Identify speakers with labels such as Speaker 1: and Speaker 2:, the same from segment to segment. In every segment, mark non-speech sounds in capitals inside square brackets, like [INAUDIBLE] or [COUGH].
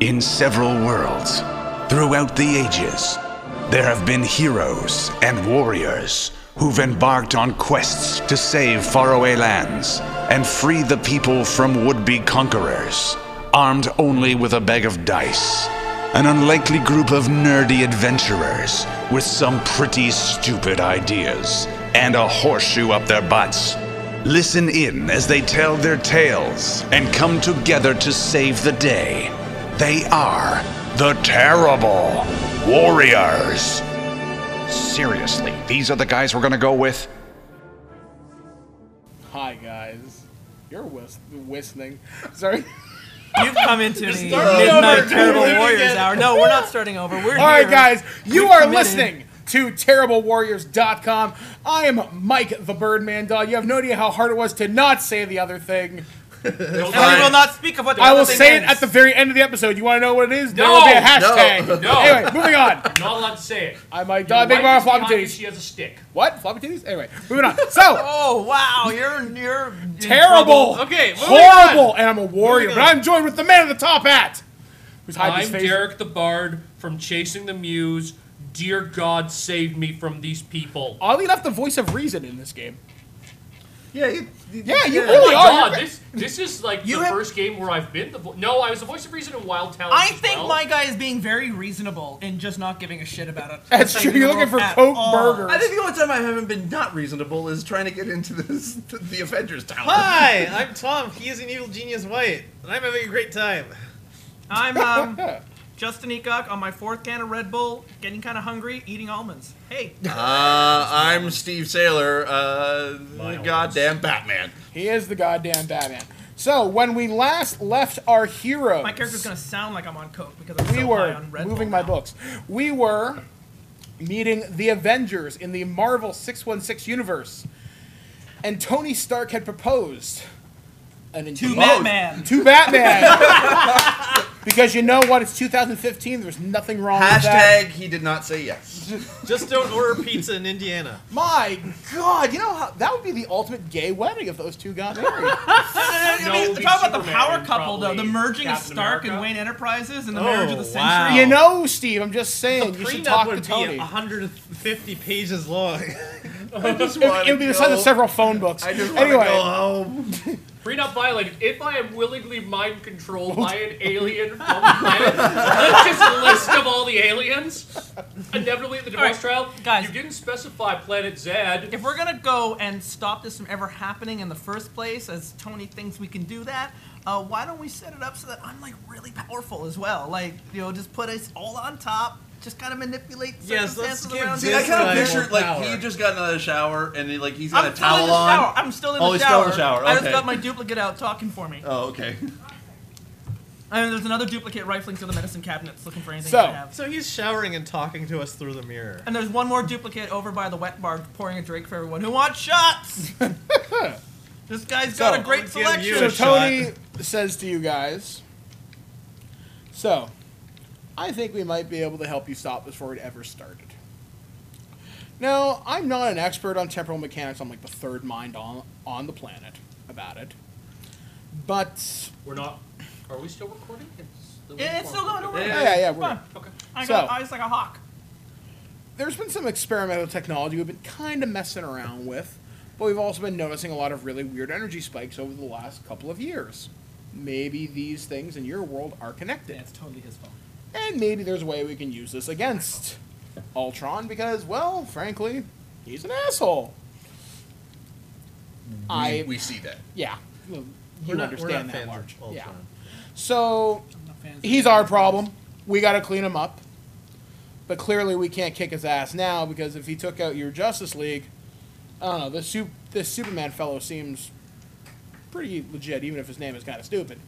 Speaker 1: In several worlds, throughout the ages, there have been heroes and warriors who've embarked on quests to save faraway lands and free the people from would be conquerors, armed only with a bag of dice. An unlikely group of nerdy adventurers with some pretty stupid ideas and a horseshoe up their butts. Listen in as they tell their tales and come together to save the day. They are the Terrible Warriors. Seriously, these are the guys we're going to go with?
Speaker 2: Hi guys, you're whist-
Speaker 3: [LAUGHS]
Speaker 2: whistling. Sorry.
Speaker 4: You've come into the
Speaker 2: starting [LAUGHS]
Speaker 4: midnight
Speaker 2: over,
Speaker 4: terrible
Speaker 2: doing it
Speaker 4: warriors
Speaker 2: again.
Speaker 4: hour. No, we're not starting over. We're
Speaker 2: All right,
Speaker 4: here.
Speaker 2: guys, you
Speaker 4: We've
Speaker 2: are
Speaker 4: committed.
Speaker 2: listening to TerribleWarriors.com. I am Mike the Birdman Doll. You have no idea how hard it was to not say the other thing.
Speaker 4: And we will not speak of what the
Speaker 2: I
Speaker 4: other
Speaker 2: will
Speaker 4: thing
Speaker 2: say it
Speaker 4: is.
Speaker 2: at the very end of the episode. You want to know what it is? There will be a
Speaker 3: No,
Speaker 2: hashtag.
Speaker 3: no.
Speaker 2: [LAUGHS] Anyway, moving on.
Speaker 3: Not allowed to say it.
Speaker 2: I'm Mike Doll, Big
Speaker 3: Wife
Speaker 2: Mama
Speaker 3: is
Speaker 2: Floppy
Speaker 3: behind you,
Speaker 2: Titties.
Speaker 3: She has a stick.
Speaker 2: What? Floppy Titties? Anyway, moving on.
Speaker 3: [LAUGHS]
Speaker 2: So,
Speaker 4: Oh wow, you're you're in
Speaker 2: terrible.
Speaker 4: trouble.
Speaker 3: Okay, moving
Speaker 2: Horrible. And I'm a warrior,
Speaker 4: Moving
Speaker 2: but
Speaker 4: on.
Speaker 2: I'm joined with the man in the top hat. Who's hiding his
Speaker 3: I'm
Speaker 2: face.
Speaker 3: Derek the Bard from Chasing the Muse. Dear God, save me from these people.
Speaker 2: Oddly enough, the voice of reason in this game.
Speaker 5: Yeah, you, you,
Speaker 2: Yeah, you
Speaker 3: Oh my
Speaker 2: really are.
Speaker 3: God, this this is like
Speaker 5: You
Speaker 3: the
Speaker 5: have-
Speaker 3: first game where I've been the vo- no. I was the voice of reason in Wild Talent.
Speaker 4: I
Speaker 3: as
Speaker 4: think
Speaker 3: well.
Speaker 4: my guy is being very reasonable and just not giving a shit about it.
Speaker 2: That's
Speaker 4: Like,
Speaker 2: true. You're looking for
Speaker 4: at
Speaker 2: Coke
Speaker 4: all.
Speaker 2: Burger.
Speaker 5: I think the only time I haven't been not reasonable is trying to get into this the, the Avengers Tower.
Speaker 6: Hi, I'm Tom. He is an evil genius white, and I'm having a great time.
Speaker 4: I'm um,
Speaker 2: [LAUGHS]
Speaker 4: Justin Eacock on my fourth can of Red Bull, getting kind of hungry, eating almonds. Hey,
Speaker 5: Uh, I'm Steve Saylor, uh, the
Speaker 3: Miles.
Speaker 5: goddamn Batman.
Speaker 2: He is the goddamn Batman. So when we last left our heroes,
Speaker 4: my character's gonna sound like I'm on Coke because I'm
Speaker 2: we
Speaker 4: so high
Speaker 2: were
Speaker 4: on Red
Speaker 2: moving
Speaker 4: Bull
Speaker 2: my
Speaker 4: now.
Speaker 2: books. We were meeting the Avengers in the Marvel 616 universe, and Tony Stark had proposed an
Speaker 4: To
Speaker 2: engagement-
Speaker 4: Batman.
Speaker 2: to Batman. [LAUGHS] because you know what? It's 2015. There's nothing wrong with that.
Speaker 5: Hashtag he did not say yes.
Speaker 6: Just don't order pizza in Indiana.
Speaker 2: My God, you know how that would be the ultimate gay wedding if those two got married.
Speaker 4: I mean,
Speaker 3: No, it'll be
Speaker 4: talk about the
Speaker 3: Superman
Speaker 4: power
Speaker 3: and
Speaker 4: couple, though. The
Speaker 3: probably
Speaker 4: merging of
Speaker 3: Captain
Speaker 4: Stark and
Speaker 3: America.
Speaker 4: Wayne Enterprises and the
Speaker 6: Oh,
Speaker 4: marriage of the century.
Speaker 6: wow.
Speaker 2: you know, Steve. I'm just saying.
Speaker 6: the
Speaker 2: you should
Speaker 6: prenup
Speaker 2: talk to
Speaker 6: would
Speaker 2: Tony.
Speaker 6: be 150 pages long. [LAUGHS]
Speaker 2: It would be the size of several phone books.
Speaker 5: I just want to
Speaker 2: anyway,
Speaker 5: go
Speaker 6: oh,
Speaker 5: home.
Speaker 3: prenup violated. If I am willingly mind controlled by an alien from the planet, let's just a list of all the aliens. Inevitably, at the divorce trial,
Speaker 4: guys.
Speaker 3: you didn't specify Planet Zed.
Speaker 4: If we're gonna go and stop this from ever happening in the first place, as Tony thinks we can do that, uh, why don't we set it up so that I'm like really powerful as well? Like, you know, just put us all on top, just kind of manipulate
Speaker 6: Yes, let's
Speaker 4: circumstances
Speaker 6: give
Speaker 4: around
Speaker 5: See,
Speaker 6: this
Speaker 5: I
Speaker 4: us.
Speaker 5: kind of
Speaker 6: guy
Speaker 5: pictured like
Speaker 6: more
Speaker 5: he
Speaker 6: power.
Speaker 5: just got out of the shower and he like he's got
Speaker 4: I'm
Speaker 5: a
Speaker 4: still in
Speaker 5: towel
Speaker 4: the shower.
Speaker 5: on.
Speaker 4: I'm still in
Speaker 5: Oh,
Speaker 4: the
Speaker 5: he's
Speaker 4: shower.
Speaker 5: still in the shower.
Speaker 4: I just
Speaker 5: Okay.
Speaker 4: got my duplicate out talking for me.
Speaker 5: Oh, okay.
Speaker 4: And there's another duplicate rifling through the medicine cabinets looking for anything
Speaker 2: So-
Speaker 4: I have.
Speaker 6: so he's showering and talking to us through the mirror.
Speaker 4: And there's one more duplicate over by the wet bar pouring a drink for everyone who
Speaker 2: [LAUGHS]
Speaker 4: wants shots. this guy's got
Speaker 2: So,
Speaker 4: a great
Speaker 6: I'll give you
Speaker 4: selection.
Speaker 2: so
Speaker 6: a shot.
Speaker 2: Tony says to you guys, so I think we might be able to help you stop this before it ever started. Now, I'm not an expert on temporal mechanics. I'm like the third mind on on the planet about it, but
Speaker 3: We're not. Are we still recording? It's,
Speaker 4: Yeah, it's still going to work.
Speaker 2: yeah, yeah, yeah, we're.
Speaker 4: Fine.
Speaker 3: Okay.
Speaker 4: I
Speaker 2: So-
Speaker 4: got eyes like a hawk.
Speaker 2: there's been some experimental technology we've been kind of messing around with, but we've also been noticing a lot of really weird energy spikes over the last couple of years. Maybe these things in your world are connected.
Speaker 4: That's totally his fault.
Speaker 2: And maybe there's a way we can use this against Ultron because, well, frankly, he's an asshole. I-
Speaker 5: We, we see that.
Speaker 2: Yeah. You
Speaker 6: We're not, we're
Speaker 2: understand that
Speaker 6: not fans
Speaker 2: large.
Speaker 6: of
Speaker 2: Yeah.
Speaker 6: Ultron.
Speaker 2: So
Speaker 4: I'm not fans of
Speaker 2: he's
Speaker 4: that.
Speaker 2: our problem. We got to clean him up. But clearly, we can't kick his ass now because if he took out your Justice League, I don't know. This sup- this Superman fellow seems pretty legit, even if his name is kind of stupid.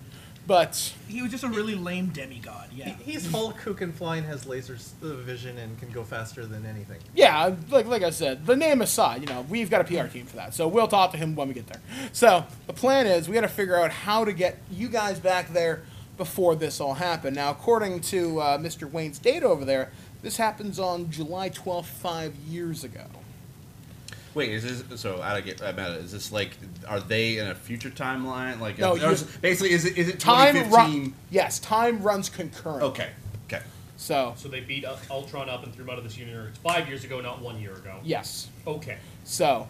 Speaker 2: But
Speaker 4: He was just a really lame demigod. Yeah.
Speaker 6: He- He's Hulk who can fly and has laser s- uh, vision and can go faster than anything.
Speaker 2: yeah, like like I said, the name aside, you know, we've got a PR team for that, so we'll talk to him when we get there. So the plan is we got to figure out how to get you guys back there before this all happened. Now, according to uh, Mr. Wayne's data over there, this happens on July 12th, five years ago.
Speaker 7: Wait, is this so? I don't get I'm at it. Is this like? Are they in a future timeline? Like,
Speaker 2: No,
Speaker 7: uh,
Speaker 2: you-
Speaker 7: basically, is it is it
Speaker 2: Time
Speaker 7: 2015?
Speaker 2: run. Yes, time runs concurrent.
Speaker 7: Okay, okay.
Speaker 2: So
Speaker 3: So they beat up Ultron up and threw him out of this universe five years ago, not one year ago.
Speaker 2: yes,
Speaker 3: Okay.
Speaker 2: so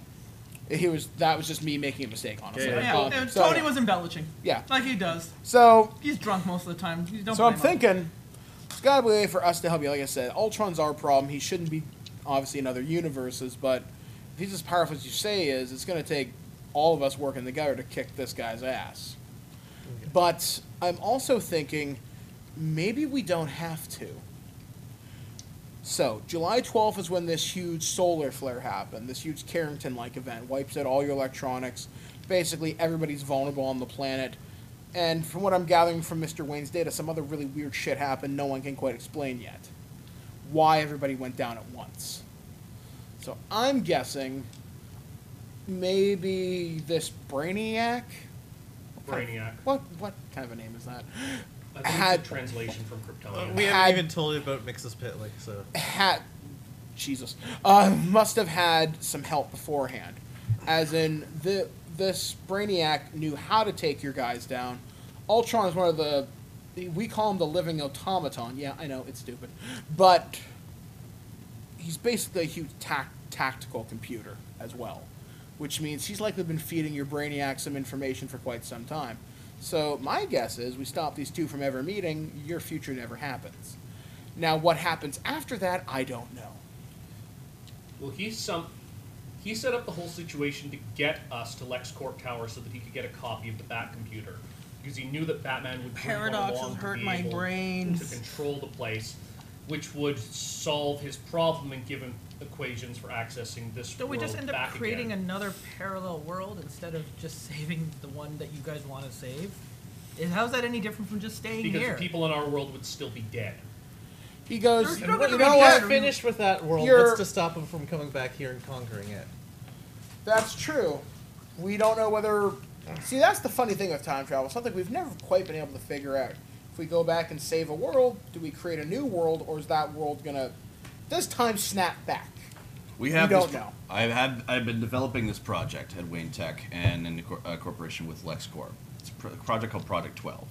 Speaker 2: he was. That was just me making a mistake, honestly.
Speaker 7: Yeah,
Speaker 4: Yeah,
Speaker 2: Uh,
Speaker 4: and
Speaker 2: so,
Speaker 4: Tony was embellishing.
Speaker 2: Yeah.
Speaker 4: Like he does.
Speaker 2: So
Speaker 4: He's drunk most of the time. You don't
Speaker 2: so I'm
Speaker 4: blame him.
Speaker 2: thinking, there's got to be a way for us to help you. Like I said, Ultron's our problem. He shouldn't be, obviously, in other universes. But if he's as powerful as you say he is, it's going to take all of us working together to kick this guy's ass. But I'm also thinking, maybe we don't have to. So July 12th is when this huge solar flare happened. This huge Carrington-like event wipes out all your electronics. Basically, everybody's vulnerable on the planet. And from what I'm gathering from Mr. Wayne's data, some other really weird shit happened no one can quite explain yet. Why everybody went down at once. So I'm guessing maybe this Brainiac?
Speaker 3: Brainiac.
Speaker 2: What what kind of a name is that?
Speaker 3: I think
Speaker 2: Had-
Speaker 3: it's a translation from Kryptonian.
Speaker 6: Uh, We
Speaker 2: Had-
Speaker 6: haven't even told you about Mix's Pit, like so.
Speaker 2: Had Jesus. Uh, must have had some help beforehand. As in the this Brainiac knew how to take your guys down. Ultron is one of the we call him the living automaton. Yeah, I know it's stupid, but he's basically a huge tac- tactical computer as well, which means he's likely been feeding your Brainiac some information for quite some time. So my guess is we stop these two from ever meeting, your future never happens. Now what happens after that, I don't know.
Speaker 3: Well, he some he set up the whole situation to get us to LexCorp Tower so that he could get a copy of the Bat computer because he knew that Batman would bring one
Speaker 4: Paradoxes
Speaker 3: along to
Speaker 4: hurt
Speaker 3: be
Speaker 4: my
Speaker 3: able
Speaker 4: brains.
Speaker 3: to control the place, which would solve his problem and give him equations for accessing this
Speaker 4: So we
Speaker 3: world
Speaker 4: just end up
Speaker 3: back
Speaker 4: creating
Speaker 3: again.
Speaker 4: another parallel world instead of just [LAUGHS] saving the one that you guys want to save? Is- How's that any different from just staying
Speaker 3: because
Speaker 4: here?
Speaker 3: the people in our world would still be
Speaker 2: [LAUGHS]
Speaker 3: dead.
Speaker 2: He goes,
Speaker 4: There's
Speaker 2: you
Speaker 4: no gonna be
Speaker 2: know
Speaker 4: dead
Speaker 2: what?
Speaker 6: We're finished with that world.
Speaker 2: You're-
Speaker 6: What's to stop him from coming back here and conquering it?
Speaker 2: That's true. We don't know whether. See, that's the funny thing with time travel. Something we've never quite been able to figure out. If we go back and save a world, do we create a new world, or is that world gonna? Does time snap back?
Speaker 7: We have.
Speaker 2: You
Speaker 7: this
Speaker 2: don't know.
Speaker 7: I have. I've been developing this project at Wayne Tech and in cor- uh, cooperation with LexCorp. It's a pro- project called Project Twelve.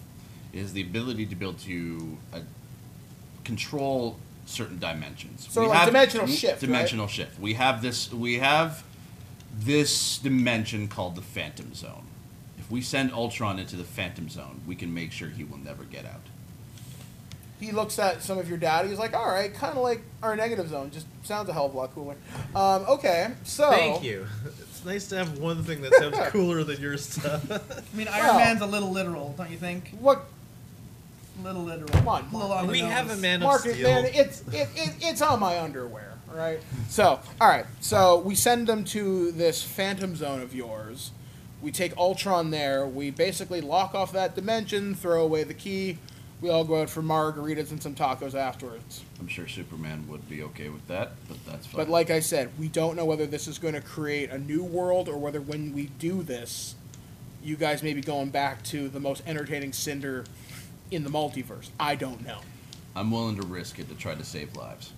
Speaker 7: It is the ability to be able to uh, control certain dimensions.
Speaker 2: So, like, dimensional shift, right?
Speaker 7: Dimensional shift. We have this. We have this dimension called the Phantom Zone. If we send Ultron into the Phantom Zone, we can make sure he will never get out.
Speaker 2: He looks at some of your data. He's like, all right, kind of like our negative zone. Just sounds a hell of a lot cooler. Um, okay, so
Speaker 6: Thank you. [LAUGHS] It's nice to have one thing that sounds cooler than your stuff.
Speaker 4: I mean, Iron
Speaker 2: Well-
Speaker 4: Man's a little literal, don't you think?
Speaker 2: What
Speaker 4: Little literal.
Speaker 2: Come on,
Speaker 4: A little on the
Speaker 6: we
Speaker 4: nose.
Speaker 6: have a man of
Speaker 2: Market,
Speaker 6: steel.
Speaker 2: man, it's it, it, it's on my underwear, right? So, all right. So we send them to this phantom zone of yours. We take Ultron there. We basically lock off that dimension, throw away the key. We all go out for margaritas and some tacos afterwards.
Speaker 7: I'm sure Superman would be okay with that, but that's fine.
Speaker 2: But like I said, we don't know whether this is going to create a new world or whether when we do this, you guys may be going back to the most entertaining Cinder in the multiverse. I don't know.
Speaker 7: I'm willing to risk it to try to save lives.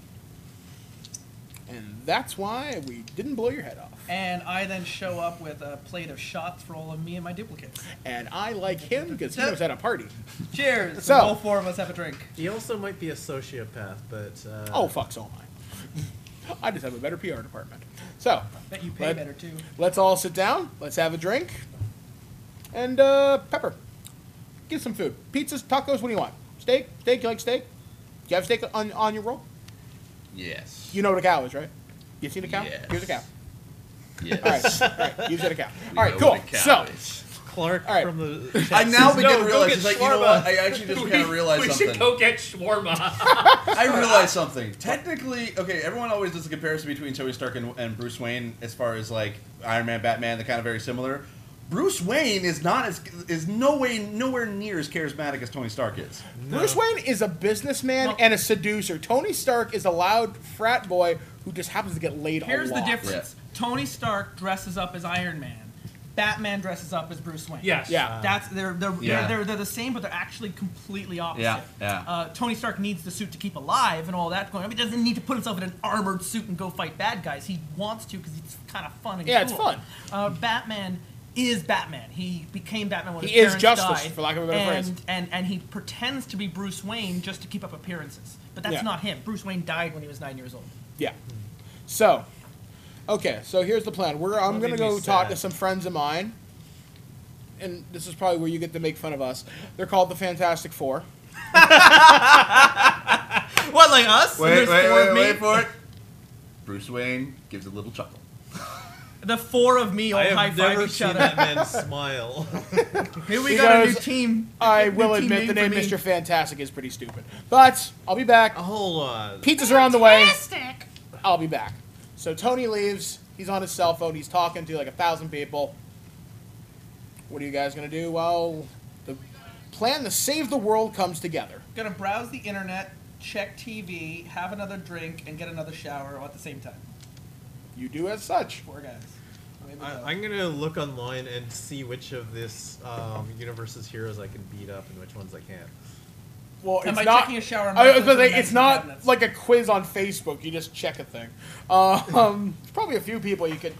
Speaker 2: And that's why we didn't blow your head off.
Speaker 4: And I then show up with a plate of shots for all of me and my duplicates.
Speaker 2: and I like him because he was at a party.
Speaker 4: Cheers! and
Speaker 2: So-
Speaker 4: all four of us have a drink.
Speaker 6: He also might be a sociopath, but uh,
Speaker 2: Oh, fuck, so am I. [LAUGHS] I just have a better PR department. So,
Speaker 4: Bet you pay
Speaker 2: But-
Speaker 4: better too.
Speaker 2: let's all sit down, let's have a drink, and uh, Pepper, get some food. Pizzas, tacos, what do you want? Steak? Steak? You like steak? Do you have steak on, on your roll?
Speaker 7: Yes.
Speaker 2: You know what a cow is, right? You seen a cow?
Speaker 7: Yes.
Speaker 2: Here's a cow.
Speaker 7: Yes.
Speaker 2: All right, all right. You've seen a cow.
Speaker 7: We
Speaker 2: All right,
Speaker 7: know
Speaker 2: cool.
Speaker 7: what a cow
Speaker 2: So,
Speaker 7: is.
Speaker 6: Clark
Speaker 2: All right.
Speaker 6: from the.
Speaker 7: I now begin to
Speaker 6: go
Speaker 7: realize
Speaker 6: get
Speaker 7: it's like you know
Speaker 6: shawarma.
Speaker 7: what? I actually just
Speaker 3: we
Speaker 7: [LAUGHS] kind of realized
Speaker 3: we
Speaker 7: something.
Speaker 3: should [LAUGHS] go get
Speaker 2: [LAUGHS]
Speaker 3: shawarma.
Speaker 7: I realized something. Technically, okay, everyone always does a comparison between Tony Stark and, and Bruce Wayne as far as like Iron Man, Batman, they're kind of very similar. Bruce Wayne is not as is no way nowhere near as charismatic as Tony Stark is.
Speaker 2: Bruce Wayne is a businessman
Speaker 4: Well-
Speaker 2: and a seducer. Tony Stark is a loud frat boy who just happens to get laid a
Speaker 4: Here's the
Speaker 2: lot.
Speaker 4: difference. Tony Stark dresses up as Iron Man. Batman dresses up as Bruce Wayne.
Speaker 3: Yes.
Speaker 2: Yeah.
Speaker 4: That's they're they're, they're
Speaker 7: Yeah.
Speaker 4: they're they're the same, but they're actually completely opposite.
Speaker 7: Yeah, yeah.
Speaker 4: Uh, Tony Stark needs the suit to keep alive and all that going on. He doesn't need to put himself in an armored suit and go fight bad guys. He wants to because it's kind of fun and
Speaker 2: Yeah, it's
Speaker 4: cool.
Speaker 2: fun.
Speaker 4: Uh, Batman is Batman. He became Batman when
Speaker 2: He is
Speaker 4: his parents
Speaker 2: Justice,
Speaker 4: died,
Speaker 2: for lack of a better
Speaker 4: and,
Speaker 2: phrase.
Speaker 4: And and he pretends to be Bruce Wayne just to keep up appearances. But that's
Speaker 2: Yeah.
Speaker 4: not him. Bruce Wayne died when he was nine years old.
Speaker 2: Yeah. So, okay. So here's the plan. We're I'm
Speaker 6: What
Speaker 2: gonna
Speaker 6: made me
Speaker 2: go talk
Speaker 6: sad?
Speaker 2: to some friends of mine, and this is probably where you get to make fun of us. They're called the Fantastic Four.
Speaker 4: What like us?
Speaker 7: Wait, wait,
Speaker 4: There's four of
Speaker 7: wait,
Speaker 4: me?
Speaker 7: wait for it. Bruce Wayne gives a little chuckle.
Speaker 4: The four of me all
Speaker 6: I
Speaker 4: high five
Speaker 6: have never
Speaker 4: each
Speaker 6: seen
Speaker 4: other.
Speaker 6: that man smile. [LAUGHS]
Speaker 4: Here we
Speaker 2: He
Speaker 4: got a new
Speaker 2: goes,
Speaker 4: team.
Speaker 2: I
Speaker 4: New
Speaker 2: will
Speaker 4: team
Speaker 2: admit the name
Speaker 4: for me.
Speaker 2: Mr. Fantastic is pretty stupid, but I'll be back.
Speaker 6: Hold on.
Speaker 2: Pizzas are on the way. I'll be back. So Tony leaves. He's on his cell phone. He's talking to like a thousand people. What are you guys gonna do? Well, the plan to save the world comes together.
Speaker 4: Gonna browse the internet, check TV, have another drink, and get another shower all at the same time.
Speaker 2: You do as such.
Speaker 4: Four guys. Maybe so.
Speaker 6: I, I'm gonna look online and see which of this um, universe's heroes I can beat up and which ones I can't.
Speaker 2: Well,
Speaker 4: And
Speaker 2: it's
Speaker 4: by
Speaker 2: not.
Speaker 4: checking a shower, I'm
Speaker 2: I
Speaker 4: not
Speaker 2: was gonna
Speaker 4: touching
Speaker 2: say, it's
Speaker 4: Mexican
Speaker 2: not
Speaker 4: cabinets.
Speaker 2: like a quiz on Facebook. You just check a thing. [LAUGHS] Um, there's probably a few people you could.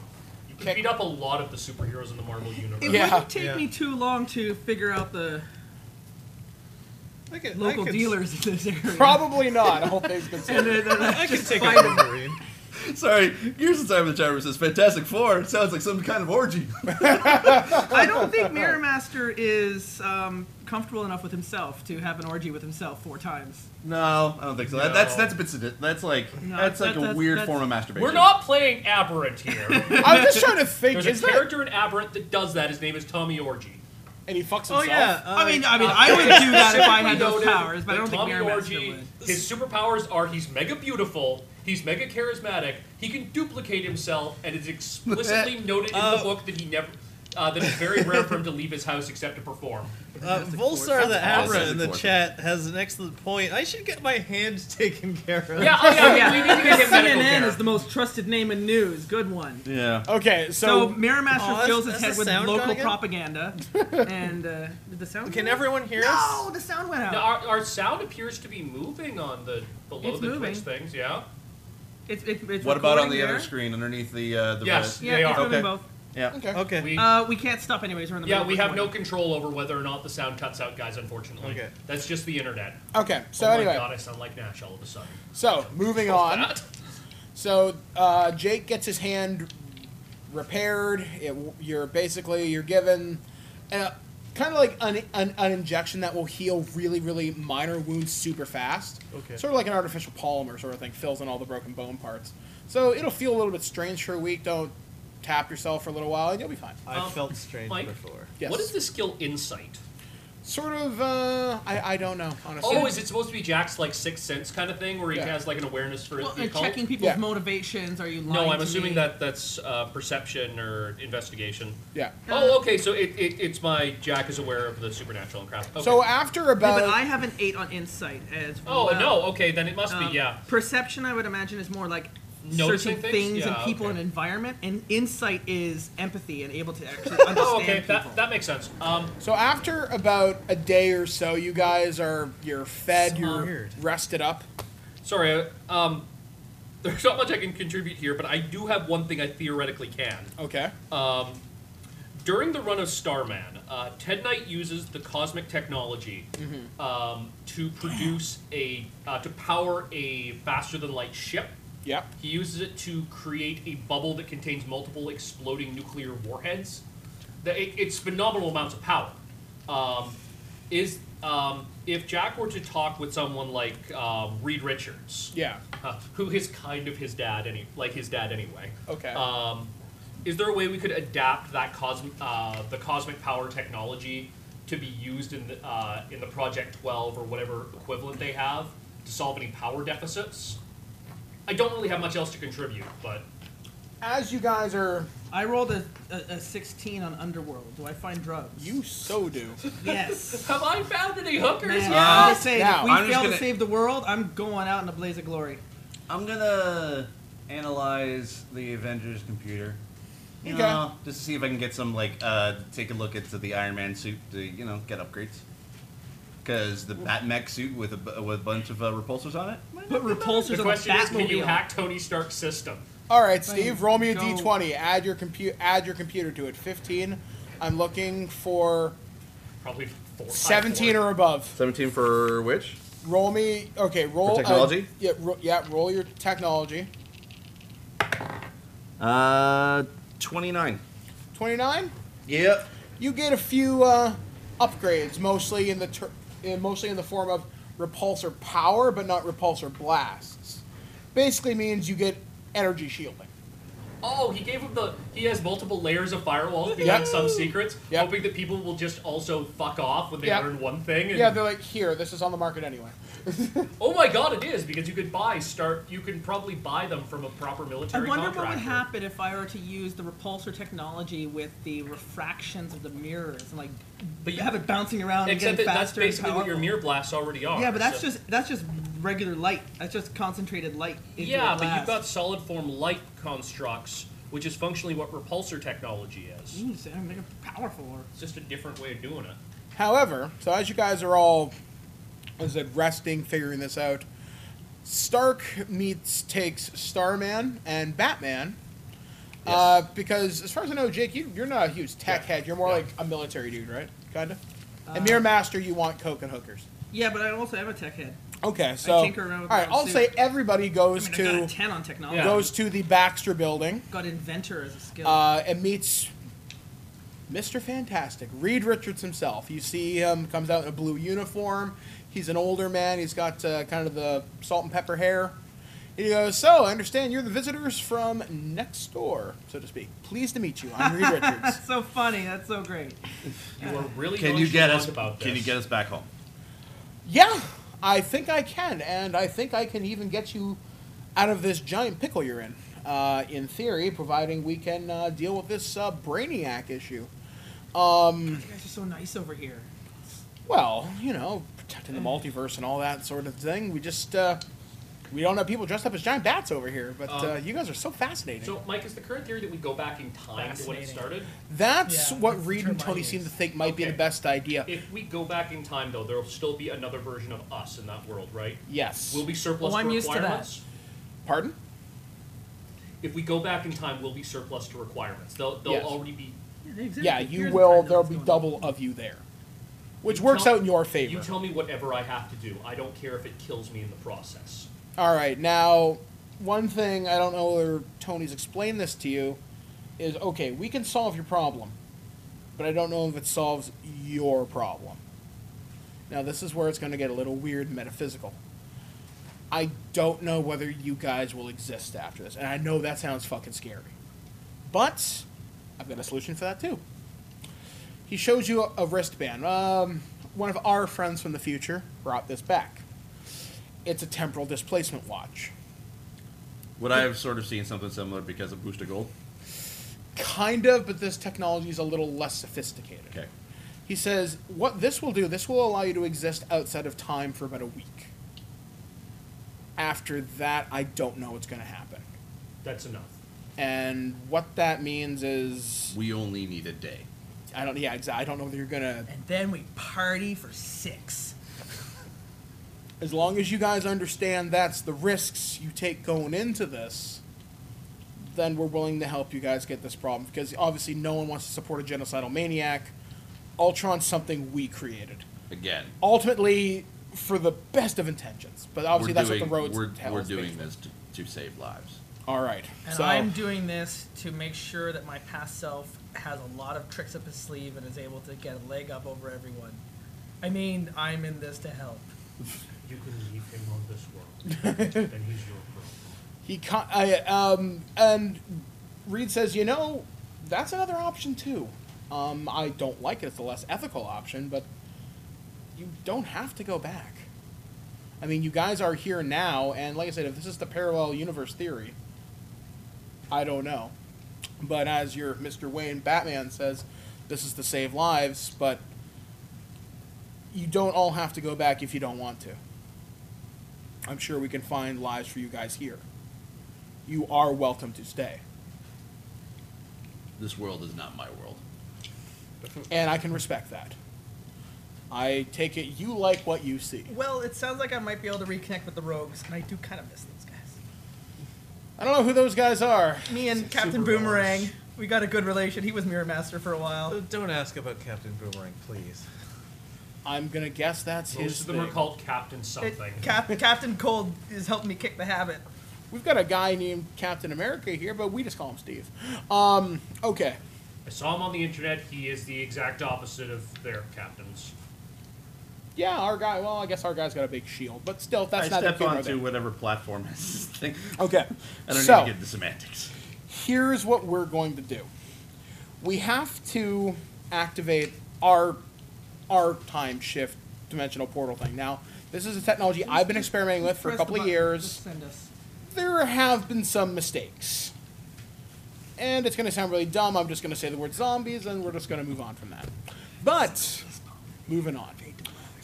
Speaker 3: You can beat up a lot of the superheroes in the Marvel universe.
Speaker 4: it
Speaker 2: Yeah.
Speaker 4: wouldn't take
Speaker 6: Yeah.
Speaker 4: me too long to figure out the
Speaker 6: I can,
Speaker 4: local
Speaker 6: [LAUGHS]
Speaker 4: dealers in this area.
Speaker 2: Probably not. I hope they've been
Speaker 4: And
Speaker 3: [LAUGHS]
Speaker 4: then- then I
Speaker 6: I can
Speaker 4: just
Speaker 6: take
Speaker 4: find
Speaker 6: a Wolverine.
Speaker 7: Sorry, Gears of Time in the chat room says Fantastic Four. It sounds like some kind of orgy. [LAUGHS]
Speaker 4: I don't think Mirror Master is um, comfortable enough with himself to have an orgy with himself four times.
Speaker 7: no, I don't think so. That, that's that's a bit sadistic. That's like
Speaker 4: No,
Speaker 7: that's like
Speaker 4: that-
Speaker 7: a
Speaker 4: that's-
Speaker 7: weird
Speaker 4: that's-
Speaker 7: form of masturbation.
Speaker 3: We're not playing
Speaker 2: [LAUGHS]
Speaker 3: Aberrant here.
Speaker 2: I was just trying to think.
Speaker 3: There's a
Speaker 2: Is there?
Speaker 3: character in Aberrant that does that. His name is Tommy Orgy.
Speaker 2: And he fucks himself.
Speaker 6: Oh yeah.
Speaker 3: uh,
Speaker 4: I mean, I mean, I would do that if
Speaker 6: [LAUGHS]
Speaker 4: I had those
Speaker 3: Noted
Speaker 4: powers, but I
Speaker 3: that
Speaker 4: don't think
Speaker 3: Tommy
Speaker 4: Mirror Master
Speaker 3: Orgy,
Speaker 4: would.
Speaker 3: His superpowers are he's mega beautiful, he's mega charismatic, he can duplicate himself, and
Speaker 4: [LAUGHS]
Speaker 3: it's explicitly noted in
Speaker 4: Oh.
Speaker 3: the book that he never. Uh, that it's very rare for him to leave his house except
Speaker 4: [LAUGHS]
Speaker 3: to perform.
Speaker 6: Uh, Volsar the
Speaker 7: awesome.
Speaker 6: Abra in the
Speaker 7: Fantastic Four.
Speaker 6: chat has an excellent point. I should get my hand [LAUGHS] taken care of.
Speaker 3: Yeah,
Speaker 4: [LAUGHS]
Speaker 3: oh, yeah, we need to get him medical
Speaker 4: CNN
Speaker 3: care.
Speaker 4: is the most trusted name in news. Good one.
Speaker 7: Yeah.
Speaker 2: Okay, so
Speaker 4: So, Mirror Master
Speaker 6: Oh, that's-
Speaker 4: fills his
Speaker 6: that's
Speaker 4: head
Speaker 6: the
Speaker 4: with
Speaker 6: sound
Speaker 4: local
Speaker 6: gone again? [LAUGHS]
Speaker 4: propaganda, and uh, did the sound.
Speaker 6: Can
Speaker 4: go out?
Speaker 6: everyone hear
Speaker 4: No,
Speaker 6: us?
Speaker 4: the sound went out.
Speaker 3: Now, our, our sound appears to be moving on the below
Speaker 4: It's
Speaker 3: the
Speaker 4: moving.
Speaker 3: Twitch things. Yeah.
Speaker 4: It's, it, it's
Speaker 7: What about on
Speaker 4: recording
Speaker 7: the
Speaker 4: there.
Speaker 7: other screen underneath the uh, the
Speaker 3: Yes.
Speaker 7: red?
Speaker 4: Yeah, it's
Speaker 3: They are.
Speaker 4: moving
Speaker 7: Okay.
Speaker 4: both.
Speaker 7: Yeah.
Speaker 2: okay.
Speaker 6: Okay.
Speaker 3: We
Speaker 4: Uh, we can't stop anyways. We're in the
Speaker 3: yeah
Speaker 4: middle
Speaker 3: we
Speaker 4: of
Speaker 3: have no
Speaker 4: recording.
Speaker 3: control over whether or not the sound cuts out, guys. Unfortunately,
Speaker 6: Okay.
Speaker 3: that's just the internet.
Speaker 2: Okay. So
Speaker 3: oh my
Speaker 2: anyway,
Speaker 3: god, I sound like Nash all of a sudden.
Speaker 2: so moving on.
Speaker 3: That-
Speaker 2: So uh, Jake gets his hand repaired. It, you're basically you're given uh, kind of like an, an, an injection that will heal really really minor wounds super fast.
Speaker 6: Okay.
Speaker 2: Sort of like an artificial polymer sort of thing fills in all the broken bone parts. So it'll feel a little bit strange for a week. Don't tap yourself for a little while and you'll be fine.
Speaker 6: I
Speaker 3: Um,
Speaker 6: felt strange
Speaker 3: Mike?
Speaker 6: before.
Speaker 2: Yes.
Speaker 3: What is the skill insight?
Speaker 2: Sort of uh, I I don't know honestly.
Speaker 3: Oh, is it supposed to be Jack's like sixth sense kind of thing, where he
Speaker 2: Yeah.
Speaker 3: has like an awareness for
Speaker 4: Well,
Speaker 3: the
Speaker 4: they're
Speaker 3: occult?
Speaker 4: checking people's
Speaker 2: Yeah.
Speaker 4: motivations. Are you lying?
Speaker 3: no, I'm
Speaker 4: to
Speaker 3: assuming
Speaker 4: me?
Speaker 3: that that's uh, perception or investigation.
Speaker 2: yeah.
Speaker 4: Uh,
Speaker 3: Oh, okay. So it, it, it's my Jack is aware of the supernatural and crap. Okay.
Speaker 2: So after
Speaker 4: Yeah,
Speaker 2: about
Speaker 4: but I have an eight on insight as well.
Speaker 3: oh no, okay, then it must
Speaker 4: Um,
Speaker 3: be yeah.
Speaker 4: Perception, I would imagine, is more like
Speaker 3: Noticing
Speaker 4: searching
Speaker 3: things?
Speaker 4: things,
Speaker 3: Yeah,
Speaker 4: and people
Speaker 3: okay.
Speaker 4: and environment, and insight is empathy and able to actually
Speaker 3: [LAUGHS]
Speaker 4: understand
Speaker 3: Oh, okay,
Speaker 4: people.
Speaker 3: that, that makes sense. Um,
Speaker 2: So after about a day or so, you guys are you're fed, you're
Speaker 6: Tired.
Speaker 2: rested up.
Speaker 3: sorry. Um, [LAUGHS] there's not much I can contribute here, but I do have one thing I theoretically can.
Speaker 2: Okay.
Speaker 7: Uh,
Speaker 3: Um, during the run of Starman, uh, Ted Knight uses the cosmic technology
Speaker 2: Mm-hmm.
Speaker 3: um, to produce a uh, to power a faster than light ship.
Speaker 2: Yep.
Speaker 3: He uses it to create a bubble that contains multiple exploding nuclear warheads. The- it- it's phenomenal amounts of power. Um, is um, if Jack were to talk with someone like um, Reed Richards,
Speaker 2: Yeah.
Speaker 3: uh, who is kind of his dad, any like his dad anyway.
Speaker 2: Okay.
Speaker 7: uh,
Speaker 3: Um, is there a way we could adapt that cosmic uh, the cosmic power technology to be used in the uh, in the Project Twelve or whatever equivalent they have to solve any power deficits? I don't really have much else to contribute, but
Speaker 2: As you guys are,
Speaker 4: I rolled a, a, a 16 on Underworld. Do I find drugs?
Speaker 3: [LAUGHS]
Speaker 2: you so do.
Speaker 4: [LAUGHS] Yes.
Speaker 3: have I found any hookers?
Speaker 4: Man,
Speaker 3: yet?
Speaker 4: I'm gonna say,
Speaker 2: Now,
Speaker 4: if we
Speaker 7: I'm just
Speaker 4: fail to
Speaker 7: gonna-
Speaker 4: save the world, I'm going out in a blaze of glory.
Speaker 7: I'm gonna analyze the Avengers computer. You
Speaker 2: Okay.
Speaker 7: know, just to see if I can get some like uh, take a look into the Iron Man suit to you know get upgrades. Because the Batmech suit with a bu- with a bunch of uh, repulsors on it. might
Speaker 4: But
Speaker 7: not be bad.
Speaker 3: The
Speaker 4: repulsors on
Speaker 3: question is, can you
Speaker 4: Batmobile.
Speaker 3: hack Tony Stark's system?
Speaker 2: All right, Steve,
Speaker 4: Fine,
Speaker 2: roll me a
Speaker 4: go.
Speaker 2: d20. Add your compu- add your computer to it. 15. I'm looking for
Speaker 3: Probably four. high
Speaker 2: 17
Speaker 3: four.
Speaker 2: or above.
Speaker 7: Seventeen for which?
Speaker 2: Roll me. Okay, roll
Speaker 7: For
Speaker 2: uh,
Speaker 7: technology?
Speaker 2: yeah, ro- yeah, roll your technology.
Speaker 7: Uh, twenty nine.
Speaker 2: 29.
Speaker 7: Yep.
Speaker 2: You get a few uh, upgrades, mostly in the ter- in, mostly in the form of repulsor power, but not repulsor blasts. Basically means you get energy shielding.
Speaker 3: Oh, he gave him the. He has multiple layers of firewalls behind
Speaker 2: Yep.
Speaker 3: some secrets,
Speaker 2: Yep.
Speaker 3: hoping that people will just also fuck off when they
Speaker 2: Yep.
Speaker 3: learn one thing. And,
Speaker 2: Yeah, they're like, here, this is on the market anyway.
Speaker 3: oh my god, it is because you could buy start. You can probably buy them from a proper
Speaker 4: I
Speaker 3: military
Speaker 4: wonder
Speaker 3: contractor.
Speaker 4: what would happen if I were to use the repulsor technology with the refractions of the mirrors and like
Speaker 3: But you-
Speaker 4: have it bouncing around and
Speaker 3: Except that
Speaker 4: getting
Speaker 3: that's
Speaker 4: faster. and
Speaker 3: basically what your
Speaker 4: powerful.
Speaker 3: mirror blasts already are.
Speaker 4: Yeah, but that's
Speaker 3: so-
Speaker 4: just that's just regular light. That's just concentrated light. Into
Speaker 3: Yeah,
Speaker 4: a
Speaker 3: but you've got
Speaker 4: glass.
Speaker 3: solid form light constructs, which is functionally what repulsor technology is.
Speaker 4: Jeez, I mean, they're powerful. Or
Speaker 3: It's just a different way of doing it.
Speaker 2: However, so as you guys are all, as I said, resting, figuring this out, Stark meets takes Starman and Batman. Uh, because as far as I know, Jake, you, you're not a huge tech
Speaker 3: Yeah.
Speaker 2: head. You're more
Speaker 3: Yeah.
Speaker 2: like a military dude, right? Kinda. and Mirror Master, you want coke and hookers.
Speaker 4: yeah, but I also have a tech head.
Speaker 2: Okay, so
Speaker 4: tinker around with
Speaker 2: all
Speaker 4: my
Speaker 2: right.
Speaker 4: own
Speaker 2: I'll
Speaker 4: suit.
Speaker 2: say everybody
Speaker 4: I
Speaker 2: goes
Speaker 4: mean, I got a
Speaker 2: to
Speaker 4: ten on technology.
Speaker 3: Yeah.
Speaker 2: goes to the Baxter Building
Speaker 4: Got inventor as a skill.
Speaker 2: uh, and meets Mr. Fantastic, Reed Richards himself. You see him comes out in a blue uniform. He's an older man. He's got uh, kind of the salt and pepper hair. And he goes, "So I understand you're the visitors from next door, so to speak. Pleased to meet you. I'm Reed
Speaker 4: [LAUGHS]
Speaker 2: Richards."
Speaker 4: that's so funny. That's so great.
Speaker 3: You are really
Speaker 7: Can you get
Speaker 3: nonchalant
Speaker 7: us?
Speaker 3: about this.
Speaker 7: Can you get us back home?
Speaker 2: Yeah, I think I can, and I think I can even get you out of this giant pickle you're in. Uh, in theory, providing we can uh, deal with this uh, brainiac issue.
Speaker 4: You guys are so nice over here.
Speaker 2: Well, you know, protecting the multiverse and all that sort of thing. We just uh, we don't have people dressed up as giant bats over here, but uh, you guys are so fascinating.
Speaker 3: Um, So, Mike, is the current theory that we go back in time to when it
Speaker 4: Fascinating.
Speaker 3: started?
Speaker 2: that's
Speaker 4: Yeah,
Speaker 2: what
Speaker 4: that's
Speaker 2: Reed
Speaker 4: the
Speaker 2: and
Speaker 4: term I
Speaker 2: Tony seem to
Speaker 4: use.
Speaker 2: think might be
Speaker 3: Okay.
Speaker 2: the best idea.
Speaker 3: If we go back in time, though, there'll still be another version of us in that world, right?
Speaker 2: yes.
Speaker 3: We'll be surplus
Speaker 4: Oh,
Speaker 3: to
Speaker 4: I'm used to that.
Speaker 3: requirements.
Speaker 2: Pardon?
Speaker 3: If we go back in time, we'll be surplus to requirements. They'll, they'll
Speaker 2: Yes.
Speaker 3: already be.
Speaker 4: Yeah, they exist.
Speaker 2: Yeah, you
Speaker 4: Here's the
Speaker 2: will.
Speaker 4: time
Speaker 2: There'll
Speaker 4: that's
Speaker 2: be
Speaker 4: going on.
Speaker 2: double of you there, which
Speaker 3: You
Speaker 2: works
Speaker 3: tell-
Speaker 2: out in your favor.
Speaker 3: You tell me whatever I have to do. I don't care if it kills me in the process.
Speaker 2: All right, now one thing I don't know whether Tony's explained this to you is okay, we can solve your problem, but I don't know if it solves your problem. Now this is where it's going to get a little weird and metaphysical. I don't know whether you guys will exist after this, and I know that sounds fucking scary, but I've got a solution for that too. He shows you a, a wristband. Um, one of our friends from the future brought this back it's a temporal displacement watch.
Speaker 7: Would I have sort of seen something similar because of Booster Gold?
Speaker 2: Kind of, but this technology is a little less sophisticated.
Speaker 7: Okay.
Speaker 2: He says, What this will do, this will allow you to exist outside of time for about a week. After that, I don't know what's going to happen.
Speaker 3: That's enough.
Speaker 2: And what that means is,
Speaker 7: We only need a day.
Speaker 2: I don't, yeah, exactly. I don't know whether you're going to,
Speaker 4: And then we party for six.
Speaker 2: as long as you guys understand that's the risks you take going into this, then we're willing to help you guys get this problem. Because obviously, no one wants to support a genocidal maniac. Ultron's something we created.
Speaker 7: Again.
Speaker 2: ultimately for the best of intentions. But obviously,
Speaker 7: we're
Speaker 2: that's
Speaker 7: doing,
Speaker 2: what the roads
Speaker 7: We're,
Speaker 2: tell
Speaker 7: we're
Speaker 2: us,
Speaker 7: doing
Speaker 2: basically.
Speaker 7: this to, to save lives.
Speaker 2: All right.
Speaker 4: And
Speaker 2: so
Speaker 4: I'm doing this to make sure that my past self has a lot of tricks up his sleeve and is able to get a leg up over everyone. I mean, I'm in this to help.
Speaker 3: You can leave him on
Speaker 2: [LAUGHS]
Speaker 3: this world. then he's your problem.
Speaker 2: he con- I, um and Reed says, you know, that's another option too. Um, I don't like it. It's a less ethical option, but you don't have to go back. I mean, you guys are here now, and like I said, if this is the parallel universe theory, I don't know. But as your Mr. Wayne Batman says, this is to save lives, but you don't all have to go back if you don't want to. I'm sure we can find lives for you guys here. You are welcome to stay.
Speaker 7: this world is not my world.
Speaker 2: and I can respect that. I take it you like what you see.
Speaker 4: Well, it sounds like I might be able to reconnect with the rogues, and I do kind of miss those guys.
Speaker 2: I don't know who those guys are.
Speaker 4: Me and Captain Boomerang, we got a good relation. He was Mirror Master for a while.
Speaker 6: Don't ask about Captain Boomerang, please.
Speaker 2: I'm gonna guess that's his.
Speaker 3: Most of them are
Speaker 2: thing.
Speaker 3: called Captain
Speaker 4: It-
Speaker 3: something.
Speaker 4: Cap, Captain Cold is helping me kick the habit.
Speaker 2: We've got a guy named Captain America here, but we just call him Steve. Um, okay.
Speaker 3: I saw him on the internet. He is the exact opposite of their captains.
Speaker 2: Yeah, our guy. Well, I guess our guy's got a big shield, but still, that's
Speaker 7: I
Speaker 2: not
Speaker 7: step
Speaker 2: the humor
Speaker 7: onto
Speaker 2: there.
Speaker 7: whatever platform [LAUGHS] is this thing.
Speaker 2: Okay.
Speaker 7: I don't
Speaker 2: so
Speaker 7: need to get the semantics.
Speaker 2: here's what we're going to do. We have to activate our our time shift dimensional portal thing. Now, this is a technology I've been experimenting with for a
Speaker 4: Press
Speaker 2: couple
Speaker 4: the
Speaker 2: of
Speaker 4: button.
Speaker 2: years.
Speaker 4: Just Send us.
Speaker 2: there have been some mistakes. And it's going to sound really dumb. I'm just going to say the word zombies and we're just going to move on from that. But, moving on.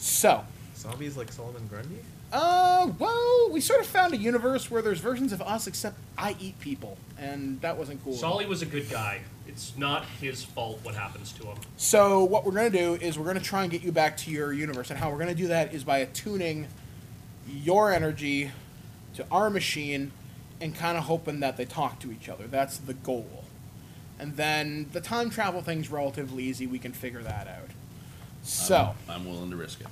Speaker 2: So,
Speaker 6: Zombies like Solomon Grundy?
Speaker 2: uh, well, we sort of found a universe where there's versions of us except I eat people. And that wasn't cool.
Speaker 3: Solly was a good guy. It's not his fault what happens to him.
Speaker 2: So what we're going to do is we're going to try and get you back to your universe, and how we're going to do that is by attuning your energy to our machine and kind of hoping that they talk to each other. That's the goal. And then the time travel thing's relatively easy. We can figure that out. So,
Speaker 7: Um, I'm willing to risk it.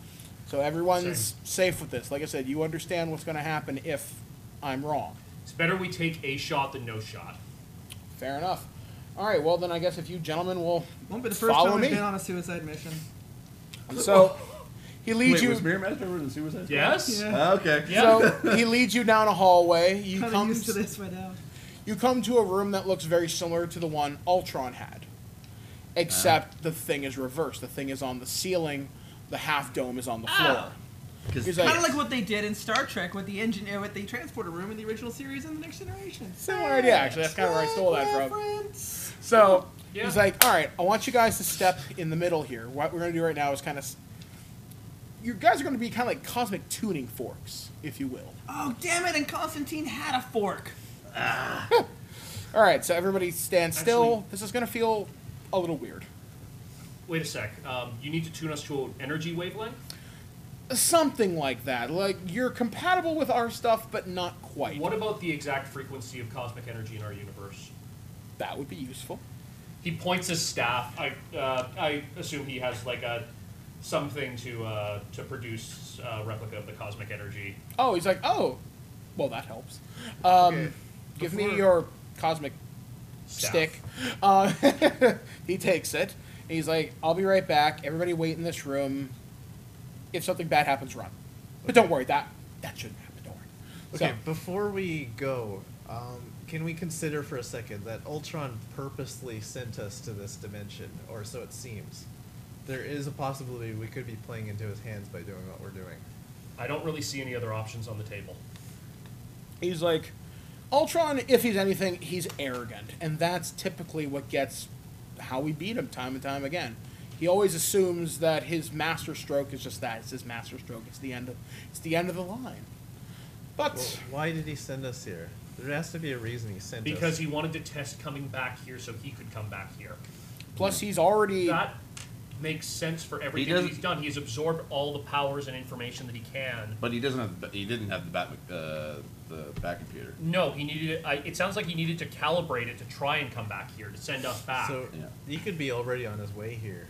Speaker 2: so everyone's safe with this. Like I said, you understand what's going to happen if I'm wrong.
Speaker 3: It's better we take a shot than no shot.
Speaker 2: Fair enough. All right. Well, then I guess if you gentlemen will
Speaker 7: [LAUGHS]
Speaker 4: Won't be the first
Speaker 2: Follow
Speaker 4: time
Speaker 2: me.
Speaker 4: we've been on a suicide mission.
Speaker 2: so. He leads
Speaker 7: Wait,
Speaker 2: you.
Speaker 7: was Mirror Master over in Suicide Squad?
Speaker 3: Yes?
Speaker 7: Ah, okay. [LAUGHS]
Speaker 3: Yeah.
Speaker 2: So he leads you down a hallway. You
Speaker 4: Kinda
Speaker 2: come
Speaker 4: used to this by now.
Speaker 2: you come to a room that looks very similar to the one Ultron had, except
Speaker 3: Ah.
Speaker 2: the thing is reversed. The thing is on the ceiling. The half dome is on the floor.
Speaker 4: Ah.
Speaker 2: He's
Speaker 4: Kind of
Speaker 2: like,
Speaker 4: like what they did in Star Trek with the engine, uh, with the transporter room in the original series and the Next Generation.
Speaker 2: similar idea actually. That's kind of where I stole that from.
Speaker 4: Reference.
Speaker 2: So
Speaker 3: Yeah.
Speaker 2: he's like, all right, I want you guys to step in the middle here. What we're gonna do right now is kind of you guys are gonna be kind of like cosmic tuning forks, if you will.
Speaker 4: Oh damn it! And Constantine had a fork.
Speaker 2: All right, so everybody stand still.
Speaker 3: Actually-
Speaker 2: This is gonna feel a little weird.
Speaker 3: Wait a sec. Um, you need to tune us to an energy wavelength?
Speaker 2: Something like that. Like you're compatible with our stuff, but not quite.
Speaker 3: What about the exact frequency of cosmic energy in our universe?
Speaker 2: That would be useful.
Speaker 3: He points his staff. I, uh, I assume he has like a something to uh, to produce a replica of the cosmic energy.
Speaker 2: Oh, he's like, oh, well that helps. Um, Give me
Speaker 6: Before-
Speaker 2: your cosmic
Speaker 3: Staff.
Speaker 2: stick. Uh, [LAUGHS] he takes it. And he's like, I'll be right back. Everybody wait in this room. If something bad happens, run. But don't worry, that that shouldn't happen. Don't worry.
Speaker 6: Okay,
Speaker 2: So-
Speaker 6: before we go, um, can we consider for a second that Ultron purposely sent us to this dimension, or so it seems? There is a possibility we could be playing into his hands by doing what we're doing.
Speaker 3: I don't really see any other options on the table.
Speaker 2: He's like, Ultron, if he's anything, he's arrogant. And that's typically what gets how we beat him time and time again. He always assumes that his master stroke is just that. It's his master stroke. It's the end of it's the end of the line. But
Speaker 6: Well, why did he send us here? There has to be a reason he sent us.
Speaker 3: Because he wanted to test coming back here so he could come back here.
Speaker 2: plus he's already
Speaker 3: That makes sense for everything that
Speaker 7: doesn't-
Speaker 3: he's done. He's absorbed all the powers and information that he can.
Speaker 7: But he doesn't have. The, he didn't have the bat. Uh, the back computer.
Speaker 3: No, he needed. I, it sounds like he needed to calibrate it to try and come back here to send us back.
Speaker 6: So
Speaker 7: Yeah.
Speaker 6: he could be already on his way here.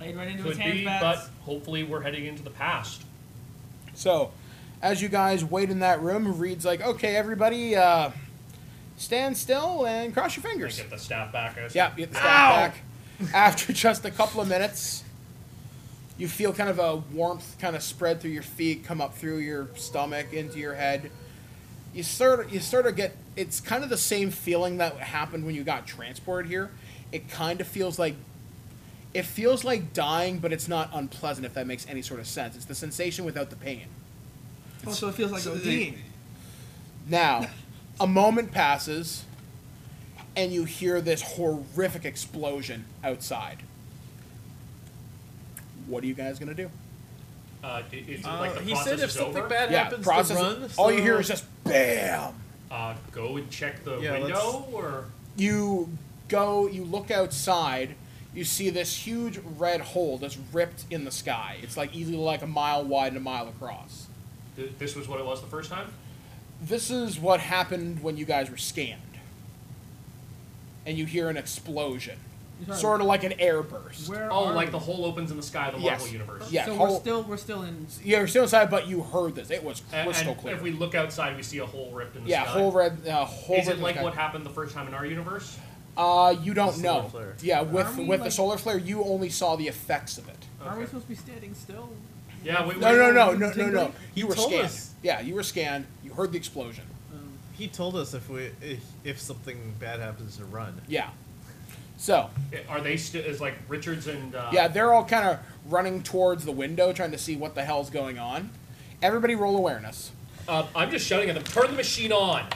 Speaker 4: Played right into
Speaker 3: Could
Speaker 4: his hands.
Speaker 3: be,
Speaker 4: bats.
Speaker 3: but hopefully we're heading into the past.
Speaker 2: so as you guys wait in that room, Reed's like, Okay, everybody, uh, stand still and cross your
Speaker 3: I
Speaker 2: fingers.
Speaker 3: get the staff back. I
Speaker 2: Yeah, you get the staff back. After [LAUGHS] just a couple of minutes, you feel kind of a warmth kind of spread through your feet, come up through your stomach, into your head. You sort of, you sort of get it's kind of the same feeling that happened when you got transported here. It kind of feels like it feels like dying, but it's not unpleasant if that makes any sort of sense. It's the sensation without the pain.
Speaker 4: Oh, so it feels like
Speaker 7: So
Speaker 4: ODing.
Speaker 2: Now, a moment passes, and you hear this horrific explosion outside. What are you guys gonna do?
Speaker 3: Uh, i- is it like the
Speaker 6: he
Speaker 3: process
Speaker 6: said if
Speaker 3: is
Speaker 6: something
Speaker 3: over?
Speaker 6: bad
Speaker 2: yeah,
Speaker 6: happens,
Speaker 2: process.
Speaker 6: run.
Speaker 2: all you hear is just bam.
Speaker 3: Uh, go and check the
Speaker 6: Yeah,
Speaker 3: window, or
Speaker 2: You go, you look outside, you see this huge red hole that's ripped in the sky. It's like easily like a mile wide and a mile across.
Speaker 3: Th- this was what it was the first time.
Speaker 2: This is what happened when you guys were scanned. And you hear an explosion.
Speaker 4: You're talking-
Speaker 2: Sort of like an airburst.
Speaker 4: Where
Speaker 3: Oh,
Speaker 4: are
Speaker 3: like
Speaker 4: we?
Speaker 3: the hole opens in the sky, the
Speaker 2: Yes.
Speaker 3: Marvel universe.
Speaker 2: Yeah,
Speaker 4: So
Speaker 2: whole-
Speaker 4: we're still we're still in.
Speaker 2: Yeah, you're still inside, but you heard this. It was
Speaker 3: And,
Speaker 2: crystal
Speaker 3: and
Speaker 2: clear.
Speaker 3: if we look outside, we see a hole ripped in the
Speaker 2: yeah,
Speaker 3: sky.
Speaker 2: whole red, uh, whole
Speaker 3: Is
Speaker 2: red
Speaker 3: it like
Speaker 2: okay.
Speaker 3: what happened the first time in our universe?
Speaker 2: Uh, you don't
Speaker 6: solar
Speaker 2: know.
Speaker 6: flare.
Speaker 2: Yeah, with
Speaker 4: we,
Speaker 2: with the
Speaker 4: like-
Speaker 2: solar flare, you only saw the effects of it.
Speaker 4: Are
Speaker 3: Okay.
Speaker 4: we supposed to be standing still?
Speaker 3: Yeah,
Speaker 2: No,
Speaker 3: we, we-
Speaker 2: no, no, no, no, no.
Speaker 6: Jingling?
Speaker 2: You
Speaker 6: He
Speaker 2: were
Speaker 6: told
Speaker 2: scanned.
Speaker 6: us.
Speaker 2: Yeah, you were scanned. You heard the explosion.
Speaker 6: He told us if we if, if something bad happens to run.
Speaker 2: Yeah. So
Speaker 3: Are they still? Is like Richards and uh,
Speaker 2: yeah, they're all kind of running towards the window, trying to see what the hell's going on. Everybody, roll awareness.
Speaker 3: Uh, I'm just shouting at them. Turn the machine on.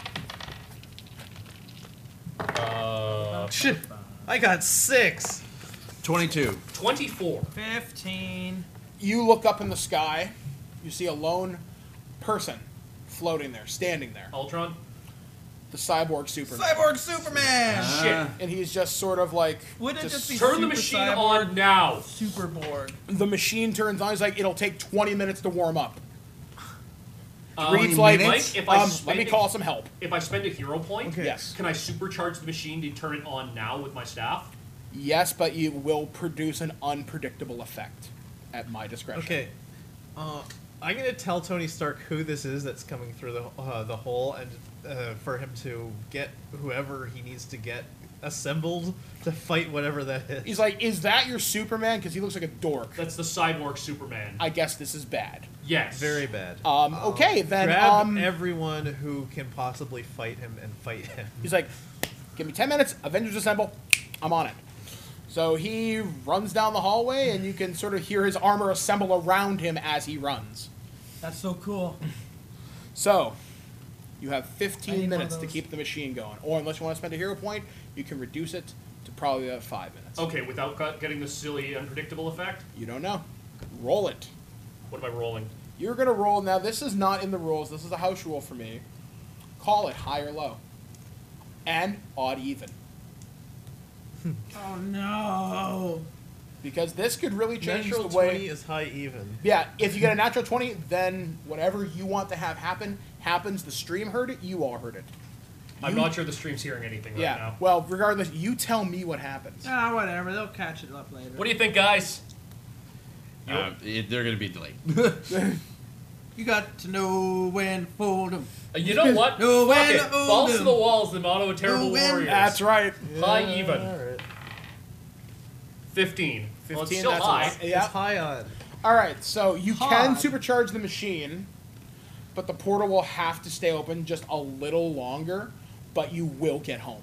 Speaker 3: Uh,
Speaker 6: Shit, I got six.
Speaker 5: 22.
Speaker 3: 24.
Speaker 4: Fifteen.
Speaker 2: You look up in the sky. You see a lone person floating there, standing there.
Speaker 3: Ultron.
Speaker 2: The cyborg super.
Speaker 6: Cyborg Superman.
Speaker 3: Shit.
Speaker 2: and he's just sort of like
Speaker 4: Would it just be
Speaker 3: Turn the
Speaker 4: Super
Speaker 3: machine
Speaker 4: Cyborg?
Speaker 3: on now.
Speaker 4: Super Borg.
Speaker 2: the machine turns on. He's like, it'll take 20 minutes to warm up.
Speaker 3: Um,
Speaker 2: Reed's like,
Speaker 3: Mike, if I
Speaker 2: um, let
Speaker 3: spend
Speaker 2: me
Speaker 3: it-
Speaker 2: call some help.
Speaker 3: If I spend a hero point,
Speaker 6: Okay.
Speaker 2: Yes.
Speaker 3: can I supercharge the machine to turn it on now with my staff?
Speaker 2: Yes, but you will produce an unpredictable effect at my discretion.
Speaker 6: Okay, uh, I'm gonna tell Tony Stark who this is that's coming through the uh, the hole, and uh, for him to get whoever he needs to get assembled to fight whatever that is.
Speaker 2: He's like, is that your Superman? Because he looks like a dork.
Speaker 3: That's the cyborg Superman.
Speaker 2: I guess this is bad.
Speaker 3: yes.
Speaker 6: very bad.
Speaker 2: Um,
Speaker 4: Oh,
Speaker 2: okay, then.
Speaker 6: Grab
Speaker 2: Um,
Speaker 6: everyone who can possibly fight him and
Speaker 4: [LAUGHS]
Speaker 6: fight him.
Speaker 2: he's like, give me 10 minutes. Avengers assemble. I'm on it. So he runs down the hallway, and you can sort of hear his armor assemble around him as he runs.
Speaker 4: That's so [LAUGHS] cool.
Speaker 2: So, you have
Speaker 4: I need
Speaker 2: 15
Speaker 4: one
Speaker 2: minutes
Speaker 4: of
Speaker 2: to
Speaker 4: those.
Speaker 2: keep the machine going. Or unless you want to spend a hero point, you can reduce it to probably about five minutes.
Speaker 3: Okay, without got- getting the silly unpredictable effect,
Speaker 2: You don't know. Roll it.
Speaker 3: what am I rolling?
Speaker 2: You're going to roll. Now, this is not in the rules. This is a house rule for me. Call it high or low. And odd even.
Speaker 4: Oh no.
Speaker 2: Because this could really change
Speaker 6: Natural
Speaker 2: the way.
Speaker 6: twenty is high even.
Speaker 2: Yeah, if you get a natural 20, then whatever you want to have happen happens. The stream heard it, you all heard it.
Speaker 3: I'm
Speaker 2: You-
Speaker 3: not sure the stream's hearing anything
Speaker 2: yeah.
Speaker 3: right now.
Speaker 2: Well, regardless, you tell me what happens.
Speaker 4: Ah, whatever. They'll catch it up later.
Speaker 3: What do you think, guys? You-
Speaker 7: Um,
Speaker 5: Uh, it- they're going to be delayed.
Speaker 4: You got to know when to fold 'em.
Speaker 3: Uh,
Speaker 2: [LAUGHS]
Speaker 3: You know what?
Speaker 4: No,
Speaker 3: Fuck
Speaker 4: when
Speaker 3: it.
Speaker 4: I owned
Speaker 3: Balls to
Speaker 4: him.
Speaker 3: the walls, the motto of terrible
Speaker 4: No, when-
Speaker 3: warriors.
Speaker 2: That's right.
Speaker 3: High
Speaker 6: Yeah,
Speaker 3: even.
Speaker 6: Uh, all right.
Speaker 3: 15. well, it's
Speaker 2: 15,
Speaker 3: still
Speaker 2: that's a
Speaker 3: high.
Speaker 2: lot. Yeah.
Speaker 6: It's high on.
Speaker 2: All right, so you can
Speaker 4: Hard.
Speaker 2: supercharge the machine, but the portal will have to stay open just a little longer. But you will get home,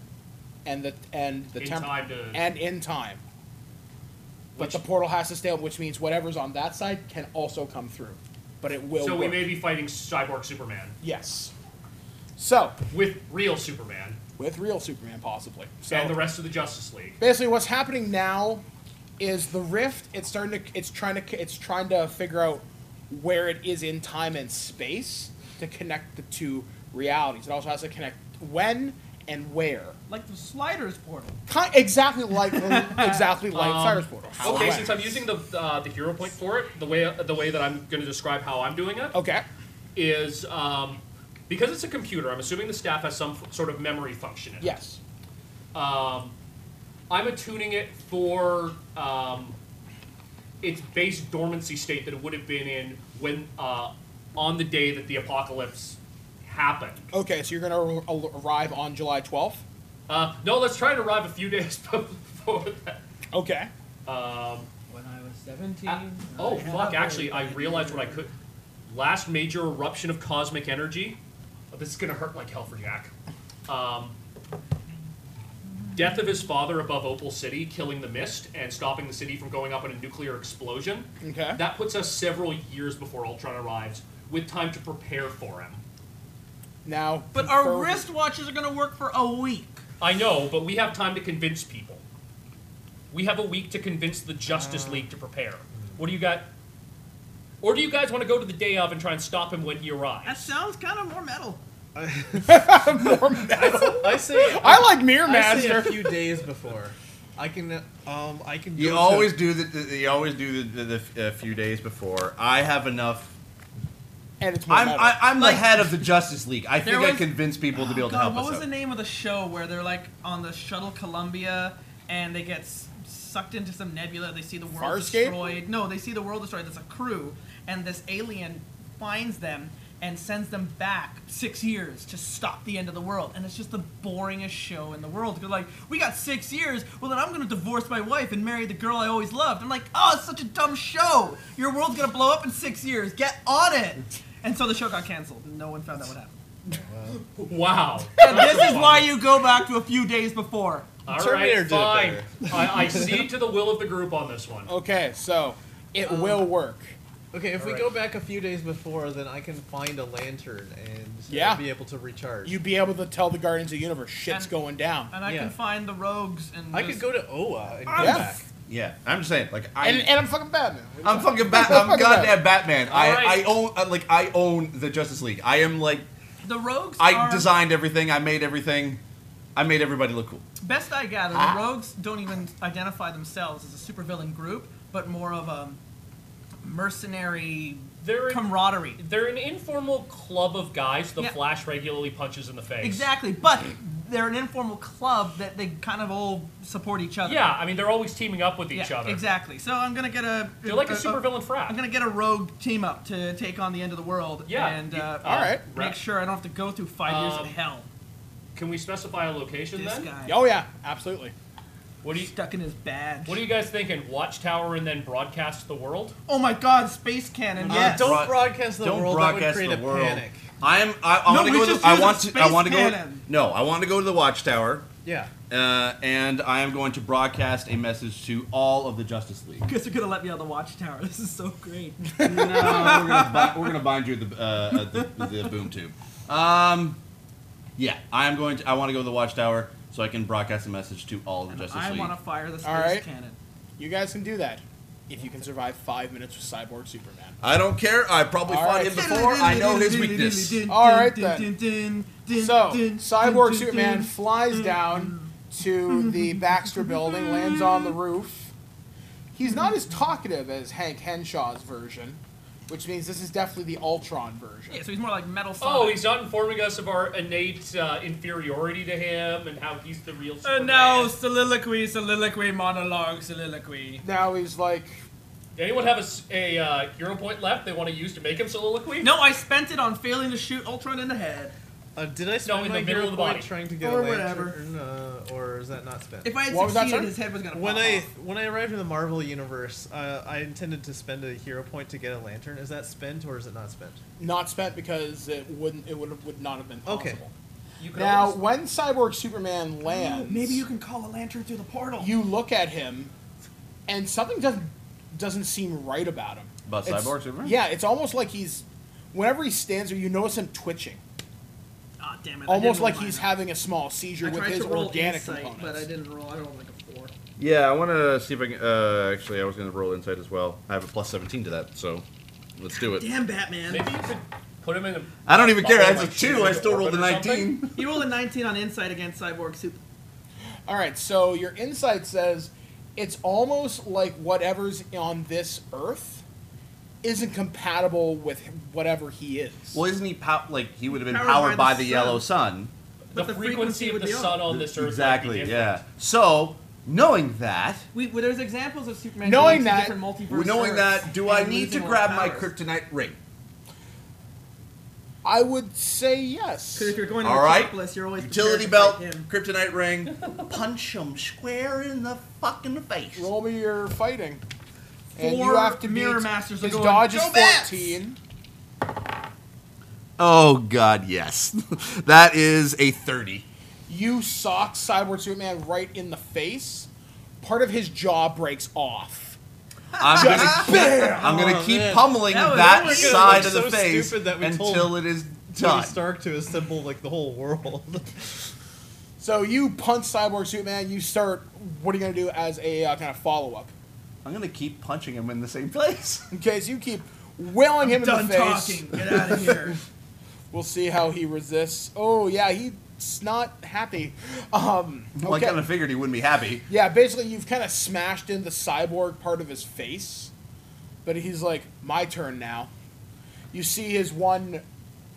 Speaker 2: and the and the
Speaker 3: In
Speaker 2: temp-
Speaker 3: time to-
Speaker 2: and in time. But
Speaker 3: Which-
Speaker 2: the portal has to stay open, which means whatever's on that side can also come through. But it will.
Speaker 3: So we
Speaker 2: work.
Speaker 3: may be fighting Cyborg Superman
Speaker 2: yes. So
Speaker 3: with real Superman
Speaker 2: with real Superman, possibly. So
Speaker 3: and the rest of the Justice League.
Speaker 2: basically what's happening now is the rift it's starting to it's trying to it's trying to figure out where it is in time and space to connect the two realities it also has to connect when and where
Speaker 4: Like the sliders portal.
Speaker 2: Ki- exactly like exactly like Cyrus portal How
Speaker 3: okay,
Speaker 2: and
Speaker 3: since
Speaker 2: when.
Speaker 3: I'm using the uh, the hero point for it, the way the way that I'm going to describe how I'm doing it
Speaker 2: okay
Speaker 3: is um, because it's a computer. I'm assuming the staff has some f- sort of memory function in it.
Speaker 2: yes
Speaker 3: I'm attuning it for um, its base dormancy state that it would have been in when uh, on the day that the apocalypse happened.
Speaker 2: okay so you're gonna ar- arrive on July 12th
Speaker 3: Uh, no, let's try and arrive a few [LAUGHS] days before that.
Speaker 2: okay
Speaker 4: When I was seventeen.
Speaker 3: Uh, oh fuck! Actually, I realized what I could. Last major eruption of cosmic energy. Oh, this is gonna hurt like hell for Jack. Um, death of his father above Opal City, killing the mist and stopping the city from going up in a nuclear explosion.
Speaker 2: Okay.
Speaker 3: That puts us several years before Ultron arrives, with time to prepare for him.
Speaker 2: now
Speaker 4: But our
Speaker 2: confirm- [LAUGHS]
Speaker 4: wristwatches are gonna work for a week.
Speaker 3: I know, but we have time to convince people. We have a week to convince the Justice
Speaker 4: Mm.
Speaker 3: League to prepare. What do you got? Or do you guys want to go to the day of and try and stop him when he arrives?
Speaker 4: That sounds kind of more metal.
Speaker 6: [LAUGHS] I say
Speaker 2: I like Mirror
Speaker 6: I say
Speaker 2: Master.
Speaker 6: a few days before. I can um I can.
Speaker 7: You
Speaker 6: go to-
Speaker 7: always do the, the you always do the, the, the a few days before. I have enough.
Speaker 2: and it's more
Speaker 7: I'm
Speaker 2: metal.
Speaker 7: I, I'm
Speaker 4: Like-
Speaker 7: the head of the Justice League. I think
Speaker 4: There
Speaker 7: I
Speaker 4: was-
Speaker 7: convinced people to be able to
Speaker 4: God,
Speaker 7: help
Speaker 4: what
Speaker 7: us.
Speaker 4: was
Speaker 7: out.
Speaker 4: the name of the show where they're like on the shuttle Columbia and they get s- sucked into some nebula? They see the world
Speaker 2: Farscape?
Speaker 4: destroyed. No, they see the world destroyed. There's a crew, and this alien finds them and sends them back six years to stop the end of the world. And it's just the boringest show in the world. They're like, we got six years. Well, then I'm gonna divorce my wife and marry the girl I always loved. I'm like, oh, it's such a dumb show. Your world's gonna blow up in six years. Get on it. And so the show got canceled. No one found out what happened.
Speaker 3: Wow.
Speaker 4: And [LAUGHS] this is why you go back to a few days before.
Speaker 3: All
Speaker 6: Terminator
Speaker 3: right,
Speaker 6: did it
Speaker 3: fine.
Speaker 6: better.
Speaker 3: I, I cede to the will of the group on this
Speaker 4: [LAUGHS]
Speaker 3: one.
Speaker 2: okay, so it will work.
Speaker 6: Okay, if we
Speaker 3: Alright.
Speaker 6: go back a few days before, then I can find a lantern and
Speaker 2: Yeah.
Speaker 6: be able to recharge.
Speaker 2: You'd be able to tell the Guardians of the Universe shit's
Speaker 4: And-
Speaker 2: going down.
Speaker 4: And I
Speaker 6: Yeah.
Speaker 4: can find the rogues and
Speaker 6: I
Speaker 4: just-
Speaker 6: could go to Oa and come
Speaker 2: Yeah.
Speaker 6: back.
Speaker 7: Yeah, I'm just saying. Like I,
Speaker 2: and, and I'm fucking Batman.
Speaker 7: I'm
Speaker 4: [LAUGHS]
Speaker 7: fucking Bat. I'm
Speaker 2: Fucking
Speaker 7: goddamn Batman. I,
Speaker 3: Alright.
Speaker 7: I own uh, like I own the Justice League. I am like
Speaker 4: the rogues.
Speaker 7: I
Speaker 4: are,
Speaker 7: designed everything. I made everything. I made everybody look cool.
Speaker 4: Best I gather,
Speaker 7: Ah.
Speaker 4: the rogues don't even identify themselves as a supervillain group, but more of a mercenary
Speaker 3: They're an,
Speaker 4: camaraderie.
Speaker 3: they're an informal club of guys the
Speaker 4: Yeah.
Speaker 3: Flash regularly punches in the face.
Speaker 4: Exactly, but they're an informal club that they kind of all support each other.
Speaker 3: Yeah, I mean they're always teaming up with
Speaker 4: Yeah,
Speaker 3: each other.
Speaker 4: Exactly. So I'm gonna get a.
Speaker 3: They're like a
Speaker 4: a-
Speaker 3: supervillain frat.
Speaker 4: I'm gonna get a rogue team up to take on the end of the world.
Speaker 3: Yeah,
Speaker 4: And
Speaker 3: you-
Speaker 4: uh,
Speaker 3: all
Speaker 2: right.
Speaker 4: Make sure I don't have to go through five years of
Speaker 3: Um,
Speaker 4: hell.
Speaker 3: Can we specify a location
Speaker 4: This
Speaker 3: then?
Speaker 4: guy.
Speaker 2: Oh yeah, absolutely.
Speaker 3: What do you
Speaker 4: stuck in his badge.
Speaker 3: What are you guys thinking? Watchtower and then broadcast to the world?
Speaker 4: oh my God, space cannon!
Speaker 6: Uh,
Speaker 4: Yes. [LAUGHS]
Speaker 6: don't
Speaker 7: Broad-
Speaker 6: broadcast the
Speaker 7: Don't
Speaker 6: world. that would
Speaker 7: broadcast
Speaker 6: create
Speaker 7: the
Speaker 6: a
Speaker 7: world.
Speaker 6: panic.
Speaker 7: I'm. I,
Speaker 4: No,
Speaker 7: I want to
Speaker 4: we
Speaker 7: go.
Speaker 4: just
Speaker 7: To, I
Speaker 4: use a
Speaker 7: want to. I
Speaker 4: space
Speaker 7: want to go.
Speaker 4: cannon.
Speaker 7: No, I want to go to the Watchtower,
Speaker 6: Yeah.
Speaker 7: uh, and I am going to broadcast a message to all of the Justice League.
Speaker 4: You guys are gonna let me on the watchtower. [LAUGHS] This is so great.
Speaker 7: no, Uh, we're gonna, bi- we're gonna bind you the, uh, at the, the boom tube. Um, yeah, I am going to. I want to go to the watchtower so I can broadcast a message to all of the Justice
Speaker 4: I
Speaker 7: League.
Speaker 4: want to fire the space
Speaker 2: All right.
Speaker 4: cannon.
Speaker 2: You guys can do that if you can survive five minutes with Cyborg Superman.
Speaker 7: I don't care. I probably
Speaker 2: All
Speaker 7: fought
Speaker 2: right.
Speaker 7: him before. I know his weakness.
Speaker 2: All right, then. So Cyborg Superman flies down to the Baxter Building, lands on the roof. He's not as talkative as Hank Henshaw's version, which means this is definitely the Ultron version.
Speaker 4: Yeah, so he's more like metal.
Speaker 3: Oh,
Speaker 4: Sonic.
Speaker 3: he's not informing us of our innate uh, inferiority to him and how he's the real.
Speaker 4: And
Speaker 3: Superman.
Speaker 4: now Uh, soliloquy, soliloquy, monologue, soliloquy.
Speaker 2: Now he's like,
Speaker 3: anyone have a, s- a, uh, hero point left they want to use to make him soliloquy?
Speaker 4: No, I spent it on failing to shoot Ultron in the head.
Speaker 6: Uh, did I
Speaker 3: in
Speaker 6: spend
Speaker 3: the
Speaker 6: my
Speaker 3: middle
Speaker 6: hero
Speaker 3: of the
Speaker 6: point
Speaker 3: body.
Speaker 6: trying to get
Speaker 4: Or
Speaker 6: a
Speaker 4: whatever.
Speaker 6: lantern, uh, or is that not spent?
Speaker 4: If I had
Speaker 2: What was that,
Speaker 4: succeeded,
Speaker 2: sir?
Speaker 4: his head was gonna.
Speaker 6: when
Speaker 4: pop
Speaker 6: I
Speaker 4: off.
Speaker 6: when I arrived in the Marvel universe, uh, I intended to spend a hero point to get a lantern. Is that spent or is it not spent?
Speaker 2: not spent because it wouldn't, it would, would not have been
Speaker 6: Okay.
Speaker 2: possible.
Speaker 3: You can
Speaker 2: Now,
Speaker 3: always-
Speaker 2: when Cyborg Superman lands,
Speaker 4: maybe you can call a lantern through the portal.
Speaker 2: you look at him, and something doesn't doesn't seem right about him.
Speaker 7: About
Speaker 2: It's-
Speaker 7: Cyborg Superman?
Speaker 2: Yeah, it's almost like he's whenever he stands there, you notice him twitching,
Speaker 4: Ah, damn it! I didn't
Speaker 2: almost
Speaker 4: roll
Speaker 2: like
Speaker 4: mine
Speaker 2: he's
Speaker 4: up.
Speaker 2: having a small seizure
Speaker 4: I
Speaker 2: with
Speaker 4: tried
Speaker 2: his
Speaker 4: to roll
Speaker 2: organic
Speaker 4: insight, but I
Speaker 2: components.
Speaker 4: didn't roll. I rolled like a four.
Speaker 7: Yeah, I want to see if I can. Uh, actually, I was going to roll insight as well. I have a plus 17 to that, so let's do it.
Speaker 4: Damn, Batman!
Speaker 3: maybe you could put him in a
Speaker 7: I don't even care.
Speaker 3: Oh,
Speaker 7: That's
Speaker 3: like
Speaker 7: a
Speaker 3: shoot
Speaker 7: two.
Speaker 3: him
Speaker 7: I
Speaker 3: in
Speaker 7: still rolled a
Speaker 3: orbit or something?
Speaker 7: 19.
Speaker 4: You rolled a 19 on insight against Cyborg Super.
Speaker 2: All right, so your insight says it's almost like whatever's on this Earth isn't compatible with whatever he is.
Speaker 7: Well, isn't he pow- like he would have been
Speaker 4: Powered
Speaker 7: powered
Speaker 4: by
Speaker 7: by,
Speaker 4: the
Speaker 7: the
Speaker 4: sun.
Speaker 7: yellow sun?
Speaker 3: the, frequency of
Speaker 4: would
Speaker 3: the
Speaker 4: be
Speaker 3: sun on this earth. might be
Speaker 7: exactly.
Speaker 3: different.
Speaker 7: Yeah. So knowing that,
Speaker 4: We, well, there's examples of Superman
Speaker 2: Knowing
Speaker 4: going to
Speaker 2: that-
Speaker 4: different multiverse
Speaker 7: knowing
Speaker 4: Earths
Speaker 7: that, do
Speaker 4: and
Speaker 7: I need to
Speaker 4: losing all
Speaker 7: grab
Speaker 4: their
Speaker 7: my
Speaker 4: powers.
Speaker 7: kryptonite ring?
Speaker 2: I would say yes.
Speaker 4: 'Cause if you're going to
Speaker 7: All right.
Speaker 4: Metropolis, you're always
Speaker 7: Utility
Speaker 4: prepared
Speaker 7: belt,
Speaker 4: to fight him.
Speaker 6: [LAUGHS]
Speaker 7: kryptonite ring. Punch him square in the fucking face.
Speaker 2: Roll me your fighting. and you
Speaker 4: Four
Speaker 2: have to
Speaker 4: mirror
Speaker 2: beat-
Speaker 4: masters are
Speaker 2: His
Speaker 4: going,
Speaker 2: dodge is
Speaker 4: "Go Bats!"
Speaker 2: 14.
Speaker 7: Oh God, yes. [LAUGHS] that is a thirty.
Speaker 2: You sock Cyborg Superman right in the face. Part of his jaw breaks off.
Speaker 7: I'm gonna keep, I'm gonna
Speaker 6: Oh,
Speaker 7: keep
Speaker 6: man.
Speaker 7: pummeling
Speaker 4: That
Speaker 7: that,
Speaker 4: was- that was
Speaker 6: gonna
Speaker 7: side of
Speaker 6: look
Speaker 7: the
Speaker 6: so
Speaker 7: face
Speaker 6: stupid that we told
Speaker 7: until it is
Speaker 6: Tony
Speaker 7: done.
Speaker 6: Stark to assemble like the whole world. [LAUGHS]
Speaker 2: So you punch Cyborg Superman. You start. What are you gonna do as a uh, kind of follow up?
Speaker 7: I'm gonna keep punching him in the same place. [LAUGHS]
Speaker 2: In case you keep wailing him in
Speaker 4: Done
Speaker 2: the face.
Speaker 4: talking. Get out of here.
Speaker 2: We'll see how he resists. Oh yeah, he's not happy. Um,
Speaker 7: Well,
Speaker 2: okay.
Speaker 7: I kind of figured he wouldn't be happy.
Speaker 2: Yeah, basically you've kind of smashed in the cyborg part of his face, but he's like, "My turn now." You see his one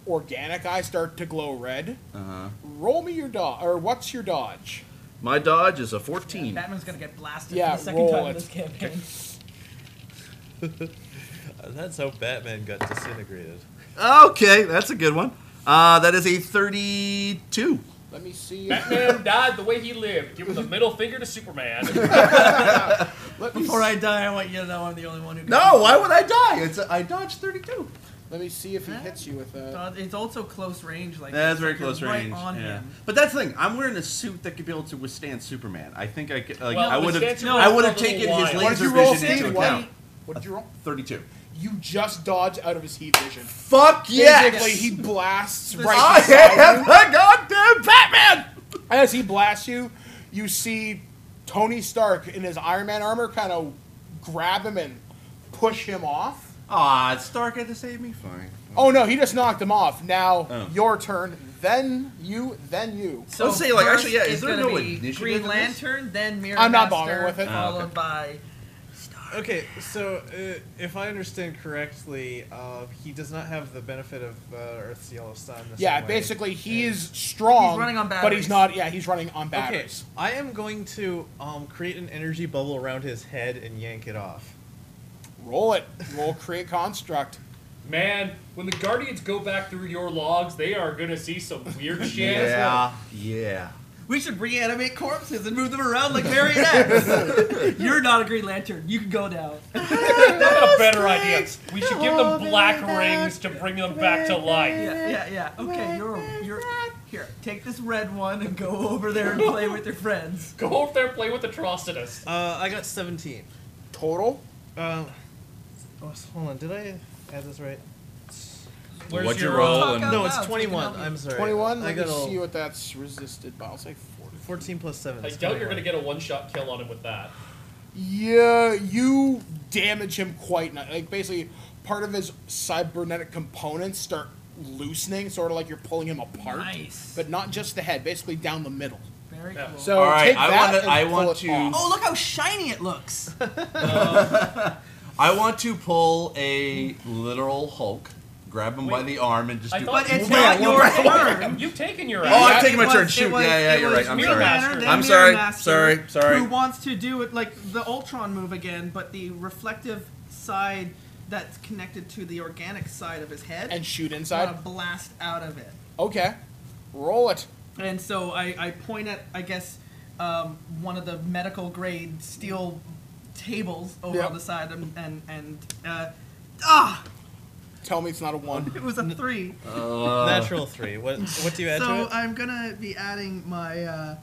Speaker 2: organic eye start to glow red.
Speaker 7: Uh-huh.
Speaker 2: Roll me your dodge, or what's your dodge?
Speaker 7: My dodge is a 14.
Speaker 4: Batman's gonna get blasted
Speaker 2: Yeah,
Speaker 4: for the second
Speaker 2: roll
Speaker 4: time in
Speaker 2: it.
Speaker 4: this campaign.
Speaker 6: That's how Batman got disintegrated.
Speaker 7: okay, that's a good one. Uh, that is a 32.
Speaker 2: Let me
Speaker 7: [LAUGHS]
Speaker 2: see.
Speaker 3: Batman died the way he lived. Give him the middle finger to Superman.
Speaker 7: [LAUGHS]
Speaker 2: Let me,
Speaker 4: Before
Speaker 2: s-
Speaker 4: I die, I want you to know I'm the only one who.
Speaker 7: No, why would I die? It's a, I dodged 32.
Speaker 2: let me see if he hits you with that.
Speaker 4: Uh, it's also close range. Like
Speaker 7: That's very
Speaker 4: like you're
Speaker 7: close
Speaker 4: right
Speaker 7: range.
Speaker 4: On
Speaker 7: yeah.
Speaker 4: him.
Speaker 7: But that's the thing. I'm wearing a suit that could be able to withstand Superman. I think I could. Like,
Speaker 3: Well,
Speaker 7: I would
Speaker 3: withstand
Speaker 7: have.
Speaker 3: Superman
Speaker 7: I would have
Speaker 3: for a little
Speaker 7: taken his
Speaker 3: while. Why
Speaker 2: What did
Speaker 7: laser
Speaker 2: you roll,
Speaker 7: vision
Speaker 2: Steve?
Speaker 7: into
Speaker 2: What,
Speaker 7: account.
Speaker 2: what did you roll?
Speaker 7: 32.
Speaker 2: You just dodged out of his heat vision.
Speaker 7: Fuck yes! Ah,
Speaker 2: Basically, he blasts
Speaker 4: This-
Speaker 2: right
Speaker 7: I
Speaker 2: beside you.
Speaker 7: am [LAUGHS] the goddamn Batman.
Speaker 2: As he blasts you, you see Tony Stark in his Iron Man armor kind of grab him and push him off.
Speaker 7: Aw, Stark had to save me. Fine.
Speaker 2: Oh no, he just knocked him off. Now
Speaker 7: Oh.
Speaker 2: your turn, then you, then you.
Speaker 4: So
Speaker 7: Let's say, like,
Speaker 4: first
Speaker 7: actually, yeah, is
Speaker 4: it's
Speaker 7: there
Speaker 4: gonna
Speaker 7: no
Speaker 4: be
Speaker 7: initiative in
Speaker 4: Green
Speaker 7: this?
Speaker 4: Lantern, then Mirror
Speaker 2: I'm not
Speaker 4: Master,
Speaker 2: bothering with it.
Speaker 7: Oh, okay.
Speaker 4: Followed by
Speaker 6: Okay, so uh, if I understand correctly, uh, he does not have the benefit of uh, Earth's yellow sun. the
Speaker 2: Yeah,
Speaker 6: same way.
Speaker 2: basically he
Speaker 6: And-
Speaker 2: is strong,
Speaker 4: He's running on
Speaker 2: but he's
Speaker 4: batteries.
Speaker 2: not. Yeah, he's running on
Speaker 6: Okay,
Speaker 2: batteries.
Speaker 6: I am going to um, create an energy bubble around his head and yank it off.
Speaker 2: Roll it. Roll create construct.
Speaker 3: Man, when the Guardians go back through your logs, they are gonna see some weird shit.
Speaker 7: Yeah. Yeah.
Speaker 4: We should reanimate corpses and move them around like
Speaker 7: [LAUGHS]
Speaker 4: marionettes. You're not a Green Lantern. You can go now.
Speaker 3: I got a better idea. We should give
Speaker 4: Oh,
Speaker 3: them black rings to bring them back to life.
Speaker 4: Yeah, yeah, yeah. Okay, you're you're here. Take this red one and go over there and play with your friends.
Speaker 3: Go over there, and play with Atrocitus.
Speaker 6: Uh, I got 17.
Speaker 2: Total.
Speaker 6: Um, oh, s- hold on, did I add this right?
Speaker 3: Where's
Speaker 7: What'd you
Speaker 3: your
Speaker 7: [LAUGHS] roll?
Speaker 3: uh,
Speaker 7: and-
Speaker 6: No, it's
Speaker 4: Wow, Oh, it's
Speaker 6: 21.
Speaker 4: taking out
Speaker 6: I'm sorry.
Speaker 2: Twenty-one.
Speaker 6: I
Speaker 2: Let me
Speaker 6: got
Speaker 2: see
Speaker 6: a
Speaker 2: what that's resisted by. I'll say forty.
Speaker 6: 14 plus 7.
Speaker 3: I
Speaker 6: is
Speaker 3: doubt you're gonna
Speaker 6: 21.
Speaker 3: get a one-shot kill on him with that.
Speaker 2: Yeah, you damage him quite nice. Like basically, part of his cybernetic components start loosening, sort of like you're pulling him apart.
Speaker 4: Nice.
Speaker 2: But not just the head, basically down the middle.
Speaker 4: Very
Speaker 3: Yeah.
Speaker 4: cool.
Speaker 2: So
Speaker 7: All right,
Speaker 2: take
Speaker 7: I
Speaker 2: that
Speaker 7: wanna-
Speaker 2: and
Speaker 7: I
Speaker 2: pull
Speaker 7: want
Speaker 2: it
Speaker 7: to-
Speaker 2: off.
Speaker 4: oh, look how shiny it looks.
Speaker 7: I want to pull a literal Hulk, grab him by the arm, and just
Speaker 3: I
Speaker 7: do.
Speaker 3: thought
Speaker 4: But it's
Speaker 3: Well,
Speaker 4: not
Speaker 7: man,
Speaker 4: your
Speaker 7: well, man.
Speaker 4: turn.
Speaker 3: You've taken your
Speaker 7: Oh,
Speaker 3: ass.
Speaker 7: I'm taking my
Speaker 4: It was-
Speaker 7: turn.
Speaker 4: it
Speaker 7: Shoot.
Speaker 4: was-
Speaker 7: yeah, yeah,
Speaker 4: it
Speaker 7: you're
Speaker 4: was
Speaker 7: right. I'm
Speaker 4: Mirror
Speaker 7: sorry.
Speaker 4: Master, then
Speaker 7: I'm
Speaker 4: Mirror
Speaker 7: sorry.
Speaker 4: Master,
Speaker 7: Sorry. Sorry.
Speaker 4: Who wants to do it like the Ultron move again, but the reflective side that's connected to the organic side of his
Speaker 7: Oh.
Speaker 4: head
Speaker 2: and shoot
Speaker 4: want
Speaker 2: inside.
Speaker 4: to blast out of it.
Speaker 2: Okay, roll it.
Speaker 4: And so I, I point at, I guess, um, one of the medical grade steel tables over
Speaker 2: Yep.
Speaker 4: on the side, and and, and uh, ah,
Speaker 2: Tell me it's not a one.
Speaker 4: it was a three.
Speaker 7: Uh,
Speaker 2: Uh,
Speaker 6: Natural 3. What, what do you add
Speaker 4: so
Speaker 8: uh,
Speaker 6: to it?
Speaker 4: I'm gonna be adding my. Uh,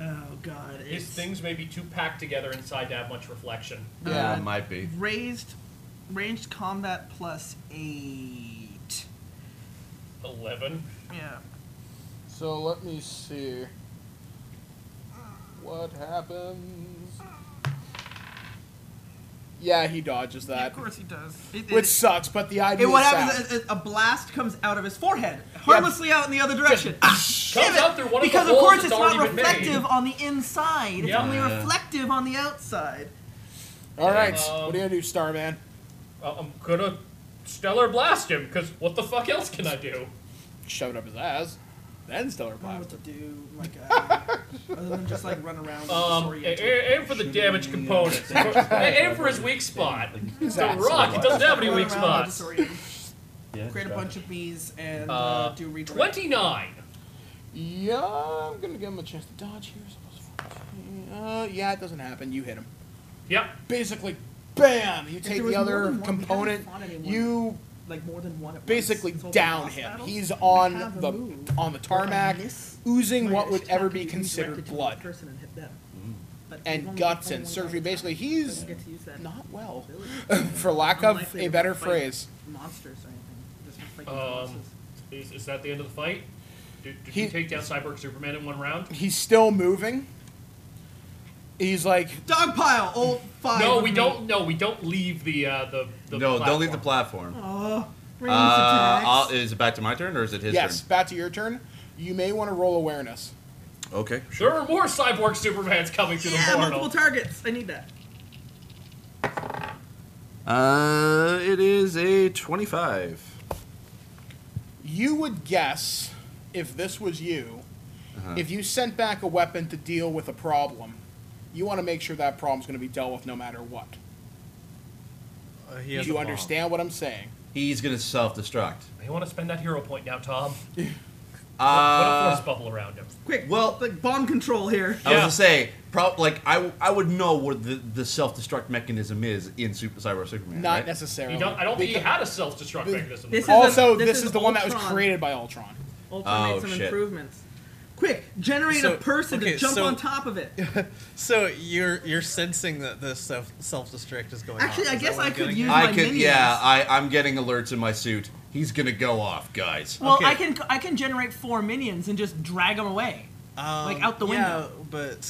Speaker 4: oh God,
Speaker 3: These
Speaker 4: it's
Speaker 3: things may be too packed together inside to have much reflection.
Speaker 7: Yeah, it might be.
Speaker 4: raised, ranged combat plus eight.
Speaker 3: Eleven.
Speaker 4: Yeah.
Speaker 2: So let me see. What happens? Yeah, he dodges that,
Speaker 4: Of course he does. It,
Speaker 2: which
Speaker 4: it,
Speaker 2: sucks. But the idea
Speaker 4: it, what
Speaker 2: is
Speaker 4: happens
Speaker 2: that-
Speaker 4: is a a blast comes out of his forehead, harmlessly out in the other direction. Ah,
Speaker 3: Comes out through one of
Speaker 4: because
Speaker 3: the
Speaker 4: of
Speaker 3: holes
Speaker 4: course
Speaker 3: that's
Speaker 4: it's not
Speaker 3: already been
Speaker 4: reflective
Speaker 3: made.
Speaker 4: on the inside. It's
Speaker 3: Yeah.
Speaker 4: only
Speaker 7: Yeah.
Speaker 4: reflective on the outside.
Speaker 2: All right,
Speaker 3: Um,
Speaker 2: what do you gonna do, Starman?
Speaker 3: Uh, I'm gonna stellar blast him because what the fuck else can I do?
Speaker 2: shove it up his ass, then stellar
Speaker 4: I don't know what
Speaker 2: blast.
Speaker 4: to do, my
Speaker 3: [LAUGHS]
Speaker 4: god. Other than just like run around and
Speaker 3: Um, a-
Speaker 4: disoriented.
Speaker 3: a- aim for the damage component.
Speaker 4: [LAUGHS]
Speaker 3: aim for his weak spot. It's a rock. It doesn't have any
Speaker 4: Run
Speaker 3: weak
Speaker 4: around all
Speaker 3: spots.
Speaker 4: disoriented.
Speaker 7: Yeah,
Speaker 4: Create a bunch of bees and uh,
Speaker 3: Uh,
Speaker 4: do redirect.
Speaker 3: Twenty-nine.
Speaker 2: Yeah, I'm gonna give him a chance to dodge here. So plus 14. Uh, yeah, it doesn't happen. You hit him.
Speaker 3: Yep.
Speaker 2: Basically, bam! You
Speaker 4: there
Speaker 2: take
Speaker 4: was
Speaker 2: the
Speaker 4: more
Speaker 2: other
Speaker 4: than one, we haven't
Speaker 2: component.
Speaker 4: fought anyone.
Speaker 2: You
Speaker 4: Like more than one. At
Speaker 2: basically
Speaker 4: once. It's all
Speaker 2: down
Speaker 4: boss
Speaker 2: him.
Speaker 4: battles.
Speaker 2: He's
Speaker 4: I
Speaker 2: on
Speaker 4: have
Speaker 2: the
Speaker 4: a move
Speaker 2: on the
Speaker 4: where I
Speaker 2: tarmac,
Speaker 4: miss
Speaker 2: oozing
Speaker 4: my
Speaker 2: what would
Speaker 4: attack
Speaker 2: ever
Speaker 4: and
Speaker 2: be
Speaker 4: redirected to
Speaker 2: considered
Speaker 4: another
Speaker 2: blood
Speaker 4: person and hit them.
Speaker 8: Mm.
Speaker 4: But you
Speaker 2: and
Speaker 4: only
Speaker 2: guts
Speaker 4: fight
Speaker 2: and
Speaker 4: one
Speaker 2: surgery.
Speaker 4: guy.
Speaker 2: Basically,
Speaker 4: I
Speaker 2: he's
Speaker 4: don't get to use that
Speaker 2: not well, [LAUGHS]
Speaker 4: ability.
Speaker 2: for lack of
Speaker 4: Unlikely
Speaker 2: a
Speaker 4: to
Speaker 2: better
Speaker 4: fight
Speaker 2: phrase.
Speaker 4: Monsters or anything. Just fight
Speaker 3: Um,
Speaker 4: bosses.
Speaker 3: is, is that the end of the fight? Did, did
Speaker 2: He-
Speaker 3: you take down Cyborg Superman in one round?
Speaker 2: He's still moving. He's like
Speaker 4: Dog pile. Oh, five.
Speaker 3: No,
Speaker 4: of
Speaker 3: we
Speaker 4: me.
Speaker 3: don't. No, we don't leave the uh, the, the.
Speaker 7: no, don't leave the
Speaker 3: platform.
Speaker 7: platform.
Speaker 4: Oh,
Speaker 8: Range
Speaker 7: Uh,
Speaker 8: attacks.
Speaker 7: I'll- is it back to my turn or is it his
Speaker 2: yes, back to your turn. You may want to roll awareness.
Speaker 7: turn? Okay.
Speaker 3: There are more cyborg Supermans coming to
Speaker 8: yeah,
Speaker 3: the
Speaker 8: multiple
Speaker 3: portal.
Speaker 8: targets. I need that.
Speaker 7: Uh, it is a 25.
Speaker 2: You would guess, if this was you, if you sent back a weapon to deal with a problem, you want to make sure that problem's going to be dealt with no matter what.
Speaker 6: Uh, he
Speaker 2: Do
Speaker 6: has a
Speaker 2: you
Speaker 6: bomb.
Speaker 2: understand what I'm saying?
Speaker 7: He's gonna self-destruct.
Speaker 3: You want to spend that hero point now, Tom? Put a
Speaker 7: Uh,
Speaker 3: force bubble around him.
Speaker 8: Quick.
Speaker 7: well-
Speaker 8: like bomb control [LAUGHS] here.
Speaker 7: I was
Speaker 3: Yeah.
Speaker 7: gonna say, prob- like I, I would know what the, the self-destruct mechanism is in Super Cyber Superman.
Speaker 2: Not
Speaker 7: right?
Speaker 2: necessarily.
Speaker 3: You don't, I don't think he
Speaker 2: Because-
Speaker 3: had a self-destruct mechanism.
Speaker 8: This is
Speaker 2: also,
Speaker 8: This
Speaker 2: this,
Speaker 8: is
Speaker 2: is, the one that was
Speaker 8: Ultron.
Speaker 2: created by Ultron.
Speaker 8: Ultron
Speaker 7: Oh,
Speaker 8: made some
Speaker 7: shit.
Speaker 8: improvements. Quick, generate
Speaker 6: So-
Speaker 8: a person
Speaker 6: okay,
Speaker 8: to jump
Speaker 6: so-
Speaker 8: on top of it.
Speaker 6: So you're you're sensing that the self self destruct is going.
Speaker 8: Actually,
Speaker 6: on.
Speaker 8: I
Speaker 6: Is that
Speaker 8: guess
Speaker 6: what
Speaker 8: I
Speaker 6: I'm
Speaker 8: could
Speaker 6: getting
Speaker 8: use-
Speaker 6: at?
Speaker 7: I
Speaker 8: my
Speaker 7: could,
Speaker 8: minions.
Speaker 7: yeah. I, I'm getting alerts in my suit. He's gonna go off, guys.
Speaker 4: Oh.
Speaker 8: Well,
Speaker 6: Okay.
Speaker 8: I can I can generate four minions and just drag them away.
Speaker 6: Um,
Speaker 8: like, out the window.
Speaker 6: Yeah, but uh, this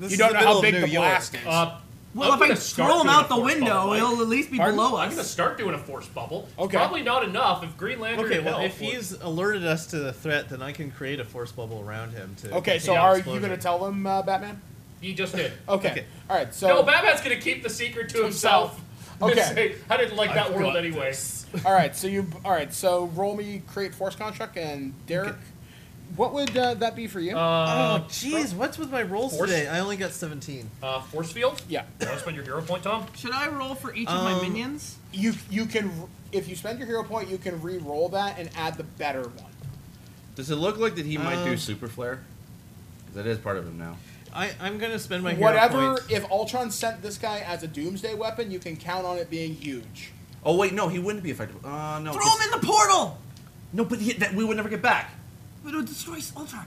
Speaker 2: You
Speaker 6: is
Speaker 2: don't know
Speaker 6: the middle
Speaker 2: how
Speaker 6: of
Speaker 2: big
Speaker 6: New
Speaker 2: the
Speaker 6: York.
Speaker 2: blast is.
Speaker 3: Uh,
Speaker 8: Well,
Speaker 3: I'm
Speaker 8: if I
Speaker 3: gonna start
Speaker 8: throw him
Speaker 3: doing
Speaker 8: out
Speaker 3: a
Speaker 8: the
Speaker 3: force
Speaker 8: window,
Speaker 3: bubble,
Speaker 8: it'll
Speaker 3: like-
Speaker 8: at least be
Speaker 2: Pardon?
Speaker 8: below
Speaker 3: I'm
Speaker 8: us.
Speaker 3: gonna start doing a force bubble. It's
Speaker 2: Okay.
Speaker 3: Probably not enough if Green Lantern.
Speaker 6: Okay,
Speaker 3: can
Speaker 6: well,
Speaker 3: help
Speaker 6: if
Speaker 3: would-
Speaker 6: he's alerted us to the threat, then I can create a force bubble around him to.
Speaker 2: Okay, so
Speaker 6: contain
Speaker 2: are you
Speaker 6: explosion.
Speaker 2: going to tell them, uh, Batman?
Speaker 3: he just did.
Speaker 2: Okay.
Speaker 6: Okay.
Speaker 2: All right. So
Speaker 3: no, Batman's gonna keep the secret to himself. [LAUGHS]
Speaker 2: Okay.
Speaker 3: Say, I didn't like that
Speaker 6: I've
Speaker 3: world
Speaker 6: got
Speaker 3: anyway.
Speaker 6: this.
Speaker 2: All right, so you. All right, so roll me create force construct and Derek. What would uh, that be for you?
Speaker 3: Uh,
Speaker 6: oh, jeez, what's with my rolls
Speaker 3: Force-
Speaker 6: today? I only got 17.
Speaker 3: [LAUGHS] uh, force field.
Speaker 2: yeah,
Speaker 3: You want to spend your hero point, Tom?
Speaker 8: Should I roll for each of my
Speaker 6: Um,
Speaker 8: minions?
Speaker 2: you you can if you spend your hero point, you can re-roll that and add the better one.
Speaker 7: Does it look like that he might do
Speaker 6: Um,
Speaker 7: Super Flare? 'Cause that is part of him now.
Speaker 6: I, I'm going to spend my hero
Speaker 2: Whatever.
Speaker 6: point.
Speaker 2: If Ultron sent this guy as a Doomsday weapon, you can count on it being huge.
Speaker 7: Oh wait, no, he wouldn't be effective. Uh, no.
Speaker 8: Throw
Speaker 7: 'cause-
Speaker 8: him in the portal.
Speaker 7: No, but he, that, we would never get back.
Speaker 8: It'll destroy Ultron.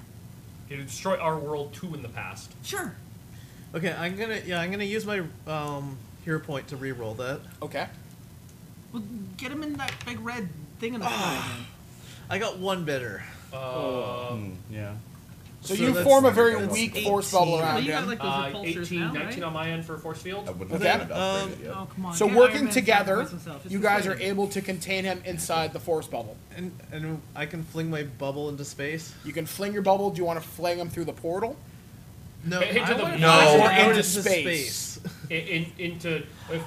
Speaker 3: It destroyed our world two in the past.
Speaker 8: Sure.
Speaker 6: Okay, I'm going to yeah, I'm going to use my um hero point to re-roll that.
Speaker 2: Okay.
Speaker 8: Well, get him in that big red thing in
Speaker 2: Ah,
Speaker 8: the sky.
Speaker 6: I got one better.
Speaker 3: Uh,
Speaker 7: Mm, yeah.
Speaker 2: So,
Speaker 6: So
Speaker 2: you
Speaker 6: that's-
Speaker 2: form a very
Speaker 7: that's
Speaker 2: weak
Speaker 6: 18.
Speaker 2: force bubble
Speaker 8: Well,
Speaker 2: around
Speaker 8: you got
Speaker 2: him.
Speaker 8: like those
Speaker 3: uh,
Speaker 8: repulsors
Speaker 3: 18,
Speaker 8: now,
Speaker 3: 19
Speaker 8: right?
Speaker 3: on my end for force field.
Speaker 7: I would
Speaker 2: Okay.
Speaker 7: not upgrade it yet.
Speaker 8: Oh come on.
Speaker 2: So
Speaker 8: get Iron
Speaker 2: working
Speaker 8: Man
Speaker 2: together,
Speaker 8: sacrifice himself. Just
Speaker 2: you
Speaker 8: destroy
Speaker 2: guys are
Speaker 8: him.
Speaker 2: able to contain him inside the force bubble.
Speaker 6: And and I can fling my bubble into space.
Speaker 2: You can fling your bubble. Do you want to fling him through the portal?
Speaker 6: No,
Speaker 3: Into
Speaker 6: I
Speaker 3: the-
Speaker 6: wanna
Speaker 3: No.
Speaker 6: fly
Speaker 2: Or
Speaker 6: out
Speaker 2: into space.
Speaker 3: In, in, into if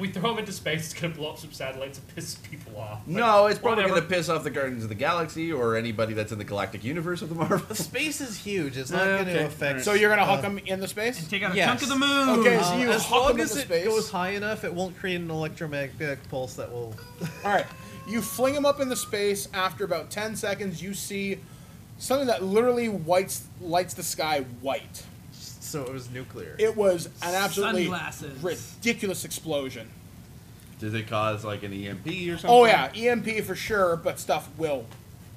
Speaker 3: we throw him into space, it's gonna blow up some satellites and piss [LAUGHS] people off. But
Speaker 7: No, it's probably
Speaker 3: whatever.
Speaker 7: going to piss off the Guardians of the Galaxy or anybody that's in the galactic universe of the [LAUGHS] Marvels.
Speaker 6: Space is huge. It's not
Speaker 7: Uh,
Speaker 6: going to
Speaker 7: okay.
Speaker 6: affect.
Speaker 2: So you're gonna hook
Speaker 6: uh,
Speaker 2: him in the space.
Speaker 8: Take out a
Speaker 6: Yes.
Speaker 8: chunk of the moon.
Speaker 2: Okay,
Speaker 6: Uh,
Speaker 2: so you
Speaker 6: as
Speaker 2: huck
Speaker 6: long
Speaker 2: him
Speaker 6: as
Speaker 2: into
Speaker 6: it
Speaker 2: space.
Speaker 6: goes high enough, it won't create an electromagnetic pulse that will.
Speaker 2: All right, you fling him up into space. After about ten seconds, you see something that literally whites lights the sky white.
Speaker 6: So it was nuclear.
Speaker 2: It was an absolutely
Speaker 8: Sunglasses.
Speaker 2: ridiculous explosion.
Speaker 7: Does it cause like an EMP or something?
Speaker 2: Oh yeah, EMP for sure, but stuff will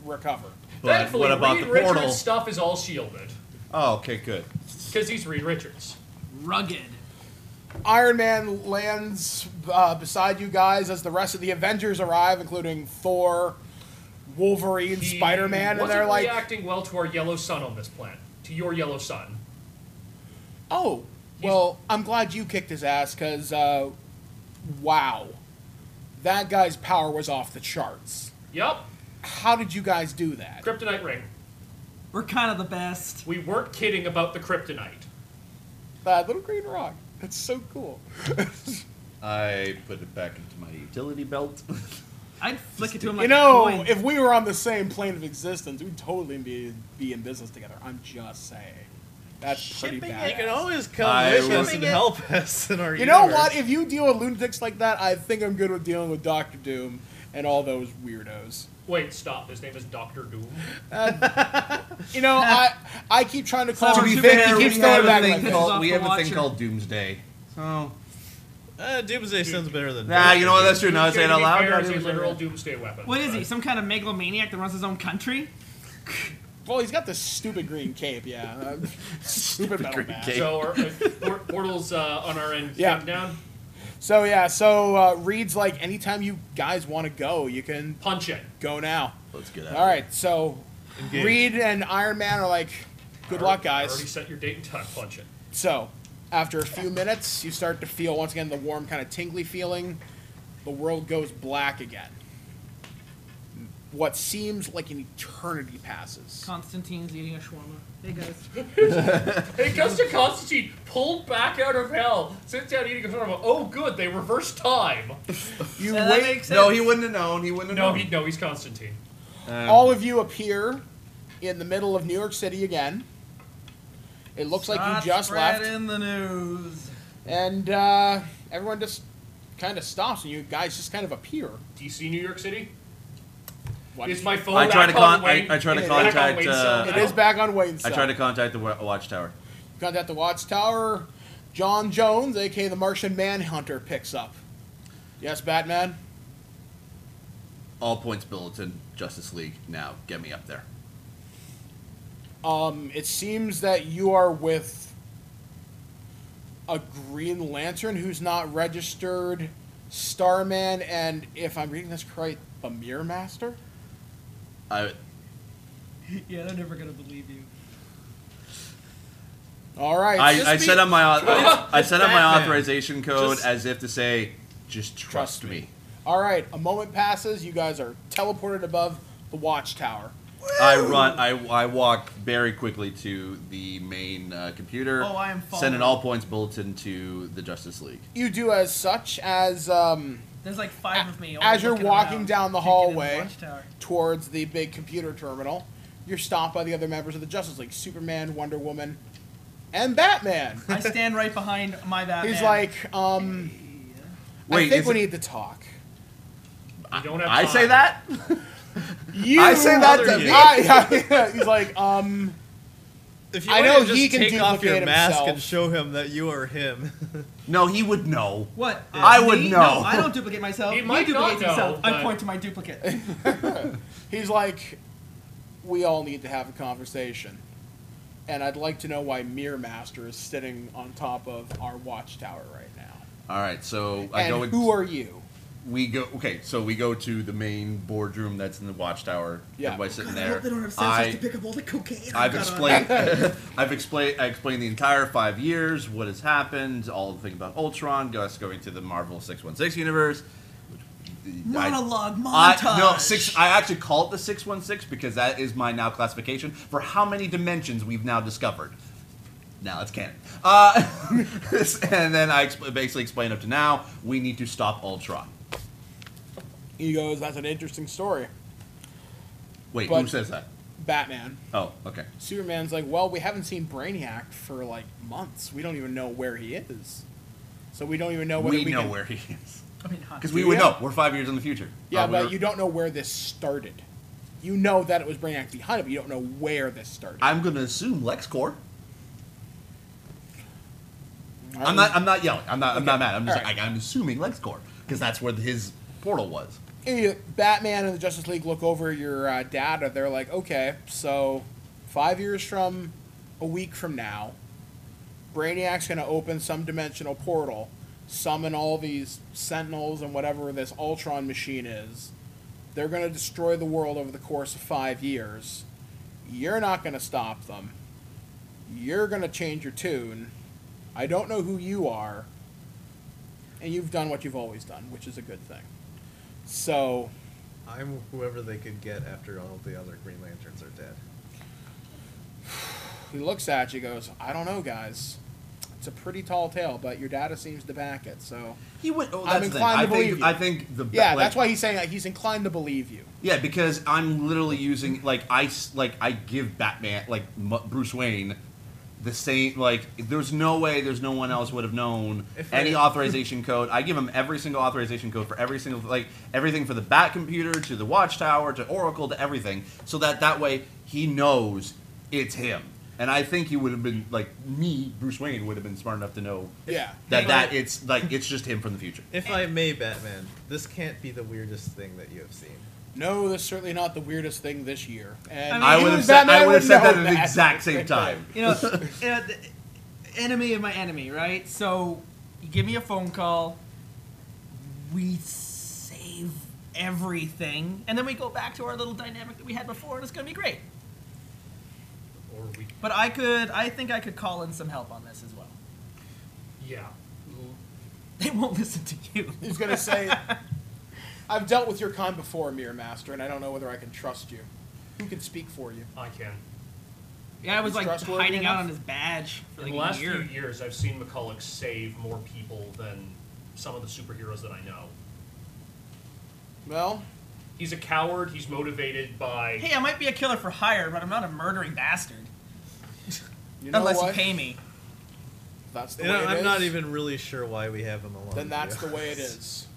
Speaker 2: recover.
Speaker 7: But
Speaker 3: Thankfully,
Speaker 7: what about
Speaker 3: Reed
Speaker 7: the portal?
Speaker 3: Richards' stuff is all shielded
Speaker 7: Oh, okay, good.
Speaker 3: because he's Reed Richards.
Speaker 8: Rugged.
Speaker 2: Iron Man lands uh, beside you guys as the rest of the Avengers arrive, including Thor, Wolverine,
Speaker 3: He
Speaker 2: Spider Man, and
Speaker 3: wasn't
Speaker 2: they're like,
Speaker 3: reacting well to our yellow sun on this planet, to your yellow sun.
Speaker 2: "Oh, well, I'm glad you kicked his ass, cause uh, wow, that guy's power was off the charts.
Speaker 3: Yup,
Speaker 2: How did you guys do that?"
Speaker 3: kryptonite ring.
Speaker 8: We're kind of the best.
Speaker 3: We weren't kidding about the kryptonite.
Speaker 2: That little green rock. That's so cool.
Speaker 7: I put it back into my utility belt.
Speaker 8: I'd flick it to him like
Speaker 2: you know,
Speaker 8: a coin.
Speaker 2: if we were on the same plane of existence, we'd totally be be in business together. I'm just saying. That's pretty
Speaker 6: Shipping
Speaker 2: bad.
Speaker 6: it can always come
Speaker 7: I
Speaker 6: with
Speaker 7: was-
Speaker 6: us and help us in our
Speaker 2: You know
Speaker 6: universe.
Speaker 2: what? If you deal with lunatics like that, I think I'm good with dealing with Doctor Doom and all those weirdos.
Speaker 3: Wait, stop. His name is Doctor
Speaker 7: [LAUGHS]
Speaker 3: Doom.
Speaker 8: [LAUGHS]
Speaker 2: You know, I I keep trying to call
Speaker 7: [LAUGHS]
Speaker 8: To
Speaker 2: him.
Speaker 8: be
Speaker 2: He
Speaker 8: fair,
Speaker 2: keeps
Speaker 8: we
Speaker 2: throwing
Speaker 8: have a
Speaker 2: it back.
Speaker 8: thing
Speaker 2: like "Oh, that.
Speaker 8: called- off
Speaker 7: we
Speaker 8: the
Speaker 7: have a thing
Speaker 8: watcher.
Speaker 7: called Doomsday. So
Speaker 6: Uh, Doomsday sounds better than.
Speaker 7: nah, you know what? That's true. Now I say it
Speaker 3: To
Speaker 7: out
Speaker 3: be
Speaker 7: loud.
Speaker 3: fair,
Speaker 7: God,
Speaker 3: it's a
Speaker 7: it was
Speaker 3: literal
Speaker 7: literal.
Speaker 3: doomsday weapon.
Speaker 8: what is he? Some kind of megalomaniac that runs his own country?
Speaker 2: Well, he's got this stupid green
Speaker 8: [LAUGHS]
Speaker 2: cape. Yeah, Uh, stupid metal
Speaker 7: green
Speaker 2: mask.
Speaker 7: cape.
Speaker 3: So our, our portals uh, on our end
Speaker 2: Yeah.
Speaker 3: came down.
Speaker 2: So yeah, so uh, Reed's like, anytime you guys want to go, you can
Speaker 3: Punch it.
Speaker 2: go now.
Speaker 7: Let's get out.
Speaker 2: All right, so
Speaker 6: Engage.
Speaker 2: Reed and Iron Man are like, good
Speaker 3: I
Speaker 2: luck,
Speaker 3: already- I already
Speaker 2: guys.
Speaker 3: set your date and time. Punch it.
Speaker 2: So, after a few minutes, you start to feel once again the warm, kind of tingly feeling. The world goes black again. what seems like an eternity passes.
Speaker 8: Constantine's eating a shawarma. Hey guys.
Speaker 3: It goes to Constantine, pulled back out of hell, sits down eating a shawarma. Oh, good, they reversed time.
Speaker 2: You
Speaker 4: Yeah, that
Speaker 2: wait.
Speaker 4: makes sense.
Speaker 5: No, he wouldn't have known. He wouldn't have
Speaker 3: No,
Speaker 5: known.
Speaker 3: he no, he's Constantine. Um,
Speaker 2: All of you appear in the middle of New York City again. It looks like
Speaker 4: Not
Speaker 2: you just
Speaker 4: spread
Speaker 2: left,
Speaker 4: in the news.
Speaker 2: and uh, everyone just kind of stops, and you guys just kind of appear.
Speaker 3: DC, New York City.
Speaker 2: What-
Speaker 3: Is my phone
Speaker 7: I try to
Speaker 3: back on
Speaker 7: con- I,
Speaker 3: Wayne-
Speaker 7: I try to
Speaker 3: is it back on
Speaker 7: contact.
Speaker 3: Wayne's
Speaker 7: Uh,
Speaker 3: cell
Speaker 2: it
Speaker 3: now?
Speaker 2: is back on Wayne's
Speaker 7: I
Speaker 2: side.
Speaker 7: try to contact the wa- watchtower.
Speaker 2: Contact the Watchtower. John Jones, aka the Martian Manhunter, picks up. Yes, Batman.
Speaker 7: All points bulletin. Justice League. Now get me up there.
Speaker 2: Um, it seems that you are with a Green Lantern who's not registered, Starman, and if I'm reading this correct, Bamir Master.
Speaker 7: I
Speaker 8: yeah, they're never gonna believe you.
Speaker 2: All right.
Speaker 7: I,
Speaker 2: just
Speaker 7: I
Speaker 2: be-
Speaker 7: set up my au- I set up my
Speaker 5: Batman.
Speaker 7: authorization code
Speaker 3: Just-
Speaker 7: as if to say, just trust,
Speaker 2: Trust me.
Speaker 7: me.
Speaker 2: All right. A moment passes. You guys are teleported above the watchtower.
Speaker 7: I run. I, I walk very quickly to the main uh, computer.
Speaker 4: Oh, I am
Speaker 7: Send
Speaker 4: following.
Speaker 7: an all points bulletin to the Justice League.
Speaker 2: You do as such as um,
Speaker 4: There's like five of me. all
Speaker 2: as you're
Speaker 4: looking
Speaker 2: walking
Speaker 4: around,
Speaker 2: down the
Speaker 4: peeking in
Speaker 2: hallway.
Speaker 4: watchtower.
Speaker 2: towards the big computer terminal. You're stopped by the other members of the Justice League: Superman, Wonder Woman, and Batman.
Speaker 4: I stand right behind
Speaker 2: [LAUGHS]
Speaker 4: my Batman.
Speaker 2: He's like, um, I
Speaker 7: Wait,
Speaker 2: think
Speaker 7: is
Speaker 2: we
Speaker 7: it-
Speaker 2: need to talk.
Speaker 3: You don't have
Speaker 7: I
Speaker 3: time.
Speaker 7: say that.
Speaker 2: You
Speaker 5: I say that to me.
Speaker 2: I- [LAUGHS] I- he's like, um,
Speaker 6: If you
Speaker 2: I
Speaker 6: wanted
Speaker 2: know
Speaker 6: to just
Speaker 2: he can
Speaker 6: take off your
Speaker 2: duplicate
Speaker 6: mask
Speaker 2: himself.
Speaker 6: and show him that you are him. [LAUGHS]
Speaker 7: No, he would know.
Speaker 4: What? Uh,
Speaker 7: I
Speaker 4: Me?
Speaker 7: would
Speaker 4: No,
Speaker 7: know.
Speaker 4: I don't duplicate myself.
Speaker 3: He
Speaker 4: You
Speaker 3: might not
Speaker 4: duplicate
Speaker 3: know,
Speaker 4: yourself. I
Speaker 3: but-
Speaker 4: point to
Speaker 2: [LAUGHS]
Speaker 4: my duplicate.
Speaker 2: he's like, we all need to have a conversation, and I'd like to know why Mirror Master is sitting on top of our watchtower right now.
Speaker 7: All right, so I
Speaker 2: and
Speaker 7: go. in-
Speaker 2: who are you?
Speaker 7: we go? Okay, so we go to the main boardroom that's in the watchtower.
Speaker 2: Yeah.
Speaker 7: Everybody's sitting
Speaker 8: I
Speaker 7: there.
Speaker 8: hope they don't have sensors
Speaker 7: I-
Speaker 8: to pick up all the cocaine.
Speaker 7: I've
Speaker 8: got on.
Speaker 7: explained.
Speaker 8: [LAUGHS]
Speaker 7: I've explained. I explained the entire five years, what has happened, all the thing about Ultron, us going to the Marvel Six One Six universe. I-
Speaker 8: Monologue
Speaker 7: I,
Speaker 8: montage.
Speaker 7: no six. I actually call it the six one six because that is my now classification for how many dimensions we've now discovered. Now it's canon. Uh, [LAUGHS] and then I exp- basically explain up to now. We need to stop Ultron.
Speaker 2: He goes, that's an interesting story.
Speaker 7: Wait, who
Speaker 2: But-
Speaker 7: says that?
Speaker 2: Batman.
Speaker 7: Oh, okay.
Speaker 2: Superman's like, well, we haven't seen Brainiac for like months. We don't even know where he is. So we don't even know whether
Speaker 7: We,
Speaker 2: we,
Speaker 7: know
Speaker 2: can-
Speaker 7: where he is
Speaker 4: I mean, hot.
Speaker 7: because we
Speaker 2: Do
Speaker 7: would
Speaker 2: ya?
Speaker 7: know. We're five years in the future.
Speaker 2: Yeah,
Speaker 7: Uh, we
Speaker 2: but
Speaker 7: were-
Speaker 2: you don't know where this started. You know that it was Brainiac behind it, but you don't know where this started.
Speaker 7: I'm going to assume LexCorp.
Speaker 2: All
Speaker 7: I'm
Speaker 2: right.
Speaker 7: not. I'm not yelling. I'm not. I'm not mad. I'm just.
Speaker 2: Alright.
Speaker 7: I, I'm assuming LexCorp because that's where his portal was.
Speaker 2: Eh, Batman and the Justice League look over your uh, data. They're like, okay, so five years from a week from now, Brainiac's going to open some dimensional portal, summon all these Sentinels and whatever this Ultron machine is. They're going to destroy the world over the course of five years. You're not going to stop them. You're going to change your tune. I don't know who you are. And you've done what you've always done, which is a good thing. So,
Speaker 6: I'm whoever they could get after all the other Green Lanterns are dead.
Speaker 2: He looks at you, goes, I don't know, guys. It's a pretty tall tale, but your data seems to back it. So,
Speaker 7: He would. Oh,
Speaker 2: I'm
Speaker 7: that's the thing.
Speaker 2: inclined
Speaker 7: I
Speaker 2: to
Speaker 7: think,
Speaker 2: believe you.
Speaker 7: I think the.
Speaker 2: yeah,
Speaker 7: like-
Speaker 2: that's why he's saying that he's inclined to believe you.
Speaker 7: Yeah, because I'm literally using like I s- like I give Batman like M- Bruce Wayne the same like there's no way there's no one else would have known
Speaker 6: If
Speaker 7: any
Speaker 6: I-
Speaker 7: authorization code. I give him every single authorization code for every single like everything for the Bat computer to the Watchtower to Oracle to everything, so that that way he knows it's him. And I think he would have been like me, Bruce Wayne would have been smart enough to know
Speaker 2: Yeah.
Speaker 7: that
Speaker 6: If
Speaker 7: that
Speaker 6: I-
Speaker 7: it's like it's just him from the future.
Speaker 6: If I may, Batman, this can't be the weirdest thing that you have seen.
Speaker 2: No, that's certainly not the weirdest thing this year. And
Speaker 4: mean,
Speaker 7: I
Speaker 2: you
Speaker 7: would
Speaker 2: as
Speaker 7: have said
Speaker 2: Batman
Speaker 7: I would have
Speaker 2: know
Speaker 7: said that at the exact same time.
Speaker 4: [LAUGHS] you know, you know, the enemy of my enemy, right? So, you give me a phone call. We save everything, and then we go back to our little dynamic that we had before, and it's gonna be great.
Speaker 3: Or we,
Speaker 4: But I could, I think I could call in some help on this as well. [LAUGHS]
Speaker 3: yeah.
Speaker 4: They won't listen to you.
Speaker 2: He's going to say, I've dealt with your kind before, Mirror Master, and I don't know whether I can trust you. Who can speak for you?
Speaker 3: I can.
Speaker 8: Yeah, I was
Speaker 2: He's
Speaker 8: like
Speaker 2: trustworthy
Speaker 8: hiding out
Speaker 2: enough?
Speaker 8: on his badge for
Speaker 3: In
Speaker 8: like
Speaker 3: the last
Speaker 8: a year.
Speaker 3: few years, I've seen McCulloch save more people than some of the superheroes that I know.
Speaker 2: Well,
Speaker 3: He's a coward. He's motivated by.
Speaker 4: Hey, I might be a killer for hire, but I'm not a murdering bastard.
Speaker 2: you know
Speaker 4: Unless
Speaker 2: what?
Speaker 4: you pay me.
Speaker 2: If That's the
Speaker 6: You
Speaker 2: way
Speaker 6: know,
Speaker 2: it
Speaker 6: I'm
Speaker 2: is,
Speaker 6: not even really sure why we have him alone.
Speaker 2: Then
Speaker 6: to be
Speaker 2: that's the way it
Speaker 6: honest.
Speaker 2: is.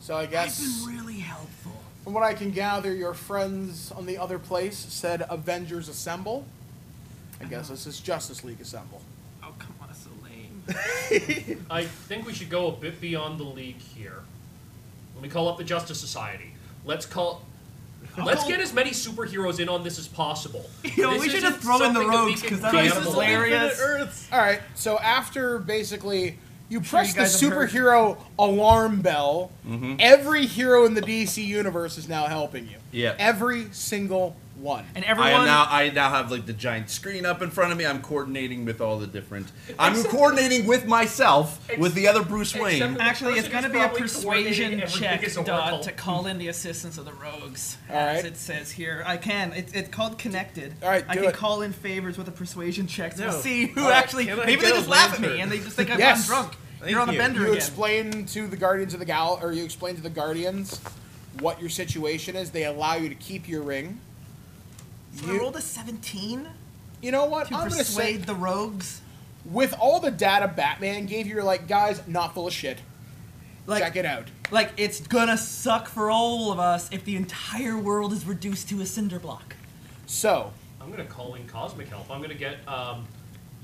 Speaker 2: So I
Speaker 4: I've
Speaker 2: guess.
Speaker 4: been really helpful.
Speaker 2: From what I can gather, your friends on the other place said Avengers Assemble. I guess this is Justice League Assemble.
Speaker 8: Oh come on, that's so lame.
Speaker 3: I think we should go a bit beyond the league here. Let me call up the Justice Society. Let's call. Let's get as many superheroes in on this as possible.
Speaker 4: Oh. [LAUGHS] You know,
Speaker 3: This
Speaker 4: we should
Speaker 3: isn't
Speaker 4: just throw in the
Speaker 3: something that we
Speaker 4: rogues,
Speaker 3: can
Speaker 4: 'cause that was
Speaker 3: gamble on.
Speaker 4: hilarious.
Speaker 2: All right, so after basically you press the
Speaker 4: guys have heard.
Speaker 2: superhero alarm bell, every hero in the DC universe is now helping you.
Speaker 7: Yeah.
Speaker 2: Every single one.
Speaker 4: And
Speaker 7: I am
Speaker 4: everyone,
Speaker 7: now. I now have like the giant screen up in front of me. I'm coordinating with all the different. I'm
Speaker 3: Except-
Speaker 7: coordinating with myself with the other Bruce
Speaker 3: Except
Speaker 7: Wayne.
Speaker 3: for-
Speaker 4: actually, it's
Speaker 3: Person
Speaker 4: going to
Speaker 3: who's
Speaker 4: be a
Speaker 3: probably coordinating
Speaker 4: persuasion
Speaker 3: everything
Speaker 4: check
Speaker 3: is an
Speaker 4: dot
Speaker 3: oracle.
Speaker 4: to call in the assistance of the rogues,
Speaker 2: All
Speaker 4: as
Speaker 2: right.
Speaker 4: it says here. I can. It's it's called connected.
Speaker 2: All right,
Speaker 4: I
Speaker 2: do
Speaker 4: can
Speaker 2: it.
Speaker 4: call in favors with a persuasion check to
Speaker 6: No.
Speaker 4: see who
Speaker 2: All right,
Speaker 4: actually.
Speaker 6: can I
Speaker 4: Maybe they
Speaker 6: get a
Speaker 4: just laugh at me
Speaker 6: lantern?
Speaker 4: and they just think I've
Speaker 2: Yes.
Speaker 4: gotten drunk.
Speaker 6: Thank
Speaker 4: You're on a
Speaker 6: you.
Speaker 4: bender
Speaker 2: You
Speaker 4: again.
Speaker 2: explain to the Guardians of the Gal, or you explain to the Guardians what your situation is. They allow you to keep your ring.
Speaker 4: so I
Speaker 2: you-
Speaker 4: rolled a 17
Speaker 2: You know what?
Speaker 4: to
Speaker 2: I'm gonna say
Speaker 4: persuade the rogues.
Speaker 2: with all the data Batman gave you, you're like, guys, not full of shit.
Speaker 4: Like,
Speaker 2: Check it out.
Speaker 4: Like it's gonna suck for all of us if the entire world is reduced to a cinder block.
Speaker 2: So,
Speaker 3: I'm gonna call in cosmic help. I'm gonna get um,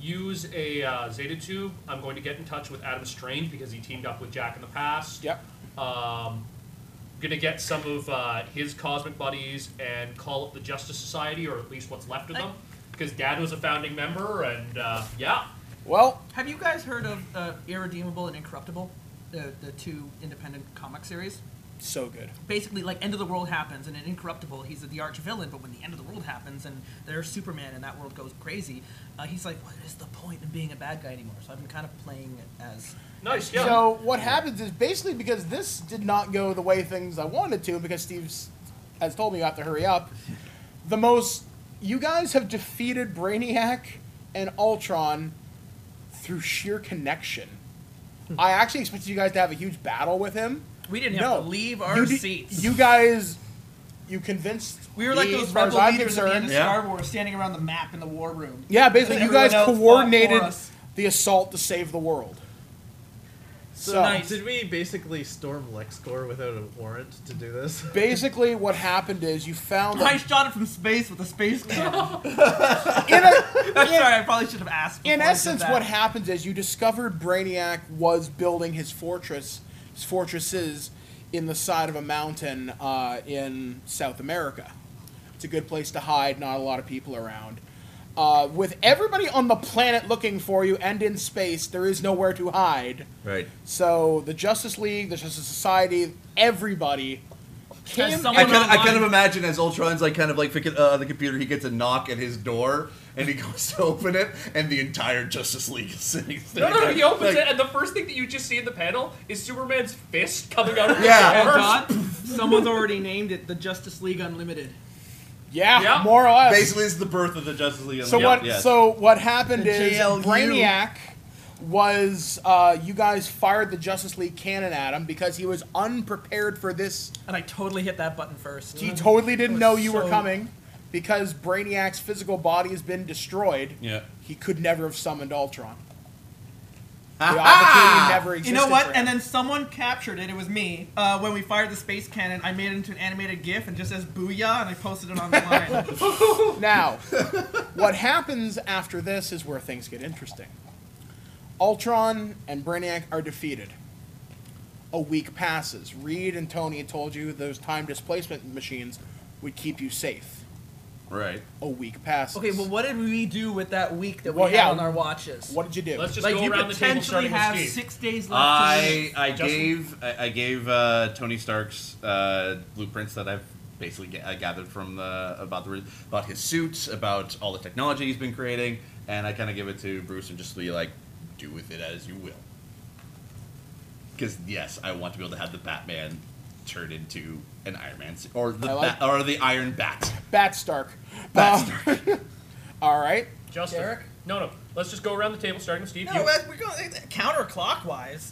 Speaker 3: use a uh, Zeta tube. I'm going to get in touch with Adam Strange because he teamed up with Jack in the past.
Speaker 2: yep.
Speaker 3: Um, gonna get some of uh, his cosmic buddies and call up the Justice Society or at least what's left of them because Dad was a founding member and uh, yeah.
Speaker 2: Well,
Speaker 4: Have you guys heard of uh, Irredeemable and Incorruptible, the the two independent comic series?
Speaker 2: so good.
Speaker 4: Basically, like End of the World happens, and in Incorruptible, he's the arch villain. But when the end of the world happens, and there's Superman, and that world goes crazy, uh, he's like, "What is the point in being a bad guy anymore?" So I've been kind of playing it as
Speaker 3: Nice, yeah.
Speaker 2: So what happens is basically because this did not go the way things I wanted to, because Steve's has told me you have to hurry up. The most you guys have defeated Brainiac and Ultron through sheer connection. I actually expected you guys to have a huge battle with him.
Speaker 4: we didn't
Speaker 2: no,
Speaker 4: have to leave our
Speaker 2: you di-
Speaker 4: seats.
Speaker 2: You guys, you convinced.
Speaker 4: we were like
Speaker 2: me,
Speaker 4: those
Speaker 2: as far as
Speaker 4: rebel
Speaker 2: I'm
Speaker 4: leaders at the end of
Speaker 2: concerned.
Speaker 7: Yeah.
Speaker 4: Star Wars, standing around the map in the war
Speaker 2: [LAUGHS]
Speaker 4: room.
Speaker 2: Yeah, basically, you
Speaker 4: Everyone
Speaker 2: guys
Speaker 4: else fought for
Speaker 2: coordinated
Speaker 4: us.
Speaker 2: the assault to save the world. So,
Speaker 4: nice.
Speaker 6: Did we basically storm LexCorp without a warrant to do
Speaker 2: [LAUGHS]
Speaker 6: this?
Speaker 2: basically, what happened is you found a-
Speaker 4: [LAUGHS] I shot it from space with
Speaker 2: [LAUGHS]
Speaker 4: a space cannon.
Speaker 2: in, a-
Speaker 4: [LAUGHS] I'm sorry, I probably should have asked.
Speaker 2: in
Speaker 4: before I did
Speaker 2: essence,
Speaker 4: that.
Speaker 2: what
Speaker 4: [LAUGHS]
Speaker 2: happens is you discovered Brainiac was building his fortress, his fortresses, in the side of a mountain uh, in South America. It's a good place to hide. Not a lot of people around. Uh, with everybody on the planet looking for you and in space, there is nowhere to hide.
Speaker 7: Right.
Speaker 2: So the Justice League, the Justice Society, everybody came.
Speaker 4: someone
Speaker 7: I
Speaker 2: and-
Speaker 7: kind, of, I kind of imagine as Ultron's like kind of like picking, uh, the computer, he gets a knock at his door and he [LAUGHS] goes to open it, and the entire Justice League is sitting there.
Speaker 3: No, no, he opens
Speaker 7: Like,
Speaker 3: it, and the first thing that you just see in the panel is Superman's fist coming out of his
Speaker 7: Yeah.
Speaker 4: Oh
Speaker 3: arms.
Speaker 4: God!
Speaker 2: [LAUGHS]
Speaker 4: Someone's already named it the Justice League Unlimited.
Speaker 2: yeah,
Speaker 3: Yeah.
Speaker 2: more or less.
Speaker 7: Basically, it's the birth of the Justice League.
Speaker 2: So
Speaker 7: Yeah,
Speaker 2: what?
Speaker 7: yes.
Speaker 2: So what happened
Speaker 6: The
Speaker 2: is
Speaker 6: JLU.
Speaker 2: Brainiac was uh, you guys fired the Justice League cannon at him because he was unprepared for this.
Speaker 4: And I totally hit that button first.
Speaker 2: He totally didn't
Speaker 4: Mm. was
Speaker 2: know you were
Speaker 4: so-
Speaker 2: coming because Brainiac's physical body has been destroyed.
Speaker 7: Yeah.
Speaker 2: He could never have summoned Ultron. The
Speaker 7: [LAUGHS]
Speaker 2: opportunity never
Speaker 4: you
Speaker 2: existed.
Speaker 4: know what?
Speaker 2: for him.
Speaker 4: And then someone captured it. It was me. Uh, when we fired the space cannon, I made it into an animated GIF and just says "Booyah" and I posted it online.
Speaker 2: Now, what happens after this is where things get interesting. Ultron and Brainiac are defeated. A week passes. Reed and Tony told you those time displacement machines would keep you safe.
Speaker 7: right.
Speaker 2: A week passes.
Speaker 4: okay, well, what did we do what that week that we
Speaker 2: Well,
Speaker 4: had
Speaker 2: yeah.
Speaker 4: on our watches?
Speaker 2: what did you do?
Speaker 3: Let's just
Speaker 4: like
Speaker 3: go
Speaker 4: you
Speaker 3: around the table
Speaker 4: potentially
Speaker 3: starting
Speaker 4: have
Speaker 3: with Steve.
Speaker 4: six days left. to
Speaker 7: I
Speaker 4: live.
Speaker 7: I
Speaker 3: Justin?
Speaker 7: gave I, I gave uh, Tony Stark's uh, blueprints that I've basically ga- uh, gathered from the about the re- about his suits, about all the technology he's been creating, and I kind of give it to Bruce and just be like, do with it as you will. Because yes, I want to be able to have the Batman turn into an Iron Man suit or the
Speaker 2: I like-
Speaker 7: Bat- or the Iron Bat.
Speaker 2: Bat Stark.
Speaker 7: Bat
Speaker 2: Um, [LAUGHS] all right.
Speaker 3: Justin.
Speaker 4: Derek?
Speaker 3: No, no. Let's just go around the table, starting with Steve.
Speaker 4: No,
Speaker 3: You-
Speaker 4: but we're going eh, counterclockwise.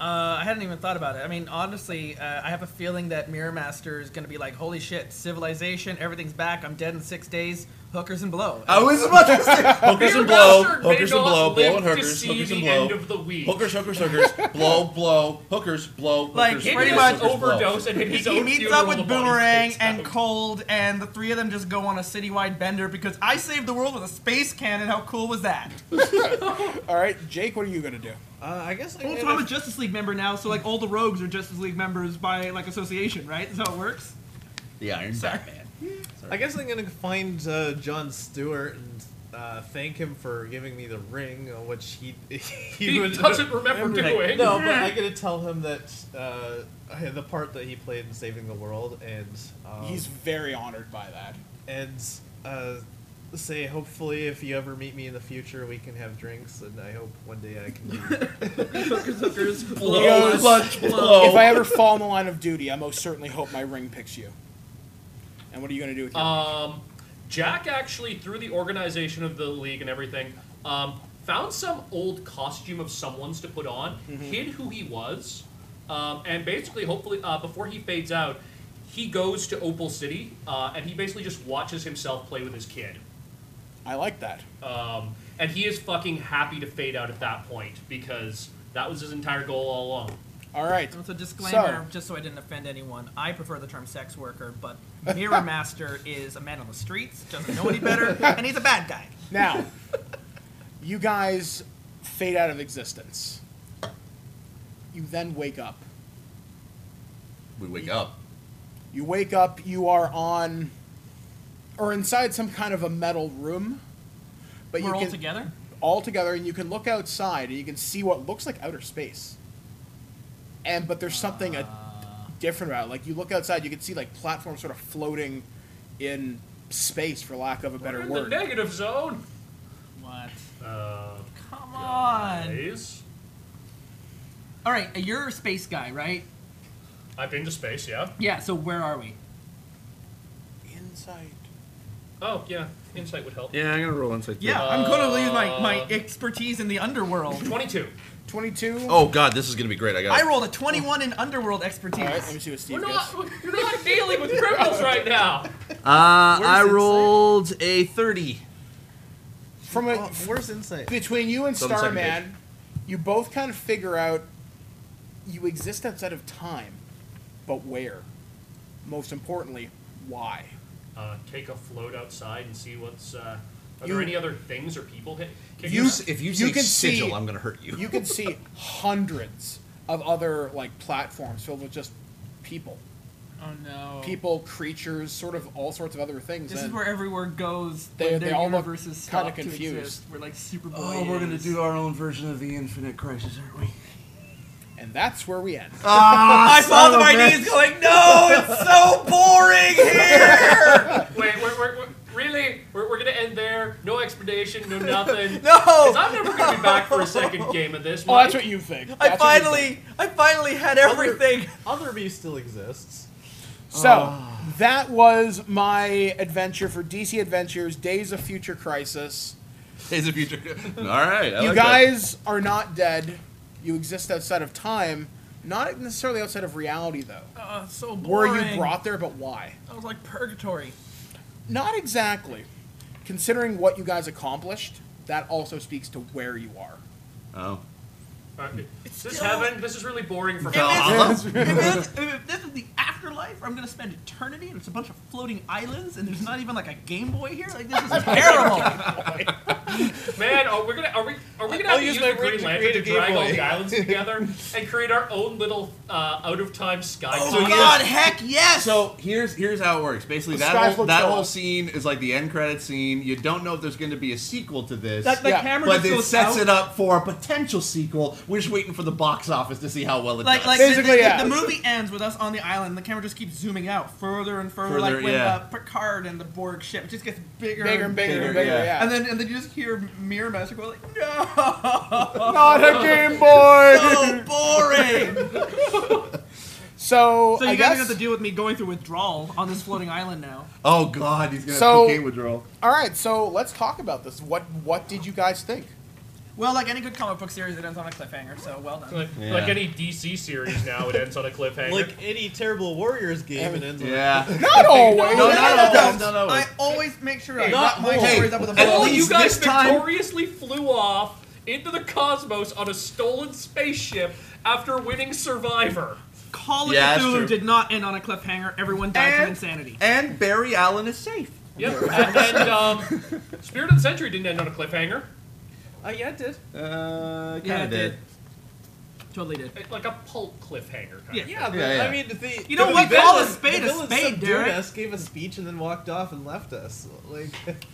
Speaker 4: Uh, I hadn't even thought about it. I mean, honestly, uh, I have a feeling that Mirror Master is going to be like, "Holy shit, civilization, everything's back. I'm dead in six days. Hookers and blow."
Speaker 7: I was about to say [LAUGHS] hookers and
Speaker 3: Beer
Speaker 7: blow,
Speaker 3: bastard may
Speaker 7: hookers and
Speaker 3: not
Speaker 7: blow, blow
Speaker 3: live
Speaker 7: and
Speaker 3: to
Speaker 7: hookers,
Speaker 3: see
Speaker 7: hookers and
Speaker 3: the
Speaker 7: blow,
Speaker 3: end of the week.
Speaker 7: hookers, hookers, hookers, blow, blow, hookers, blow, hookers,
Speaker 4: Like,
Speaker 7: blow,
Speaker 4: pretty
Speaker 7: hookers,
Speaker 4: much
Speaker 7: blow.
Speaker 3: overdose and hit his
Speaker 4: he
Speaker 3: own
Speaker 4: meets
Speaker 3: funeral,
Speaker 4: up
Speaker 3: the
Speaker 4: with
Speaker 3: body
Speaker 4: Boomerang
Speaker 3: takes
Speaker 4: and
Speaker 3: out.
Speaker 4: Cold, and the three of them just go on a citywide bender because I saved the world with a space cannon. How cool was that?
Speaker 2: All right, Jake. What are you gonna do?
Speaker 6: Uh, I guess. I
Speaker 8: Also, I'm a Justice League member now, so like all the rogues are Justice League members by like association, right? That's how it works.
Speaker 7: The Iron Batman.
Speaker 6: I guess I'm gonna find uh, John Stewart and uh, thank him for giving me the ring, uh, which he [LAUGHS] he,
Speaker 3: He
Speaker 6: would-
Speaker 3: doesn't remember doing.
Speaker 6: No, but I'm gonna tell him that uh, I had the part that he played in saving the world, and um,
Speaker 2: He's very honored by that.
Speaker 6: and uh, say hopefully if you ever meet me in the future, we can have drinks, and I hope one day I can. be-
Speaker 8: Hookers, hookers.
Speaker 7: Blow,
Speaker 2: Yes.
Speaker 7: blood, blow.
Speaker 2: If I ever fall in the line of duty, I most certainly hope my ring picks you. And what are you gonna do with your?
Speaker 3: Um, Jack actually, through the organization of the league and everything, um, found some old costume of someone's to put on,
Speaker 4: Mm-hmm.
Speaker 3: hid who he was, um, and basically, hopefully, uh, before he fades out, he goes to Opal City uh, and he basically just watches himself play with his kid.
Speaker 2: I like that.
Speaker 3: Um, and he is fucking happy to fade out at that point because that was his entire goal all along.
Speaker 2: All right.
Speaker 4: So disclaimer, just so I didn't offend anyone, I prefer the term sex worker, but Mirror Master is a man on the streets, doesn't know any [LAUGHS] better, and he's a bad guy.
Speaker 2: Now, you guys fade out of existence. You then wake up.
Speaker 7: We wake up.
Speaker 2: You wake up, you are on or inside some kind of a metal room. But
Speaker 4: We're
Speaker 2: you
Speaker 4: all
Speaker 2: can,
Speaker 4: together.
Speaker 2: all together and you can look outside and you can see what looks like outer space. And but there's something uh, different about it. Like you look outside, you can see like platforms sort of floating in space for lack of a better
Speaker 3: We're in
Speaker 2: word.
Speaker 3: the negative zone.
Speaker 4: What?
Speaker 3: Uh,
Speaker 4: Come on.
Speaker 3: guys.
Speaker 4: All right, you're a space guy, right?
Speaker 3: I've been to space, yeah.
Speaker 4: Yeah. So where are we?
Speaker 2: Inside.
Speaker 3: Oh, yeah. Insight would help.
Speaker 5: Yeah, I'm gonna roll insight. too.
Speaker 4: Yeah,
Speaker 7: Uh,
Speaker 4: I'm going to lose my, my expertise in the underworld.
Speaker 3: 22.
Speaker 2: 22.
Speaker 7: Oh God, this is gonna be great. I got.
Speaker 4: I rolled a 21 in underworld expertise.
Speaker 2: All right, let me see what Steve
Speaker 3: We're
Speaker 2: gets.
Speaker 3: not, you're not dealing with criminals right now.
Speaker 5: Uh, I
Speaker 6: insight?
Speaker 5: rolled a thirty.
Speaker 2: From a,
Speaker 6: Oh, where's insight?
Speaker 2: between you and
Speaker 7: It's on the second
Speaker 2: Starman, you both kind of figure out you exist outside of time, but where? Most importantly, why?
Speaker 3: Uh, take a float outside and see what's. Uh, are
Speaker 2: You-
Speaker 3: there any other things or people hit? Can
Speaker 2: You-
Speaker 3: you,
Speaker 5: If you,
Speaker 2: You
Speaker 5: say
Speaker 2: can
Speaker 5: sigil,
Speaker 2: see-
Speaker 5: I'm gonna hurt you.
Speaker 2: You can see hundreds of other like platforms filled with just people,
Speaker 8: Oh no.
Speaker 2: people, creatures, sort of all sorts of other things.
Speaker 8: This is
Speaker 2: and
Speaker 8: where every word goes.
Speaker 2: They-
Speaker 8: when
Speaker 2: they
Speaker 8: their
Speaker 2: all look
Speaker 8: universes
Speaker 2: kinda
Speaker 8: stop to
Speaker 2: confused. Oh,
Speaker 8: exist. We're like Superboy. is-
Speaker 5: our own version of the Infinite Crisis, aren't we?
Speaker 2: and that's where we end.
Speaker 7: Oh, Ah,
Speaker 4: I fall to my knees going, no, it's so boring
Speaker 7: [LAUGHS]
Speaker 4: here.
Speaker 3: wait, we're, we're, we're, really? We're, we're going to end there. No explanation, no nothing.
Speaker 4: No,
Speaker 3: 'Cause I'm never going to be back for a second game of this.
Speaker 2: Oh, that's
Speaker 3: Mike.
Speaker 2: what you think. That's what
Speaker 4: I
Speaker 2: you think.
Speaker 4: finally, I finally had everything.
Speaker 6: Other me still exists.
Speaker 2: So that was my adventure for DC Adventures: Days of Future Crisis.
Speaker 7: Days of Future. All right. I
Speaker 2: you
Speaker 7: like that.
Speaker 2: guys are not dead. You exist outside of time, not necessarily outside of reality, though.
Speaker 4: Oh, so
Speaker 2: Were
Speaker 4: boring.
Speaker 2: you brought there, but why?
Speaker 4: I was like purgatory.
Speaker 2: Not exactly. Considering what you guys accomplished, that also speaks to where you are.
Speaker 7: Oh.
Speaker 3: All right. Is Uh, this
Speaker 8: still-
Speaker 3: heaven? This is really boring for
Speaker 8: If
Speaker 2: [LAUGHS]
Speaker 3: hell.
Speaker 8: this, if this- if this is the afterlife, where I'm gonna spend eternity, and it's a bunch of floating islands, and there's not even like a Game Boy here. Like this
Speaker 2: [LAUGHS]
Speaker 8: is terrible.
Speaker 3: [LAUGHS] Man, oh, we're gonna are we are we gonna have to use,
Speaker 6: use my
Speaker 3: the
Speaker 6: ring
Speaker 3: Green
Speaker 6: to
Speaker 3: Lantern
Speaker 6: create
Speaker 3: to
Speaker 6: a Game
Speaker 3: drag all
Speaker 6: Boy.
Speaker 3: the islands together and create our own little uh, out of time sky?
Speaker 4: Oh
Speaker 3: colony?
Speaker 4: God, heck yes.
Speaker 7: So here's here's how it works. Basically,
Speaker 2: The
Speaker 7: that
Speaker 2: skies
Speaker 7: whole,
Speaker 2: look
Speaker 7: that
Speaker 2: dark.
Speaker 7: whole scene is like the end credit scene. You don't know if there's going to be a sequel to this.
Speaker 8: That the
Speaker 2: Yeah,
Speaker 8: camera
Speaker 7: but
Speaker 8: just
Speaker 7: it
Speaker 8: goes
Speaker 7: sets
Speaker 8: out.
Speaker 7: it up for a potential sequel. We're just waiting for the box office to see how well it
Speaker 4: like
Speaker 7: does.
Speaker 4: like the-
Speaker 2: Basically,
Speaker 4: the,
Speaker 2: yeah.
Speaker 4: the movie ends with us on the island. and The camera just keeps zooming out further and further,
Speaker 7: Further,
Speaker 4: like when
Speaker 7: yeah.
Speaker 4: uh, Picard and the Borg ship it just gets bigger,
Speaker 2: Bigger and bigger, and
Speaker 7: Bigger,
Speaker 2: bigger,
Speaker 7: yeah.
Speaker 2: yeah.
Speaker 4: And then and then you just hear Mirror Master go like, no,
Speaker 2: not a Game Boy!
Speaker 4: so boring.
Speaker 2: So,
Speaker 4: So
Speaker 2: I
Speaker 4: you guys
Speaker 2: guess.
Speaker 4: have to deal with me going through withdrawal on this floating island now.
Speaker 7: [LAUGHS] Oh God, he's gonna
Speaker 2: So-
Speaker 7: have cocaine withdrawal.
Speaker 2: All right, so let's talk about this. What What did you guys think?
Speaker 4: Well, like any good comic book series, it ends on a cliffhanger. So well done.
Speaker 3: Like,
Speaker 7: Yeah.
Speaker 3: like any DC series now, it ends on a cliffhanger.
Speaker 6: Like any terrible Warriors game, and ends like-
Speaker 7: Yeah.
Speaker 2: Not always.
Speaker 7: No, no, no, no, no.
Speaker 4: I always make sure I
Speaker 3: Hey,
Speaker 4: wrap my
Speaker 7: hey,
Speaker 4: stories up with a
Speaker 3: Well,
Speaker 4: bow.
Speaker 3: you
Speaker 5: least
Speaker 3: guys
Speaker 5: this time-
Speaker 3: victoriously flew off into the cosmos on a stolen spaceship after winning Survivor.
Speaker 4: Call of
Speaker 7: Yeah, that's true.
Speaker 4: Cthulhu did not end on a cliffhanger. Everyone died
Speaker 5: And-
Speaker 4: from insanity.
Speaker 5: And Barry Allen is safe.
Speaker 3: Yep. and then um, Spirit of the Century didn't end on a cliffhanger.
Speaker 4: Uh, yeah, it did.
Speaker 7: Uh, kind
Speaker 4: Yeah, it
Speaker 7: of did.
Speaker 4: did. Totally did.
Speaker 3: It- Eh, Like a pulp cliffhanger. Kind of.
Speaker 4: Yeah.
Speaker 6: Yeah, but
Speaker 7: Yeah, yeah.
Speaker 6: I mean, the
Speaker 4: You know
Speaker 6: the
Speaker 4: what?
Speaker 6: villain-
Speaker 4: Call a spade
Speaker 6: the
Speaker 4: a
Speaker 6: villain
Speaker 4: spade,
Speaker 6: subdued
Speaker 4: Derek.
Speaker 6: us, gave us a speech, and then walked off and left us. Like,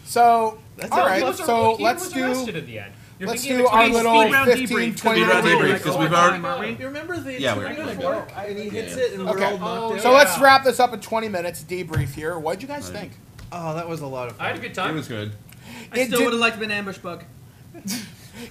Speaker 2: So,
Speaker 6: That's
Speaker 2: all
Speaker 6: how
Speaker 2: right,
Speaker 3: He was,
Speaker 2: so
Speaker 3: he
Speaker 2: let's
Speaker 3: was
Speaker 2: do.
Speaker 3: arrested in the end. You're
Speaker 2: let's
Speaker 3: thinking
Speaker 2: do
Speaker 3: it's
Speaker 2: our
Speaker 3: gonna be
Speaker 2: little
Speaker 3: speed round
Speaker 2: 15, 20
Speaker 7: round
Speaker 2: minute
Speaker 7: debrief,
Speaker 2: debrief.
Speaker 7: 'cause we've already-
Speaker 6: you remember the
Speaker 7: Yeah, we-
Speaker 6: Infinity
Speaker 7: we-
Speaker 6: War? And he hits
Speaker 7: Yeah.
Speaker 6: it, and we're
Speaker 2: Okay.
Speaker 6: all knocked
Speaker 3: Oh,
Speaker 6: out.
Speaker 2: So let's
Speaker 3: Yeah.
Speaker 2: wrap this up in 20 minutes. Debrief here. What'd you guys
Speaker 7: Right.
Speaker 2: think?
Speaker 6: Oh, that was a lot of
Speaker 3: I
Speaker 6: fun.
Speaker 3: had a good
Speaker 7: It
Speaker 3: time.
Speaker 7: was good.
Speaker 4: I
Speaker 2: It
Speaker 4: still
Speaker 2: did-
Speaker 4: would have liked to been ambush bug.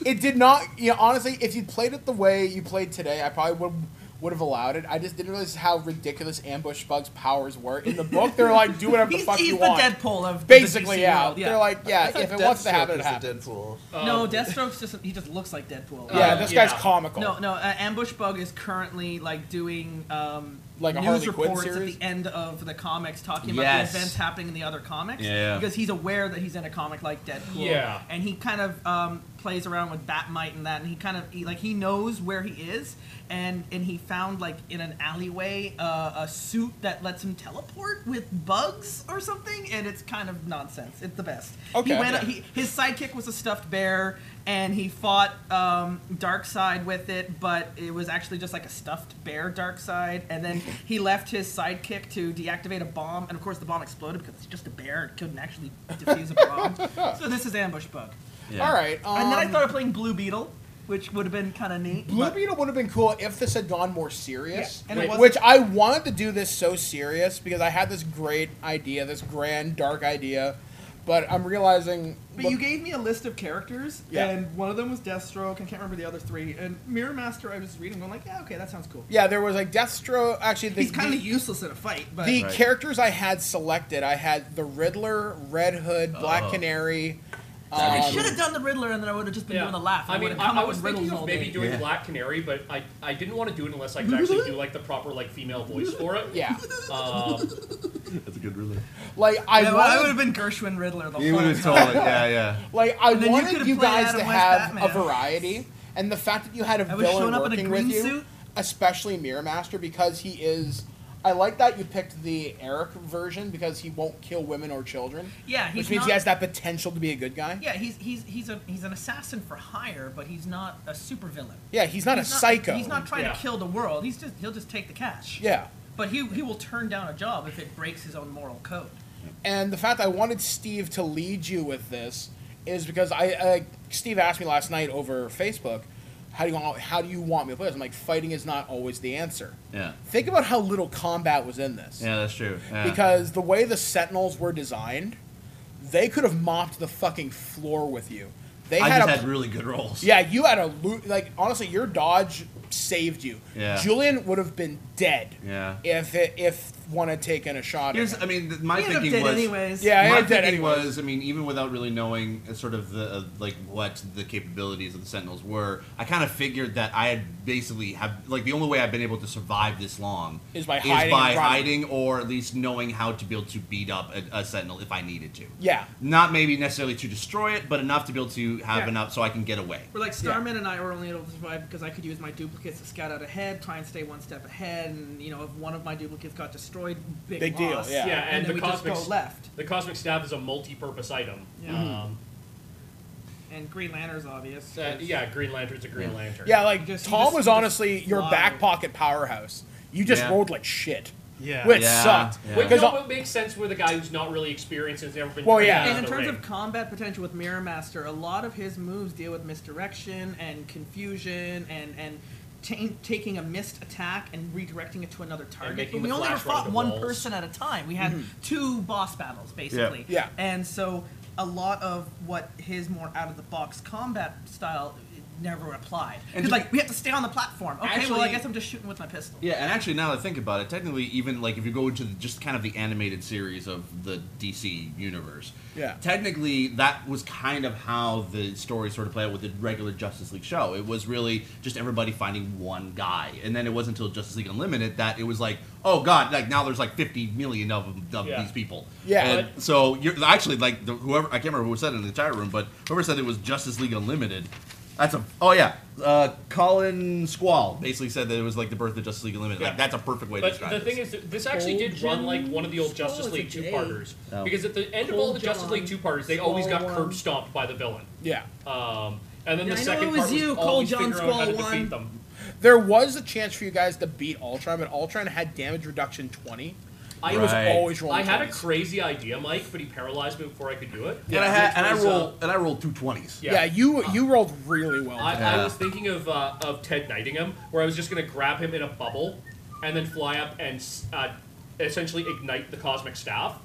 Speaker 2: It did not. You know, honestly, if you played it the way you played today, I probably would would have allowed it. I just didn't realize how ridiculous Ambush Bug's powers were. In the book, they're like, do whatever the
Speaker 4: He's,
Speaker 2: fuck
Speaker 4: he's
Speaker 2: you
Speaker 4: the
Speaker 2: want.
Speaker 4: Deadpool of the
Speaker 2: Basically,
Speaker 4: DC
Speaker 2: yeah.
Speaker 4: world, yeah.
Speaker 2: They're like,
Speaker 6: I
Speaker 2: yeah,
Speaker 6: thought
Speaker 2: if it wants to
Speaker 6: Deathstroke
Speaker 2: happen, it
Speaker 6: was the
Speaker 2: happens.
Speaker 6: Deadpool.
Speaker 4: no, Deathstroke's just he just looks like Deadpool.
Speaker 2: Yeah,
Speaker 3: Uh,
Speaker 2: this
Speaker 3: yeah.
Speaker 2: guy's comical.
Speaker 4: No, no. Uh, Ambush Bug is currently like doing um,
Speaker 2: Like a
Speaker 4: news
Speaker 2: Harley Quinn
Speaker 4: reports
Speaker 2: series?
Speaker 4: at the end of the comics, talking about
Speaker 7: Yes.
Speaker 4: the events happening in the other comics.
Speaker 7: Yeah.
Speaker 4: Because he's aware that he's in a comic like Deadpool.
Speaker 3: Yeah.
Speaker 4: And he kind of um, plays around with Batmite and that, and he kind of he, like he knows where he is, and and he found like in an alleyway uh, a suit that lets him teleport with bugs or something, and it's kind of nonsense. It's the best.
Speaker 2: Okay.
Speaker 4: He went,
Speaker 2: Yeah.
Speaker 4: he, his sidekick was a stuffed bear, and he fought um, Darkseid with it, but it was actually just like a stuffed bear Darkseid.
Speaker 2: [LAUGHS]
Speaker 4: And then he left his sidekick to deactivate a bomb, and of course the bomb exploded because it's just a bear; it couldn't actually defuse a
Speaker 2: [LAUGHS]
Speaker 4: bomb. so this is Ambush Bug.
Speaker 7: Yeah.
Speaker 2: All right. Um,
Speaker 4: and then I started playing Blue Beetle, which would have been kind of neat.
Speaker 2: Blue
Speaker 4: but-
Speaker 2: Beetle would have been cool if this had gone more serious.
Speaker 4: Yeah, and it wasn't.
Speaker 2: which I wanted to do this so serious because I had this great idea, this grand dark idea, but I'm realizing.
Speaker 4: But you gave me a list of characters,
Speaker 2: Yeah.
Speaker 4: and one of them was Deathstroke. I can't remember the other three. And Mirror Master, I was reading, going like, yeah, okay, that sounds cool.
Speaker 2: yeah, there was like Deathstroke. Actually, the,
Speaker 4: He's kind
Speaker 2: the-
Speaker 4: of useless in a fight, but
Speaker 2: The
Speaker 7: Right.
Speaker 2: characters I had selected, I had the Riddler, Red Hood, Black
Speaker 7: Oh.
Speaker 2: Canary.
Speaker 7: That'd be
Speaker 2: um,
Speaker 4: should have done the Riddler, and then I would have just been
Speaker 3: Yeah.
Speaker 4: doing the laugh.
Speaker 3: I mean,
Speaker 4: would've
Speaker 3: I,
Speaker 4: come
Speaker 3: I
Speaker 4: up
Speaker 3: was
Speaker 4: with
Speaker 3: thinking
Speaker 4: riddles
Speaker 3: of
Speaker 4: all
Speaker 3: maybe
Speaker 4: day.
Speaker 3: doing
Speaker 7: Yeah.
Speaker 3: Black Canary, but I, I didn't want to do it
Speaker 2: [LAUGHS]
Speaker 3: unless I could actually do like the proper like female voice for it.
Speaker 2: yeah,
Speaker 3: Um,
Speaker 7: That's a good release.
Speaker 2: [LAUGHS] like I
Speaker 4: Yeah, well, I
Speaker 2: wanted,
Speaker 4: would have been Gershwin Riddler the
Speaker 7: He
Speaker 4: whole time.
Speaker 7: would have told it. Yeah, yeah.
Speaker 2: like I
Speaker 4: And then you
Speaker 2: wanted
Speaker 4: could've
Speaker 2: you
Speaker 4: played
Speaker 2: guys
Speaker 4: Adam
Speaker 2: to
Speaker 4: West
Speaker 2: have a
Speaker 4: Batman.
Speaker 2: variety, and the fact that you had a
Speaker 4: I was showing
Speaker 2: villain
Speaker 4: up in a
Speaker 2: working with
Speaker 4: green
Speaker 2: you,
Speaker 4: suit.
Speaker 2: especially Mirror Master, because he is. I like that you picked the Eric version because he won't kill women or children,
Speaker 4: Yeah, he's
Speaker 2: which means
Speaker 4: not,
Speaker 2: he has that potential to be a good guy.
Speaker 4: Yeah, he's he's he's a he's an assassin for hire, but he's not a supervillain.
Speaker 2: Yeah, he's not
Speaker 4: He's
Speaker 2: a psycho.
Speaker 4: He's not trying
Speaker 3: Yeah.
Speaker 4: to kill the world. He's just he'll just take the cash.
Speaker 2: Yeah.
Speaker 4: But he he will turn down a job if it breaks his own moral code.
Speaker 2: and the fact I wanted Steve to lead you with this is because I uh, Steve asked me last night over Facebook, how do you want, how do you want me to play this? I'm like, fighting is not always the answer.
Speaker 7: Yeah.
Speaker 2: Think about how little combat was in this.
Speaker 7: Yeah, that's true. Yeah.
Speaker 2: Because the way the Sentinels were designed, they could have mopped the fucking floor with you. They
Speaker 7: I
Speaker 2: had
Speaker 7: just
Speaker 2: a
Speaker 7: had really good rolls.
Speaker 2: yeah, you had a lo- like honestly, your dodge saved you.
Speaker 7: Yeah.
Speaker 2: Julian would have been dead
Speaker 7: Yeah.
Speaker 2: if it, if one had taken a shot. at
Speaker 7: Here's,
Speaker 2: him.
Speaker 7: I mean, th- my
Speaker 4: he ended up dead
Speaker 7: thinking was.
Speaker 4: anyways.
Speaker 2: Yeah, I
Speaker 7: my
Speaker 2: ended up dead
Speaker 7: thinking
Speaker 2: anyways.
Speaker 7: was, I mean, even without really knowing uh, sort of the uh, like what the capabilities of the Sentinels were, I kind of figured that I had basically have like the only way I've been able to survive this long
Speaker 2: Is by hiding and
Speaker 7: by
Speaker 2: running.
Speaker 7: hiding or at least knowing how to be able to beat up a, a Sentinel if I needed to.
Speaker 2: yeah.
Speaker 7: Not maybe necessarily to destroy it, but enough to be able to have
Speaker 4: Yeah.
Speaker 7: enough so I can get away.
Speaker 4: We're like Starman and I were only able to survive because I could use my duplicates to scout out ahead, try and stay one step ahead, and you know if one of my duplicates got destroyed, big,
Speaker 2: Big deal,
Speaker 4: loss.
Speaker 2: yeah.
Speaker 3: Yeah, and
Speaker 4: and,
Speaker 3: the
Speaker 4: then we just go
Speaker 3: cosmics-
Speaker 4: left.
Speaker 3: the cosmic staff is a multi-purpose item.
Speaker 4: Yeah.
Speaker 3: Um,
Speaker 4: And Green Lantern's obvious.
Speaker 3: uh,
Speaker 9: Mm-hmm.
Speaker 4: 'cause-
Speaker 3: yeah, Green Lantern's a Green Lantern.
Speaker 2: Yeah, like
Speaker 4: just- you
Speaker 2: Tom
Speaker 4: just-
Speaker 2: was
Speaker 4: you just
Speaker 2: honestly your
Speaker 4: fly.
Speaker 2: back pocket powerhouse. You just
Speaker 7: Yeah.
Speaker 2: rolled like shit,
Speaker 6: Yeah.
Speaker 2: which
Speaker 7: Yeah,
Speaker 2: sucked.
Speaker 7: yeah.
Speaker 3: Wait,
Speaker 2: 'Cause
Speaker 3: no,
Speaker 2: I-
Speaker 3: it makes sense with a guy who's not really experienced and has never been.
Speaker 2: Well,
Speaker 3: trained
Speaker 2: yeah.
Speaker 3: out
Speaker 4: And in
Speaker 3: the
Speaker 4: terms
Speaker 3: ring.
Speaker 4: of combat potential with Mirror Master, a lot of his moves deal with misdirection and confusion and and ta- taking a missed attack and redirecting it to another target.
Speaker 3: making
Speaker 4: But
Speaker 3: the
Speaker 4: we only ever
Speaker 3: flash run
Speaker 4: fought
Speaker 3: to
Speaker 4: one
Speaker 3: walls.
Speaker 4: person at a time. We had two boss battles basically.
Speaker 2: Yeah.
Speaker 4: And so a lot of what his more out of the box combat style never applied.
Speaker 7: And
Speaker 4: It's
Speaker 7: to-
Speaker 4: like we have to stay on the platform. Okay, well I
Speaker 7: Actually-
Speaker 4: guess I'm just shooting with my pistol. [LAUGHS]
Speaker 7: Yeah, and actually, now that I think about it, technically, even like if you go into the, just kind of the animated series of the DC universe,
Speaker 2: Yeah.
Speaker 7: technically that was kind of how the story sort of played out with the regular Justice League show. It was really just everybody finding one guy, and then it wasn't until Justice League Unlimited that it was like, oh god, like now there's like 50 million of, 'em- of
Speaker 3: Yeah.
Speaker 7: these people.
Speaker 2: Yeah.
Speaker 7: And so you're actually like the, whoever I can't remember who said it in the entire room, but whoever said it was Justice League Unlimited. That's a oh yeah. Uh, Colin Squall basically said that it was like the birth of Justice League Unlimited. Like
Speaker 3: Yeah.
Speaker 7: that's a perfect way to
Speaker 3: But
Speaker 7: describe
Speaker 3: the
Speaker 7: this.
Speaker 3: thing is, that this actually did run like one of the old
Speaker 9: Skull
Speaker 3: Justice
Speaker 9: is a
Speaker 3: League
Speaker 9: J.
Speaker 3: two-parters
Speaker 7: Oh.
Speaker 3: because at the end of all the
Speaker 9: Old
Speaker 3: Justice League
Speaker 9: John,
Speaker 3: two-parters, they always got
Speaker 9: Skull
Speaker 3: curb
Speaker 9: one.
Speaker 3: stomped by the villain.
Speaker 2: Yeah.
Speaker 3: Um, and then
Speaker 9: Yeah,
Speaker 3: the
Speaker 9: I know
Speaker 3: second
Speaker 9: it was
Speaker 3: part
Speaker 9: you,
Speaker 3: was
Speaker 9: Cole
Speaker 3: always
Speaker 9: John,
Speaker 3: figuring out how to
Speaker 9: Skull
Speaker 3: defeat
Speaker 9: one.
Speaker 3: them.
Speaker 2: There was a chance for you guys to beat Ultron, but Ultron had damage reduction 20.
Speaker 3: I
Speaker 2: It was
Speaker 7: Right.
Speaker 2: always rolling.
Speaker 3: I had a
Speaker 2: 20s.
Speaker 3: crazy idea, Mike, but he paralyzed me before I could do it.
Speaker 7: and I had
Speaker 3: Which
Speaker 7: and I
Speaker 3: was,
Speaker 7: rolled
Speaker 3: uh,
Speaker 7: and I rolled two twenties.
Speaker 2: yeah. you you rolled really well.
Speaker 3: I, I
Speaker 7: Yeah.
Speaker 3: was thinking of uh, of Ted Nightingham, where I was just going to grab him in a bubble, and then fly up and s- uh, essentially ignite the cosmic staff,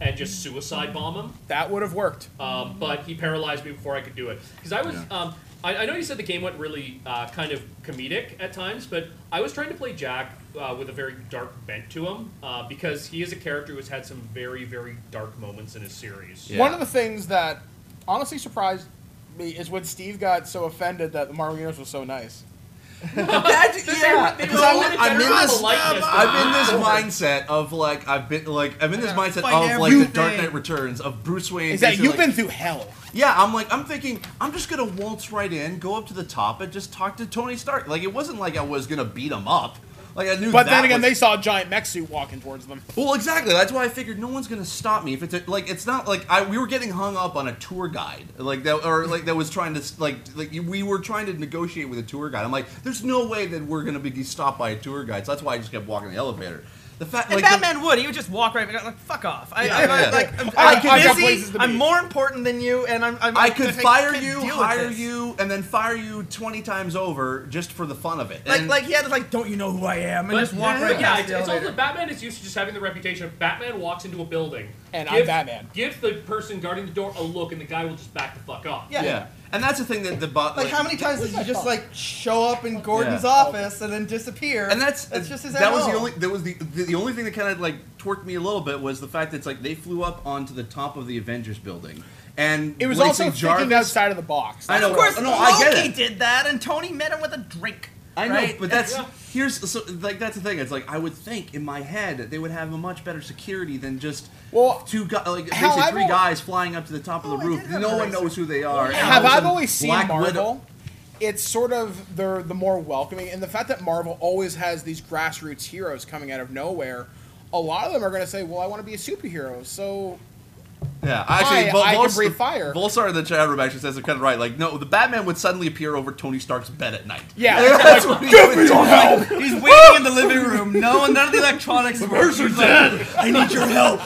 Speaker 3: and just suicide bomb him.
Speaker 2: that would have worked.
Speaker 3: um, but he paralyzed me before I could do it. Because I was, um, I, I know you said the game went really uh, kind of comedic at times, but I was trying to play Jack uh, with a very dark bent to him uh, because he is a character who's had some very, very dark moments in his series.
Speaker 7: Yeah.
Speaker 2: One of the things that honestly surprised me is when Steve got so offended that the Marvel Universe was so nice.
Speaker 7: yeah, because I'm, I'm in
Speaker 3: have a
Speaker 7: this,
Speaker 3: likeness to
Speaker 7: I'm in this
Speaker 3: Bruce
Speaker 7: mindset of like I've been like I'm in this mindset of like the
Speaker 2: everything.
Speaker 7: Dark Knight Returns of Bruce Wayne.
Speaker 2: Is that
Speaker 7: basically,
Speaker 2: you've
Speaker 7: like-
Speaker 2: been through
Speaker 7: [LAUGHS]
Speaker 2: hell?
Speaker 7: Yeah, I'm like I'm thinking I'm just gonna waltz right in, go up to the top, and just talk to Tony Stark. Like it wasn't like I was gonna beat him up. Like I knew.
Speaker 2: But
Speaker 7: that
Speaker 2: then again,
Speaker 7: was-
Speaker 2: they saw a giant mech suit walking towards them.
Speaker 7: Well, exactly. That's why I figured no one's gonna stop me if it's a, like it's not like I we were getting hung up on a tour guide like that or like that was trying to like like we were trying to negotiate with a tour guide. I'm like, there's no way that we're gonna be stopped by a tour guide. So that's why I just kept walking the elevator. The fact
Speaker 4: And
Speaker 7: like the-
Speaker 4: Batman would. He would just walk right. Like fuck off. I,
Speaker 7: Yeah,
Speaker 4: I, I,
Speaker 7: yeah.
Speaker 4: like, I'm,
Speaker 2: I
Speaker 4: I'm
Speaker 2: can- I've got places
Speaker 4: busy.
Speaker 2: to be.
Speaker 4: I'm more important than you, and I'm. I'm
Speaker 7: I could fire
Speaker 4: can't
Speaker 7: you,
Speaker 4: deal with
Speaker 7: hire
Speaker 4: this.
Speaker 7: you, and then fire you twenty times over just for the fun of it.
Speaker 4: Like,
Speaker 7: And-
Speaker 4: like he had to like, don't you know who I am? And
Speaker 3: But-
Speaker 4: just walk
Speaker 3: yeah,
Speaker 4: right past
Speaker 3: it's,
Speaker 4: the
Speaker 3: it's
Speaker 4: elevator.
Speaker 3: also Batman is used to just having the reputation of Batman walks into a building
Speaker 2: And I'm Batman.
Speaker 3: Give the person guarding the door a look, and the guy will just back the fuck up.
Speaker 7: yeah. and that's the thing that the bot
Speaker 6: Like, how many times did you just like show up in Gordon's
Speaker 7: Yeah.
Speaker 6: office and then disappear?
Speaker 7: and that's
Speaker 6: that's just his
Speaker 7: that was the
Speaker 6: MO.
Speaker 7: only that was the the, the only thing that kind of like torqued me a little bit was the fact that it's like they flew up onto the top of the Avengers building and
Speaker 2: It was
Speaker 7: Lacey
Speaker 2: also thinking outside of the box.
Speaker 7: I know, Oh,
Speaker 4: of course,
Speaker 7: no, I get
Speaker 4: Loki
Speaker 7: it.
Speaker 4: did that, and Tony met him with a drink.
Speaker 7: I know,
Speaker 4: right?
Speaker 7: but that's
Speaker 3: Yeah.
Speaker 7: here's so like that's the thing. It's like I would think in my head that they would have a much better security than just
Speaker 2: Well,
Speaker 7: two guys, like
Speaker 2: hell,
Speaker 7: basically
Speaker 2: I've
Speaker 7: three
Speaker 2: al-
Speaker 7: guys flying up to the top of the
Speaker 4: I
Speaker 7: roof.
Speaker 4: did have
Speaker 7: No
Speaker 4: a
Speaker 7: one
Speaker 4: racer.
Speaker 7: knows who they are. and
Speaker 2: have
Speaker 7: all of a
Speaker 2: I've
Speaker 7: sudden,
Speaker 2: always seen
Speaker 7: Black
Speaker 2: Marvel.
Speaker 7: Widow-
Speaker 2: It's sort of they're the more welcoming, and the fact that Marvel always has these grassroots heroes coming out of nowhere. A lot of them are going to say, "Well, I want to be a superhero," so
Speaker 7: Yeah, actually,
Speaker 2: Hi,
Speaker 7: Vol-
Speaker 2: I can
Speaker 7: Vols-
Speaker 2: breathe fire.
Speaker 7: Volsar in the chat room actually says it kind of right. Like, no, the Batman would suddenly appear over Tony Stark's bed at night.
Speaker 2: Yeah.
Speaker 7: Like, [LAUGHS] that's what he would do. [LAUGHS]
Speaker 6: He's waiting in the living room. No, none of the electronics. work. He's like,
Speaker 9: I need your help.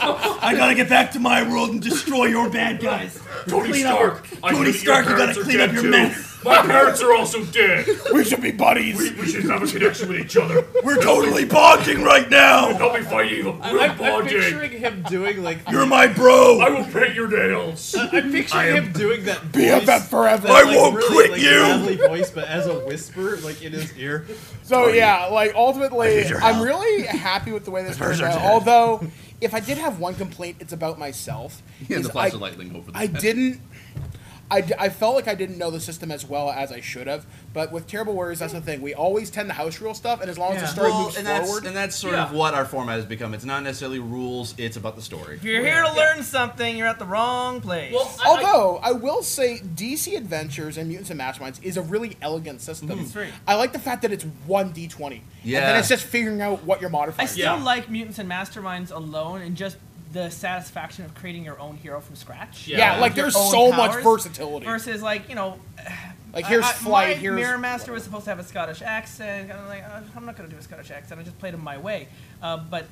Speaker 9: I gotta get back to my world and destroy your bad guys.
Speaker 3: Tony Stark. I
Speaker 9: Tony
Speaker 3: heard that
Speaker 9: Stark, you
Speaker 3: your
Speaker 9: gotta
Speaker 3: parents are
Speaker 9: clean up
Speaker 3: dead,
Speaker 9: your
Speaker 3: too.
Speaker 9: mess.
Speaker 3: My parents are also dead.
Speaker 9: [LAUGHS] We should be buddies.
Speaker 3: We should have a connection with each other.
Speaker 9: We're totally bonding right now.
Speaker 3: I'll be fighting evil. We're
Speaker 8: I'm, I'm
Speaker 3: bonding.
Speaker 8: picturing him doing like
Speaker 9: You're my bro.
Speaker 3: I will paint your nails.
Speaker 8: I'm picturing
Speaker 3: am-
Speaker 8: him doing that
Speaker 2: BFF
Speaker 8: voice,
Speaker 2: forever.
Speaker 8: that,
Speaker 9: I
Speaker 8: like,
Speaker 9: won't
Speaker 8: really,
Speaker 9: quit
Speaker 8: like,
Speaker 9: you.
Speaker 8: gravelly voice, but as a whisper, like in his ear.
Speaker 2: So yeah, like ultimately,
Speaker 9: your
Speaker 2: I'm
Speaker 9: help.
Speaker 2: really happy with the way this turned
Speaker 9: birds are
Speaker 2: out.
Speaker 9: dead.
Speaker 2: Although, if I did have one complaint, it's about myself.
Speaker 7: [LAUGHS] Yeah,
Speaker 2: is
Speaker 7: the flash
Speaker 2: I-
Speaker 7: of lightning over the
Speaker 2: I
Speaker 7: bed.
Speaker 2: didn't. I, d- I felt like I didn't know the system as well as I should have, but with terrible worries, that's the thing. We always tend to house rule stuff, and as long as the
Speaker 4: Yeah.
Speaker 2: story
Speaker 7: Well,
Speaker 2: moves
Speaker 7: and
Speaker 2: forward,
Speaker 7: that's and that's sort of
Speaker 3: Yeah.
Speaker 7: what our format has become. It's not necessarily rules; it's about the story.
Speaker 4: If you're here to learn something, you're at the wrong place.
Speaker 3: Well, I-
Speaker 2: Although I will say DC Adventures and Mutants and Masterminds is a really elegant system.
Speaker 4: Hmm.
Speaker 2: I like the fact that it's one D twenty. And then
Speaker 7: Yeah.
Speaker 2: it's just figuring out what your
Speaker 4: I
Speaker 2: modifier is.
Speaker 4: still
Speaker 3: Yeah.
Speaker 4: like mutants and masterminds alone, and just the satisfaction of creating your own hero from scratch.
Speaker 3: Yeah.
Speaker 2: Yeah, like
Speaker 4: Your
Speaker 2: there's
Speaker 4: own
Speaker 2: so much
Speaker 4: powers
Speaker 2: versatility.
Speaker 4: Versus like you know,
Speaker 2: like here's
Speaker 4: I- I-
Speaker 2: flight,
Speaker 4: My
Speaker 2: here's
Speaker 4: mirror master was supposed to have a Scottish accent. and I'm like, uh, I'm not gonna do a Scottish accent. I just played him my way. Uh, but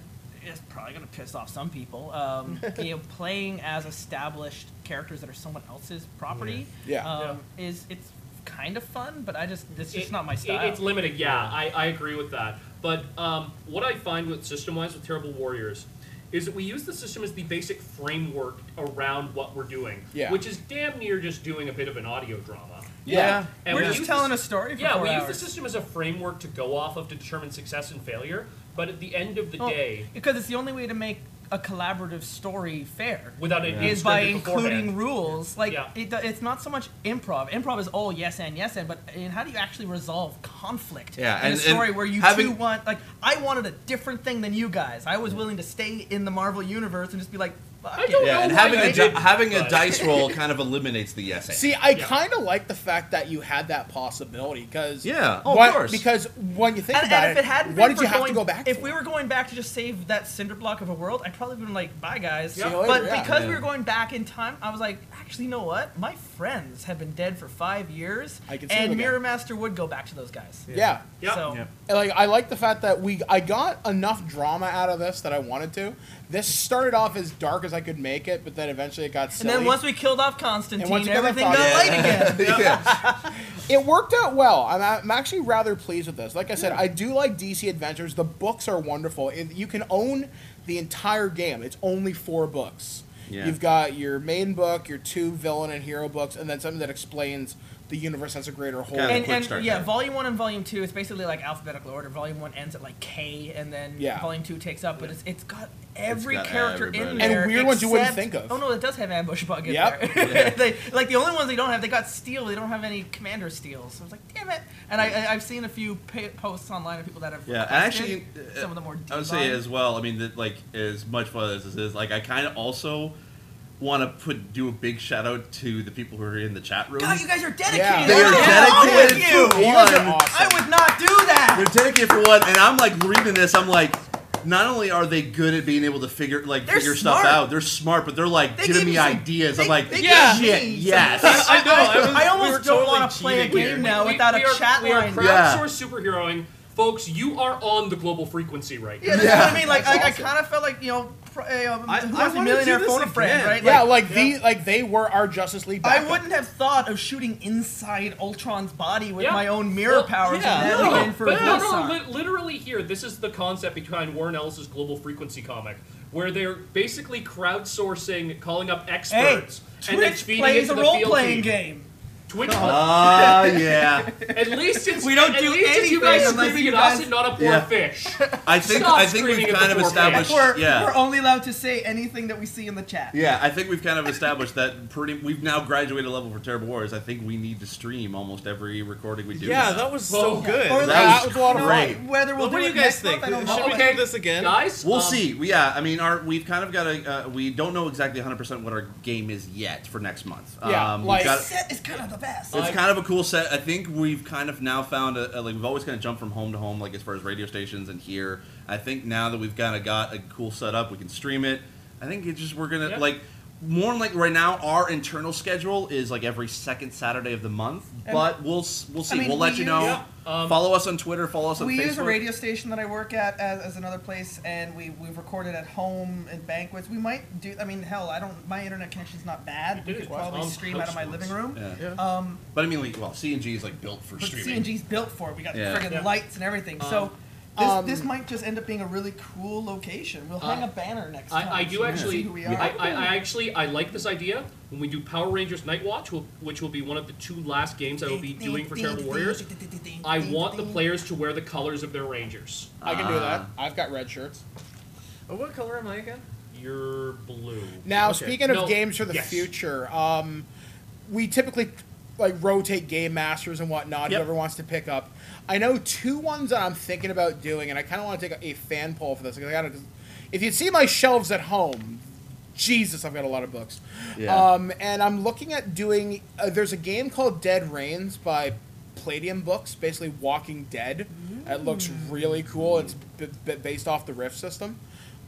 Speaker 4: it's probably gonna piss off some people. Um,
Speaker 2: [LAUGHS]
Speaker 4: you know, playing as established characters that are someone else's property.
Speaker 2: Yeah. Yeah.
Speaker 4: Um, Is it's kind of fun, but I just it's just
Speaker 3: It-
Speaker 4: not my
Speaker 3: it-
Speaker 4: style.
Speaker 3: it's limited. Yeah, I, I agree with that. But um, what I find with system wise with Terrible Warriors is that we use the system as the basic framework around what we're doing,
Speaker 2: Yeah.
Speaker 3: which is damn near just doing a bit of an audio drama.
Speaker 2: Yeah.
Speaker 3: And
Speaker 4: We're
Speaker 3: we
Speaker 4: just
Speaker 3: use
Speaker 4: telling a
Speaker 3: this-
Speaker 4: story for
Speaker 3: yeah,
Speaker 4: four
Speaker 3: we use
Speaker 4: hours.
Speaker 3: the system as a framework to go off of to determine success and failure. But at the end of the
Speaker 4: Well,
Speaker 3: day,
Speaker 4: because it's the only way to make a collaborative story fair.
Speaker 3: without it being
Speaker 4: is by
Speaker 3: scripted beforehand.
Speaker 4: including rules. Like
Speaker 3: Yeah.
Speaker 4: it, it's not so much improv. Improv is all yes and yes and, but and how do you actually resolve conflict
Speaker 7: Yeah,
Speaker 4: in
Speaker 7: and-
Speaker 4: a
Speaker 7: and
Speaker 4: story where you
Speaker 7: having-
Speaker 4: two want like I wanted a different thing than you guys. I was willing to stay in the Marvel universe and just be like, fuck it.
Speaker 3: don't
Speaker 7: Yeah,
Speaker 3: know
Speaker 7: and
Speaker 3: why
Speaker 7: having
Speaker 3: they
Speaker 7: a
Speaker 3: did,
Speaker 7: di- having a
Speaker 2: [LAUGHS]
Speaker 3: but-
Speaker 7: dice roll kind of eliminates the yes. and.
Speaker 2: See, I
Speaker 3: Yeah.
Speaker 2: kind of like the fact that you had that possibility because
Speaker 7: Yeah. Oh, of
Speaker 2: what-
Speaker 7: course.
Speaker 2: Because when you think
Speaker 4: And,
Speaker 2: about
Speaker 4: and if it hadn't
Speaker 2: what
Speaker 4: been
Speaker 2: did
Speaker 4: for
Speaker 2: you have
Speaker 4: going,
Speaker 2: to go back?
Speaker 4: If
Speaker 2: for?
Speaker 4: we were going back to just save that cinder block of a world, I'd probably been like, "Bye, guys."
Speaker 3: See you
Speaker 2: later,
Speaker 4: but
Speaker 2: yeah.
Speaker 4: because we
Speaker 7: Yeah.
Speaker 4: were going back in time, I was like, "Actually, you know what? My friends have been dead for five years,
Speaker 2: I can see them
Speaker 4: and
Speaker 2: again."
Speaker 4: Mirror Master would go back to those guys."
Speaker 2: yeah,
Speaker 3: Yep.
Speaker 4: So
Speaker 10: Yep.
Speaker 2: And, like I like the fact that we I got enough drama out of this that I wanted to. This started off as dark as I could make it, but then eventually it got
Speaker 4: And
Speaker 2: silly.
Speaker 4: then once we killed off Constantine,
Speaker 2: And once you killed off
Speaker 4: everything got
Speaker 2: Constantine-
Speaker 4: light again.
Speaker 7: [LAUGHS] [LAUGHS] yeah.
Speaker 2: it worked out well. I'm, I'm actually rather pleased with this. Like I said, I do like DC Adventures. The books are wonderful. It, you can own the entire game. It's only four books.
Speaker 7: Yeah.
Speaker 2: You've got your main book, your two villain and hero books, and then something that explains the universe as a greater whole.
Speaker 7: Got it.
Speaker 4: And,
Speaker 7: quick
Speaker 4: and
Speaker 7: start
Speaker 4: yeah,
Speaker 7: there.
Speaker 4: volume one and volume two is basically like alphabetical order. Volume one ends at like K, and then
Speaker 2: Yeah.
Speaker 4: volume two takes up. But it's it's got every
Speaker 7: got
Speaker 4: character in
Speaker 7: everybody.
Speaker 4: there.
Speaker 2: And weird ones you wouldn't
Speaker 4: except-
Speaker 2: think of.
Speaker 4: Oh no, it does have ambush bug in
Speaker 2: Yep.
Speaker 4: there. [LAUGHS] they, like the only ones they don't have, they got steel. They don't have any commander steel. So I was like, damn it. And I, I I've seen a few pa- posts online of people that have
Speaker 7: Yeah, and
Speaker 4: requested
Speaker 7: actually, uh,
Speaker 4: some of the more.
Speaker 7: I
Speaker 4: divine-
Speaker 7: would say as well. I mean, that like as much fun as this is, like I kind of also want to put do a big shout out to the people who are in the chat room.
Speaker 4: God, you guys are dedicated.
Speaker 2: Yeah.
Speaker 7: they are
Speaker 4: Wow,
Speaker 7: dedicated
Speaker 4: thank you.
Speaker 7: for
Speaker 2: You guys are
Speaker 7: one.
Speaker 2: awesome.
Speaker 4: I would not do that.
Speaker 7: They're dedicated for one, and I'm like reading this. I'm like, not only are they good at being able to figure like
Speaker 4: They're
Speaker 7: figure
Speaker 4: smart.
Speaker 7: stuff out, they're smart, but they're like
Speaker 4: They
Speaker 7: giving
Speaker 4: gave
Speaker 7: me
Speaker 4: me some-
Speaker 7: ideas.
Speaker 4: they-
Speaker 7: I'm like,
Speaker 4: they
Speaker 7: yeah,
Speaker 4: gave
Speaker 7: shit,
Speaker 4: me some-
Speaker 7: yes.
Speaker 4: [LAUGHS]
Speaker 3: I know. I, was,
Speaker 4: I
Speaker 3: we were
Speaker 4: almost don't
Speaker 3: totally
Speaker 4: want to play a
Speaker 3: cheating
Speaker 4: game
Speaker 3: here.
Speaker 4: now
Speaker 3: We-
Speaker 4: without
Speaker 3: we
Speaker 4: a
Speaker 3: are,
Speaker 4: chat
Speaker 3: we are
Speaker 4: line.
Speaker 3: crowdsourced superheroing, folks. You are on the global frequency right now.
Speaker 4: Yeah, that's what
Speaker 7: Yeah.
Speaker 4: I mean. Like,
Speaker 2: That's
Speaker 4: I,
Speaker 2: awesome.
Speaker 4: I kind of felt like you know, pr- uh, um,
Speaker 6: I-
Speaker 4: Who Wants
Speaker 6: I wanna
Speaker 4: a
Speaker 6: do
Speaker 4: Millionaire
Speaker 6: this
Speaker 4: phone a friend,
Speaker 6: again.
Speaker 4: right?
Speaker 2: yeah,
Speaker 4: Like,
Speaker 2: like the like they were our Justice League.
Speaker 4: I
Speaker 2: backup.
Speaker 4: wouldn't have thought of shooting inside Ultron's body with
Speaker 3: Yeah.
Speaker 4: my own mirror
Speaker 3: Well,
Speaker 4: powers
Speaker 6: yeah,
Speaker 4: and then
Speaker 3: No,
Speaker 4: again for
Speaker 3: but no, no,
Speaker 4: Pulsar.
Speaker 3: li- literally here, this is the concept behind Warren Ellis's global frequency comic, where they're basically crowdsourcing, calling up
Speaker 4: Hey,
Speaker 3: experts, and then
Speaker 4: Twitch
Speaker 3: feeding
Speaker 4: plays
Speaker 3: into
Speaker 4: a
Speaker 3: the
Speaker 4: role
Speaker 3: field
Speaker 4: playing
Speaker 3: team.
Speaker 4: game.
Speaker 3: Twitch,
Speaker 7: Ah, yeah.
Speaker 3: at least
Speaker 4: [LAUGHS]
Speaker 3: it's
Speaker 4: We don't
Speaker 3: at
Speaker 4: do
Speaker 3: least it's
Speaker 4: anything
Speaker 3: you guys
Speaker 4: unless
Speaker 3: screaming
Speaker 4: you
Speaker 3: at us
Speaker 4: guys-
Speaker 3: and not a poor
Speaker 7: Yeah.
Speaker 3: fish.
Speaker 7: I think
Speaker 3: Stop
Speaker 7: I think we've
Speaker 3: screaming at
Speaker 7: kind
Speaker 3: the
Speaker 7: of
Speaker 3: poor
Speaker 7: established.
Speaker 3: man.
Speaker 4: We're,
Speaker 7: yeah.
Speaker 4: we're only allowed to say anything that we see in the chat.
Speaker 7: Yeah, I think we've kind of established that pretty. We've now graduated level for Terrible Wars. I think we need to stream almost every recording we do.
Speaker 6: Yeah,
Speaker 7: now.
Speaker 6: that was
Speaker 3: Well,
Speaker 6: so good.
Speaker 2: Or
Speaker 7: That
Speaker 2: that
Speaker 7: was
Speaker 2: was a lot of
Speaker 7: great.
Speaker 2: fun.
Speaker 4: Whether we'll
Speaker 6: what do
Speaker 4: do
Speaker 6: you
Speaker 4: it
Speaker 6: guys
Speaker 4: next
Speaker 6: think?
Speaker 4: month, I don't
Speaker 6: Should
Speaker 4: know.
Speaker 6: we
Speaker 3: Okay.
Speaker 6: do this again?
Speaker 3: Guys,
Speaker 7: We'll
Speaker 3: um,
Speaker 7: see. We- Yeah, I mean, our we've kind of got a. Uh, we don't know exactly 100 percent what our game is yet for next month.
Speaker 2: Yeah,
Speaker 7: um, we've
Speaker 2: like-
Speaker 7: got-
Speaker 4: Set is kind of the best.
Speaker 7: it's kind of a cool set. I think we've kind of now found a, a- like we've always kind of jumped from home to home, like as far as radio stations and here. I think now that we've kind of got a cool setup, we can stream it. I think it just we're gonna
Speaker 3: Yeah.
Speaker 7: like more like right now our internal schedule is like every second Saturday of the month, but we'll s- we'll see.
Speaker 4: mean,
Speaker 7: we'll let
Speaker 4: we
Speaker 7: you
Speaker 4: use-
Speaker 7: know.
Speaker 3: Yeah, um,
Speaker 7: follow us on Twitter. Follow us on
Speaker 4: we
Speaker 7: Facebook.
Speaker 4: use a radio station that I work at as, as another place, and we we've recorded at home and banquets. We might do. I mean, hell, I don't. My internet connection's not bad.
Speaker 3: You
Speaker 4: We
Speaker 3: did
Speaker 4: could
Speaker 3: it.
Speaker 4: probably
Speaker 3: Wow.
Speaker 4: stream out of my living room.
Speaker 7: Yeah.
Speaker 4: Um,
Speaker 7: But I mean, like, well, C and G is like built for
Speaker 4: but
Speaker 7: streaming. [LAUGHS]
Speaker 4: CNG's built for it. We got
Speaker 7: Yeah.
Speaker 4: friggin'
Speaker 3: Yeah.
Speaker 4: lights and everything. so. This,
Speaker 2: Um,
Speaker 4: this might just end up being a really cool location. We'll hang
Speaker 3: Uh,
Speaker 4: a banner next time.
Speaker 3: I, I
Speaker 4: so
Speaker 3: do
Speaker 4: you can see
Speaker 3: actually.
Speaker 4: who we are.
Speaker 3: I, I, I actually I like this idea. When we do Power Rangers Night Watch, will- which will be one of the two last games I will be doing for Terrible Warriors, I want the players to wear the colors of their Rangers.
Speaker 2: I can do that. I've got red shirts.
Speaker 6: Oh, what color am I again?
Speaker 3: You're blue.
Speaker 2: Now,
Speaker 6: Okay.
Speaker 2: speaking of
Speaker 3: No,
Speaker 2: games for the
Speaker 3: yes.
Speaker 2: future, um, we typically like rotate game masters and whatnot.
Speaker 7: Yep.
Speaker 2: Whoever wants to pick up. I know two ones that I'm thinking about doing, and I kind of want to take a, a fan poll for this. 'cause I gotta, 'cause if you see my shelves at home, Jesus, I've got a lot of books.
Speaker 7: Yeah.
Speaker 2: Um, and I'm looking at doing. Uh, there's a game called Dead Rains by Palladium Books, basically Walking Dead. That looks really cool. It's b- b- based off the Rift system.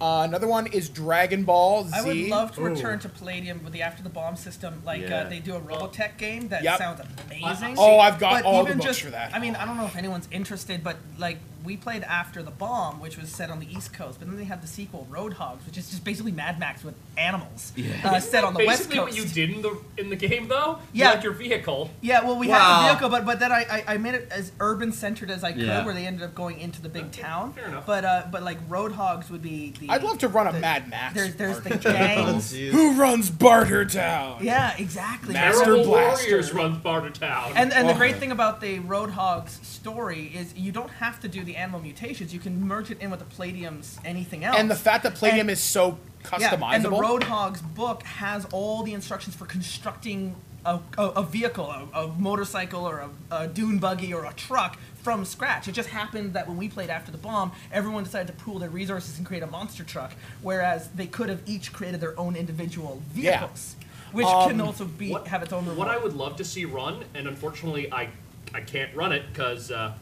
Speaker 2: Uh, another one is Dragon Ball Z.
Speaker 4: I would love to
Speaker 6: Ooh.
Speaker 4: return to Palladium with the After the Bomb system. Like
Speaker 7: Yeah.
Speaker 4: uh, they do a Robotech game that
Speaker 2: Yep.
Speaker 4: sounds amazing.
Speaker 2: Oh, I've got
Speaker 4: but
Speaker 2: all the
Speaker 4: even
Speaker 2: books
Speaker 4: just,
Speaker 2: for that.
Speaker 4: I mean, I don't know if anyone's interested, but like we played after the bomb, which was set on the East Coast, but then they had the sequel Road Hogs, which is just basically Mad Max with animals uh,
Speaker 3: Isn't
Speaker 4: set
Speaker 3: that
Speaker 4: on the West
Speaker 3: basically
Speaker 4: Coast.
Speaker 3: what you did in the in the game though? You
Speaker 4: Yeah.
Speaker 3: like your vehicle.
Speaker 4: Yeah, well, we had
Speaker 7: Wow.
Speaker 4: the vehicle, but but then I, I, I made it as urban centered as I could,
Speaker 7: Yeah.
Speaker 4: where they ended up going into the big town.
Speaker 3: Fair enough.
Speaker 4: But uh, but like Road Hogs would be the.
Speaker 2: I'd love to run a
Speaker 4: the-
Speaker 2: Mad Max.
Speaker 4: There's there's the
Speaker 2: RPG.
Speaker 6: Oh,
Speaker 4: gangs.
Speaker 6: jeez.
Speaker 2: Who runs Barter Town?
Speaker 4: yeah, exactly.
Speaker 2: Master
Speaker 3: Terrible
Speaker 2: Blaster.
Speaker 3: Warriors run Barter Town.
Speaker 4: And, and the great thing about the Roadhog's story is you don't have to do the animal mutations. You can merge it in with the Palladium's anything else.
Speaker 2: And the fact that Palladium
Speaker 4: And-
Speaker 2: is so
Speaker 4: yeah,
Speaker 2: customizable.
Speaker 4: and the Roadhog's book has all the instructions for constructing a, a, a vehicle, a, a motorcycle, or a, a dune buggy, or a truck from scratch. It just happened that when we played After the Bomb, everyone decided to pool their resources and create a monster truck, whereas they could have each created their own individual
Speaker 2: Yeah. Um,
Speaker 4: vehicles, which can also be
Speaker 3: What-
Speaker 4: have its own reward.
Speaker 3: What I would love to see run, and unfortunately I I can't run it because uh,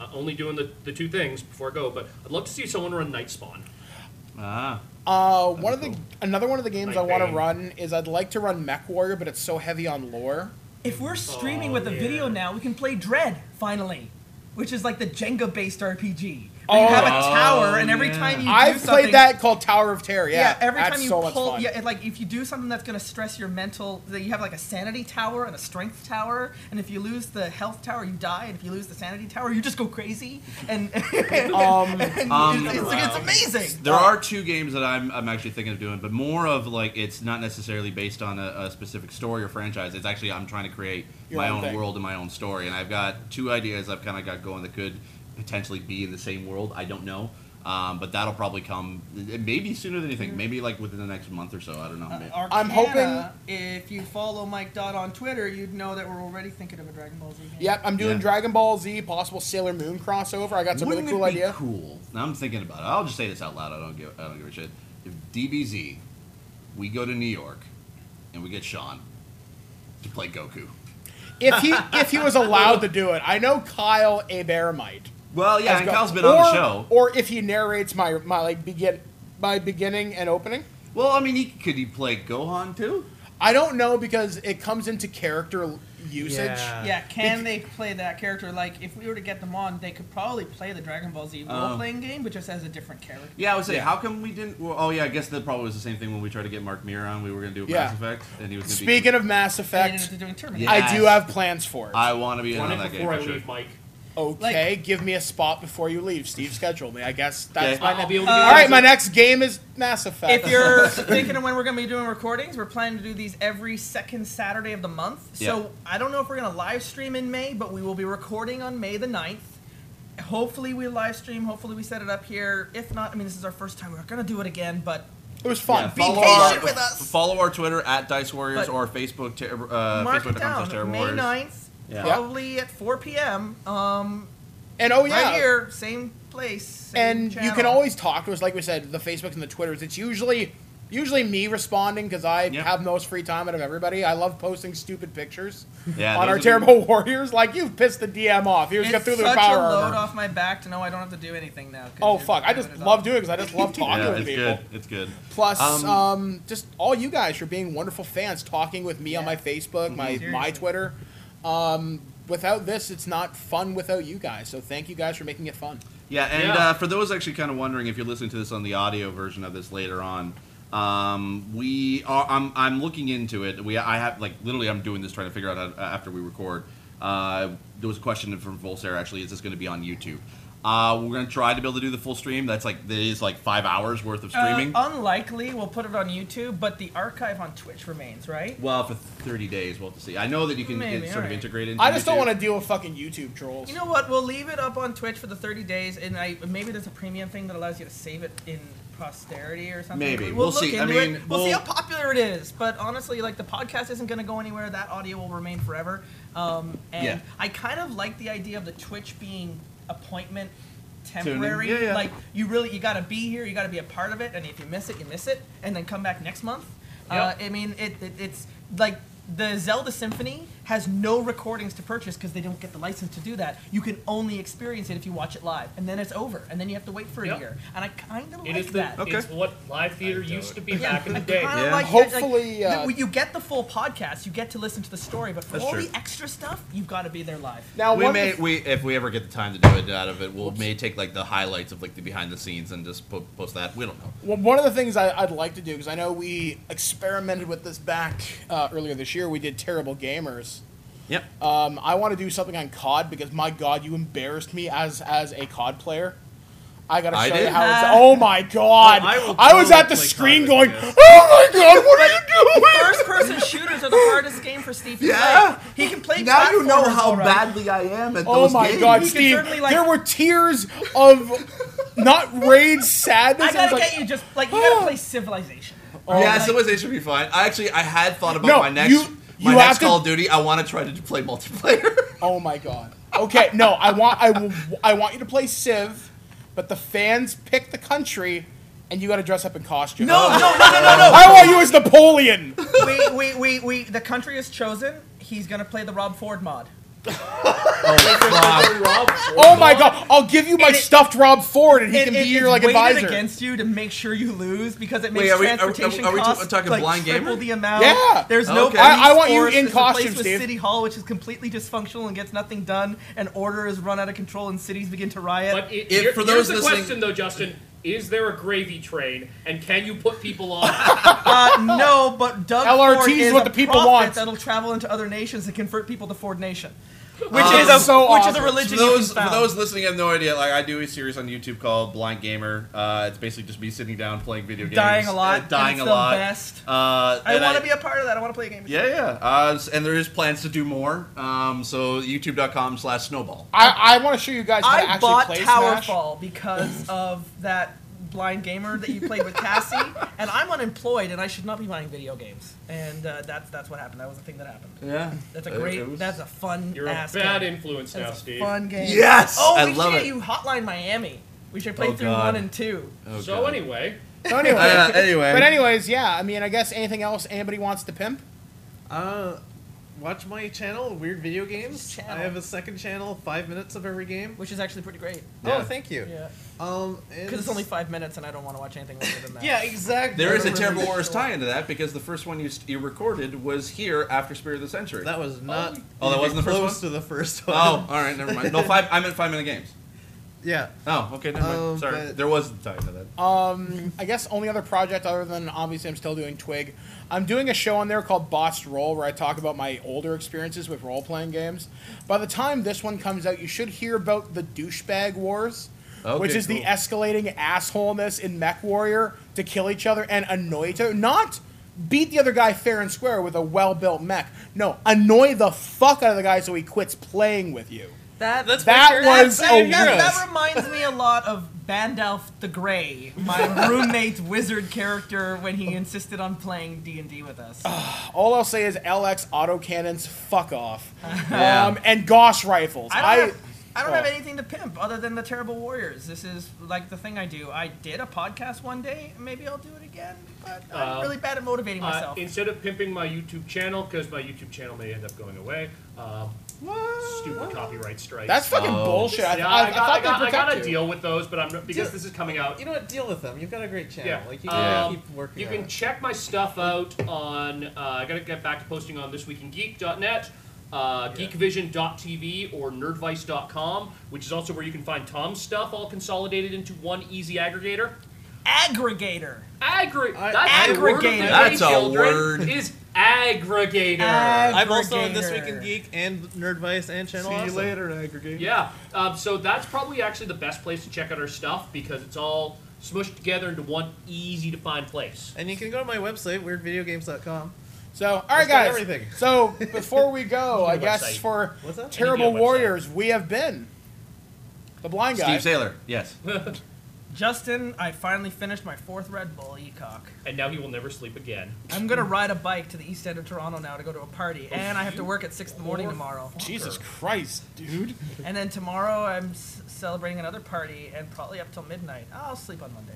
Speaker 3: uh, only doing the, the two things before I go. But I'd love to see someone run Night Spawn.
Speaker 7: Ah.
Speaker 2: Uh, one of the another one of the games
Speaker 3: Like
Speaker 2: I want to
Speaker 3: Bane.
Speaker 2: run is I'd like to run Mech Warrior, but it's so heavy on lore.
Speaker 4: If we're streaming
Speaker 3: Oh,
Speaker 4: with a video
Speaker 3: yeah.
Speaker 4: now, we can play Dread finally, which is like the Jenga-based RPG. Where
Speaker 2: Oh.
Speaker 4: you have a tower, and every
Speaker 7: yeah.
Speaker 4: time you do
Speaker 2: I've
Speaker 4: something,
Speaker 2: played that called Tower of Terror. Yeah,
Speaker 4: every
Speaker 2: that's
Speaker 4: time you
Speaker 2: so much
Speaker 4: pull,
Speaker 2: fun.
Speaker 4: yeah, it, like if you do something that's gonna stress your mental, that you have like a sanity tower and a strength tower, and if you lose the health tower, you die, and if you lose the sanity tower, you just go crazy, and, [LAUGHS]
Speaker 2: Um,
Speaker 4: and
Speaker 7: Um,
Speaker 4: it's, it's, it's amazing.
Speaker 7: There are two games that I'm, I'm actually thinking of doing, but more of like it's not necessarily based on a, a specific story or franchise. It's actually I'm trying to create
Speaker 2: Your
Speaker 7: my
Speaker 2: own
Speaker 7: own
Speaker 2: thing.
Speaker 7: world and my own story. And I've got two ideas I've kind of got going that could potentially be in the same world. I don't know, um, but that'll probably come uh, maybe sooner than you
Speaker 2: Mm-hmm.
Speaker 7: think. Maybe like within the next month or so. I don't know.
Speaker 2: Uh,
Speaker 7: maybe.
Speaker 2: I'm
Speaker 4: Arcana, if you follow Mike Dodd on Twitter, you'd know that we're already thinking of a Dragon Ball Z game.
Speaker 2: Yep, I'm doing
Speaker 7: Yeah.
Speaker 2: Dragon Ball Z, possible Sailor Moon crossover. I got some
Speaker 7: Wouldn't
Speaker 2: really cool
Speaker 7: it be
Speaker 2: idea.
Speaker 7: cool? Now I'm thinking about it. I'll just say this out loud. I don't give. I don't give a shit. If DBZ, we go to New York, and we get Sean to play Goku.
Speaker 2: If he if he was allowed to do it, I know Kyle Aber might.
Speaker 7: Well, yeah,
Speaker 2: As
Speaker 7: and
Speaker 2: Go-
Speaker 7: Kyle's been on the
Speaker 2: or-
Speaker 7: show.
Speaker 2: Or if he narrates my my like begin my beginning and opening.
Speaker 7: well, I mean, he could he play Gohan too?
Speaker 2: I don't know because it comes into character usage.
Speaker 7: Uh,
Speaker 6: Yeah.
Speaker 4: Yeah, can they play that character? Like, if we were to get them on, they could probably play the Dragon Ball Z
Speaker 7: Oh.
Speaker 4: role playing game, but just as a different character.
Speaker 7: Yeah, I would say. How come we didn't? Well, oh yeah, I guess that probably was the same thing when we tried to get Mark Mir on. We were gonna do a
Speaker 2: Yeah.
Speaker 7: Mass Effect, and he was gonna
Speaker 2: Speaking
Speaker 7: Be,
Speaker 2: of Mass
Speaker 4: They ended
Speaker 2: Effect,
Speaker 4: up doing Terminator.
Speaker 7: Yeah.
Speaker 2: I do
Speaker 7: Yes.
Speaker 2: have plans for it.
Speaker 7: I want to be in on
Speaker 3: Run
Speaker 7: that
Speaker 3: it
Speaker 7: game
Speaker 3: before I
Speaker 7: for sure.
Speaker 3: leave, Mike.
Speaker 2: okay, give me a spot before you leave. Steve, schedule me. I guess that's
Speaker 7: Okay.
Speaker 2: my
Speaker 3: I'll
Speaker 2: next.
Speaker 3: be able to do
Speaker 2: All right,
Speaker 3: that.
Speaker 2: my next game is Mass Effect.
Speaker 4: Oh, uh, If you're thinking of when we're going to be doing recordings, we're planning to do these every second Saturday of the month. So
Speaker 7: Yeah.
Speaker 4: I don't know if we're going to live stream in May, but we will be recording on May the 9th. Hopefully we live stream. Hopefully we set it up here. If not, I mean, this is our first time. We're going to do it again, but
Speaker 2: it was fun.
Speaker 7: Yeah, follow
Speaker 4: patient
Speaker 7: our,
Speaker 4: with us.
Speaker 7: Follow our Twitter at Dice Warriors
Speaker 4: But-
Speaker 7: or Facebook. Ter- uh,
Speaker 4: mark it
Speaker 7: Facebook.com slash
Speaker 4: down.
Speaker 7: Terror
Speaker 4: May
Speaker 7: Warriors.
Speaker 4: 9th,
Speaker 7: Yeah.
Speaker 4: probably at 4 p.m. Um,
Speaker 2: and oh yeah,
Speaker 4: Right here, same place. Same
Speaker 2: and you can
Speaker 4: channel.
Speaker 2: always talk to us like we said the facebooks and the twitters it's usually usually me responding because i
Speaker 7: Yep.
Speaker 2: have most free time out of everybody i love posting stupid pictures
Speaker 7: Yeah,
Speaker 2: on
Speaker 7: those
Speaker 2: our
Speaker 7: are the-
Speaker 2: terrible [LAUGHS] warriors like you've pissed the dm off here's
Speaker 4: It's
Speaker 2: cthulhu
Speaker 4: such
Speaker 2: power
Speaker 4: a load
Speaker 2: armor
Speaker 4: off my back to know I don't have to do anything now. 'cause
Speaker 2: oh
Speaker 4: you're
Speaker 2: fuck i
Speaker 4: doing
Speaker 2: just
Speaker 4: it all.
Speaker 2: love doing it because i just love talking
Speaker 7: [LAUGHS] Yeah,
Speaker 2: with
Speaker 7: it's
Speaker 2: people
Speaker 7: good. It's good.
Speaker 2: Plus, um,
Speaker 7: Um,
Speaker 2: just all you guys for being wonderful fans, talking with me on
Speaker 4: Yeah.
Speaker 2: my Facebook, my my
Speaker 4: Seriously.
Speaker 2: Twitter. Um, without this, it's not fun. Without you guys, so thank you guys for making it fun.
Speaker 7: Yeah, and
Speaker 3: Yeah.
Speaker 7: Uh, for those actually kind of wondering if you're listening to this on the audio version of this later on, um, we are. I'm, I'm looking into it. We I have like literally I'm doing this trying to figure out how, after we record. Uh, there was a question from Volsair actually. Is this going to be on YouTube? Uh, we're going to try to be able to do the full stream. That's like that is like five hours worth of
Speaker 4: Uh,
Speaker 7: streaming.
Speaker 4: unlikely, we'll put it on YouTube, but the archive on Twitch remains, right?
Speaker 7: well, for 30 days, we'll have to see. I know that you can
Speaker 4: Maybe,
Speaker 7: it's sort of
Speaker 4: alright.
Speaker 7: integrate into
Speaker 2: I just don't
Speaker 7: YouTube.
Speaker 2: want to deal with fucking YouTube trolls.
Speaker 4: You know what? We'll leave it up on Twitch for the 30 days, and I maybe there's a premium thing that allows you to save it in posterity or something.
Speaker 7: Maybe.
Speaker 4: we'll,
Speaker 7: We'll
Speaker 4: look
Speaker 7: see. I
Speaker 4: into
Speaker 7: mean,
Speaker 4: it. We'll, see
Speaker 7: we'll-
Speaker 4: how popular it is. But honestly, like the podcast isn't going to go anywhere. That audio will remain forever. Um, and
Speaker 7: Yeah.
Speaker 4: I kind of like the idea of the Twitch being appointment temporary.
Speaker 7: Tuning. Yeah, yeah.
Speaker 4: Like you really, you got to be here. You got to be a part of it. And if you miss it, you miss it, and then come back next month. Uh,
Speaker 3: Yep.
Speaker 4: I mean, it, it it's like the Zelda Symphony has no recordings to purchase because they don't get the license to do that. You can only experience it if you watch it live, and then it's over, and then you have to wait for a
Speaker 3: Yep.
Speaker 4: year. And I kind of
Speaker 3: It
Speaker 4: like
Speaker 3: is the,
Speaker 4: that.
Speaker 3: it's what live theater used to be
Speaker 4: Yeah,
Speaker 3: back in the
Speaker 4: I
Speaker 3: day.
Speaker 4: kinda
Speaker 5: Yeah.
Speaker 4: [LAUGHS] like that, like,
Speaker 2: Hopefully,
Speaker 4: the-
Speaker 2: uh,
Speaker 4: when you get the full podcast. You get to listen to the story, but for
Speaker 5: That's
Speaker 4: all
Speaker 5: true.
Speaker 4: the extra stuff, you've got to be there live. [LAUGHS]
Speaker 2: Now,
Speaker 5: we
Speaker 2: one
Speaker 5: may
Speaker 2: of the-
Speaker 5: we if we ever get the time to do it out of it, we'll may take like the highlights of like the behind the scenes and just po- post that. We don't know.
Speaker 2: well, one of the things I, I'd like to do because I know we experimented with this back uh, earlier this year. We did terrible gamers.
Speaker 5: Yep.
Speaker 2: Um, I want to do something on COD because my God, you embarrassed me as as a COD player. I gotta show
Speaker 5: I
Speaker 2: you
Speaker 5: did.
Speaker 2: how it's.
Speaker 4: Ah.
Speaker 2: Oh my God!
Speaker 9: I will
Speaker 2: I, was at
Speaker 9: totally
Speaker 2: the
Speaker 9: play COD
Speaker 2: screen
Speaker 9: with
Speaker 2: going,
Speaker 9: you
Speaker 2: "Oh
Speaker 9: guys."
Speaker 2: my God, what are you doing?"
Speaker 4: First person shooters are the hardest game for Steve to
Speaker 5: Yeah.
Speaker 4: play. He can play
Speaker 5: Now you know
Speaker 4: platformers
Speaker 5: how
Speaker 4: all right.
Speaker 5: badly I am at [LAUGHS]
Speaker 2: Oh
Speaker 5: those
Speaker 2: my
Speaker 5: games.
Speaker 2: God,
Speaker 4: You can
Speaker 2: Steve!
Speaker 4: certainly, like-
Speaker 2: there were tears of not rage, sadness.
Speaker 4: [LAUGHS] I gotta
Speaker 2: was like,
Speaker 4: get you just like
Speaker 5: [GASPS]
Speaker 4: you gotta play Civilization.
Speaker 5: yeah,
Speaker 4: like-
Speaker 5: Civilization should be fine. I actually I had thought about
Speaker 2: No,
Speaker 5: my next
Speaker 2: you-
Speaker 5: my
Speaker 2: you have
Speaker 5: next
Speaker 2: to-
Speaker 5: Call of Duty. I want to try to play
Speaker 4: [LAUGHS]
Speaker 5: multiplayer.
Speaker 2: Oh my god. Okay, no, I want I will I want you to play Civ, but the fans pick the country, and you got to dress up in costume.
Speaker 4: No, no, no, no, no, no.
Speaker 2: I want you as Napoleon.
Speaker 4: we, we, we, we, the country is chosen. He's gonna play the Rob Ford mod.
Speaker 5: Fuck.
Speaker 2: Oh my god! I'll give you my
Speaker 4: And it-
Speaker 2: stuffed Rob Ford, and he can be
Speaker 4: it, it-
Speaker 2: your like
Speaker 4: it's weighted
Speaker 2: advisor.
Speaker 4: against you to make sure you lose because it makes
Speaker 5: Wait, are we- are- are-
Speaker 4: transportation
Speaker 5: are we t-
Speaker 4: costs
Speaker 5: talking
Speaker 4: like
Speaker 5: blind
Speaker 4: triple
Speaker 5: gamer?
Speaker 4: the amount.
Speaker 2: Yeah.
Speaker 4: there's no.
Speaker 5: Okay. I-
Speaker 2: I
Speaker 4: police
Speaker 2: want you
Speaker 4: force.
Speaker 2: in
Speaker 4: It's
Speaker 2: costume,
Speaker 4: replaced with
Speaker 2: Steve.
Speaker 4: City Hall, which is completely dysfunctional and gets nothing done, and order is run out of control, and cities begin to riot.
Speaker 3: But it,
Speaker 5: If-
Speaker 3: here-
Speaker 5: for those
Speaker 3: here's the
Speaker 5: listening-
Speaker 3: question, though, Justin: Is there a gravy train, and can you put
Speaker 2: [LAUGHS]
Speaker 3: people on?
Speaker 4: uh, no, but Doug
Speaker 2: LRT
Speaker 4: Ford
Speaker 2: is
Speaker 4: is
Speaker 2: what
Speaker 4: a
Speaker 2: the people
Speaker 4: prophet
Speaker 2: want.
Speaker 4: That'll travel into other nations and convert people to Ford Nation, which
Speaker 2: Um,
Speaker 4: is a
Speaker 2: so
Speaker 4: which is
Speaker 2: awesome.
Speaker 4: a religion.
Speaker 5: For
Speaker 4: you can
Speaker 5: those, for
Speaker 4: found.
Speaker 5: those listening, have no idea. Like I do a series on YouTube called Blind Gamer. Uh, it's basically just me sitting down playing video games,
Speaker 4: Dying a lot,
Speaker 5: uh, dying a
Speaker 4: and it's the
Speaker 5: lot.
Speaker 4: best.
Speaker 5: Uh,
Speaker 4: I
Speaker 5: and
Speaker 4: want to be a part of that. I want to play a game. with
Speaker 5: Yeah, yeah. Uh, s- and there is plans to do more. Um, so YouTube.com slash Snowball.
Speaker 2: I, I want to show you guys how to
Speaker 4: I
Speaker 2: actually
Speaker 4: bought
Speaker 2: play
Speaker 4: Towerfall
Speaker 2: Smash. [LAUGHS]
Speaker 4: because of that blind gamer that you played with Cassie, and I'm unemployed and I should not be buying video games. And uh, that's that's what happened. That was the thing that happened.
Speaker 5: Yeah,
Speaker 4: That's a great. that's a fun.
Speaker 3: You're a
Speaker 4: ass
Speaker 3: bad
Speaker 4: game.
Speaker 3: influence now,
Speaker 4: That's a
Speaker 3: Steve.
Speaker 4: fun game.
Speaker 5: Yes,
Speaker 4: Oh, we
Speaker 5: I
Speaker 4: should
Speaker 5: love
Speaker 4: get
Speaker 5: it.
Speaker 4: you Hotline Miami. We should play
Speaker 5: Oh,
Speaker 4: through
Speaker 5: God.
Speaker 4: one and two.
Speaker 5: Oh,
Speaker 3: so
Speaker 5: God.
Speaker 3: anyway,
Speaker 2: So
Speaker 7: [LAUGHS]
Speaker 2: anyway,
Speaker 5: Uh, anyway.
Speaker 2: but anyways, yeah. I mean, I guess anything else anybody wants to pimp?
Speaker 6: Uh, watch my channel, Weird Video Games.
Speaker 4: Channel.
Speaker 6: I have a second channel, five minutes of every game.
Speaker 4: Which is actually pretty great.
Speaker 6: Oh, thank you.
Speaker 4: Yeah.
Speaker 6: Um,
Speaker 4: Because it's only five minutes and I don't want to watch anything longer than that.
Speaker 6: Yeah, exactly.
Speaker 5: There is a
Speaker 4: Really
Speaker 5: terrible
Speaker 4: good
Speaker 5: wars
Speaker 4: story.
Speaker 5: tie into that because the first one you, st- you recorded was here after Spirit of the Century.
Speaker 6: [LAUGHS] That was not.
Speaker 5: Oh, that wasn't the first
Speaker 6: close
Speaker 5: one?
Speaker 6: to the first
Speaker 5: oh,
Speaker 6: one.
Speaker 5: all right, never mind.
Speaker 6: [LAUGHS]
Speaker 5: No, five. I meant five minute games.
Speaker 6: yeah.
Speaker 5: Oh, okay, never mind.
Speaker 6: Um,
Speaker 5: Sorry,
Speaker 6: but-
Speaker 5: there was a tie into that.
Speaker 2: Um, I guess only other project other than obviously I'm still doing Twig. I'm doing a show on there called Bossed Roll where I talk about my older experiences with role playing games. By the time this one comes out, you should hear about the douchebag wars,
Speaker 5: Okay,
Speaker 2: which is the
Speaker 5: cool.
Speaker 2: escalating assholeness in Mech Warrior to kill each other and annoy each other. Not beat the other guy fair and square with a well built mech. No, annoy the fuck out of the guy so he quits playing with you.
Speaker 4: That,
Speaker 2: That was
Speaker 4: that,
Speaker 2: a
Speaker 4: that,
Speaker 2: riff.
Speaker 4: that reminds me a lot of Bandalf the Grey,
Speaker 2: [LAUGHS]
Speaker 4: my roommate's wizard character when he insisted on playing D and D with us.
Speaker 2: All I'll say is LX autocannons, fuck off.
Speaker 5: Yeah.
Speaker 2: Um, and Gosh rifles.
Speaker 4: I don't, have, I don't have
Speaker 2: oh.
Speaker 4: anything to pimp other than the terrible warriors. This is like the thing I do. I did a podcast one day. Maybe I'll do it again, but I'm
Speaker 3: Uh,
Speaker 4: really bad at motivating
Speaker 3: uh,
Speaker 4: myself.
Speaker 3: instead of pimping my YouTube channel, because my YouTube channel may end up going away, um, stupid copyright strikes.
Speaker 2: That's fucking
Speaker 5: Oh.
Speaker 2: bullshit. I,
Speaker 3: yeah,
Speaker 2: I,
Speaker 3: I,
Speaker 2: I
Speaker 3: got, I,
Speaker 2: thought
Speaker 3: got,
Speaker 2: they
Speaker 3: I
Speaker 2: protect
Speaker 3: gotta
Speaker 2: you.
Speaker 3: deal with those, but I'm not- because this is coming out.
Speaker 6: You know what? Deal with them. You've got a great channel.
Speaker 3: Yeah.
Speaker 6: Like you
Speaker 3: Um,
Speaker 6: can keep working.
Speaker 3: You
Speaker 6: on
Speaker 3: can
Speaker 6: it.
Speaker 3: check my stuff out on. Uh, I gotta get back to posting on thisweekingeek.net, uh, geekvision.tv, or nerdvice.com, which is also where you can find Tom's stuff all consolidated into one easy aggregator.
Speaker 4: Aggregator.
Speaker 3: Aggre-
Speaker 6: I-
Speaker 3: that's the word of the
Speaker 4: Aggregator.
Speaker 3: day,
Speaker 5: That's a
Speaker 3: children,
Speaker 5: word.
Speaker 3: Is aggregator.
Speaker 6: I've also on this week in
Speaker 4: Aggregator.
Speaker 6: Geek and Nerdvice and Channel. Awesome.
Speaker 5: aggregate.
Speaker 3: Yeah. Um, so that's probably actually the best place to check out our stuff because it's all smushed together into one easy to find place.
Speaker 6: And you can go to my website, weirdvideogames.com.
Speaker 2: So, all right,
Speaker 6: It's got
Speaker 2: guys.
Speaker 6: everything.
Speaker 2: So, before we go, I
Speaker 3: Website.
Speaker 2: guess for
Speaker 6: What's that?
Speaker 2: Terrible
Speaker 3: Any good website.
Speaker 2: Warriors, we have been the blind guy.
Speaker 5: Steve Saylor. Yes.
Speaker 4: Justin, I finally finished my fourth Red Bull. Ecock.
Speaker 3: And now he will never sleep again.
Speaker 4: I'm gonna ride a bike to the east end of Toronto now to go to a party, and I have to work at six in the morning tomorrow.
Speaker 2: Jesus Christ, dude.
Speaker 4: And then tomorrow I'm s- celebrating another party, and probably up till midnight. I'll sleep on Monday.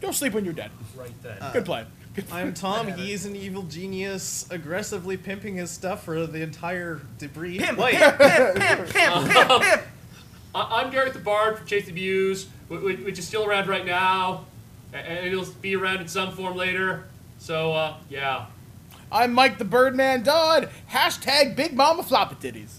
Speaker 2: Don't sleep when you're dead.
Speaker 6: Uh,
Speaker 3: Right then.
Speaker 2: Good play.
Speaker 6: I'm Tom. He's an evil genius, aggressively pimping his stuff for the entire debris.
Speaker 4: Pimp,
Speaker 6: plate.
Speaker 4: pimp, pimp, pimp, pimp, pimp, pimp.
Speaker 3: I- I'm Derek the Bard from Chase the Muse, wh- wh- which is still around right now, a- and it'll be around in some form later. So, uh,
Speaker 9: [LAUGHS]
Speaker 3: yeah.
Speaker 2: I'm Mike the Birdman Dodd. Hashtag Big Mama Floppy
Speaker 9: [LAUGHS]
Speaker 2: Titties.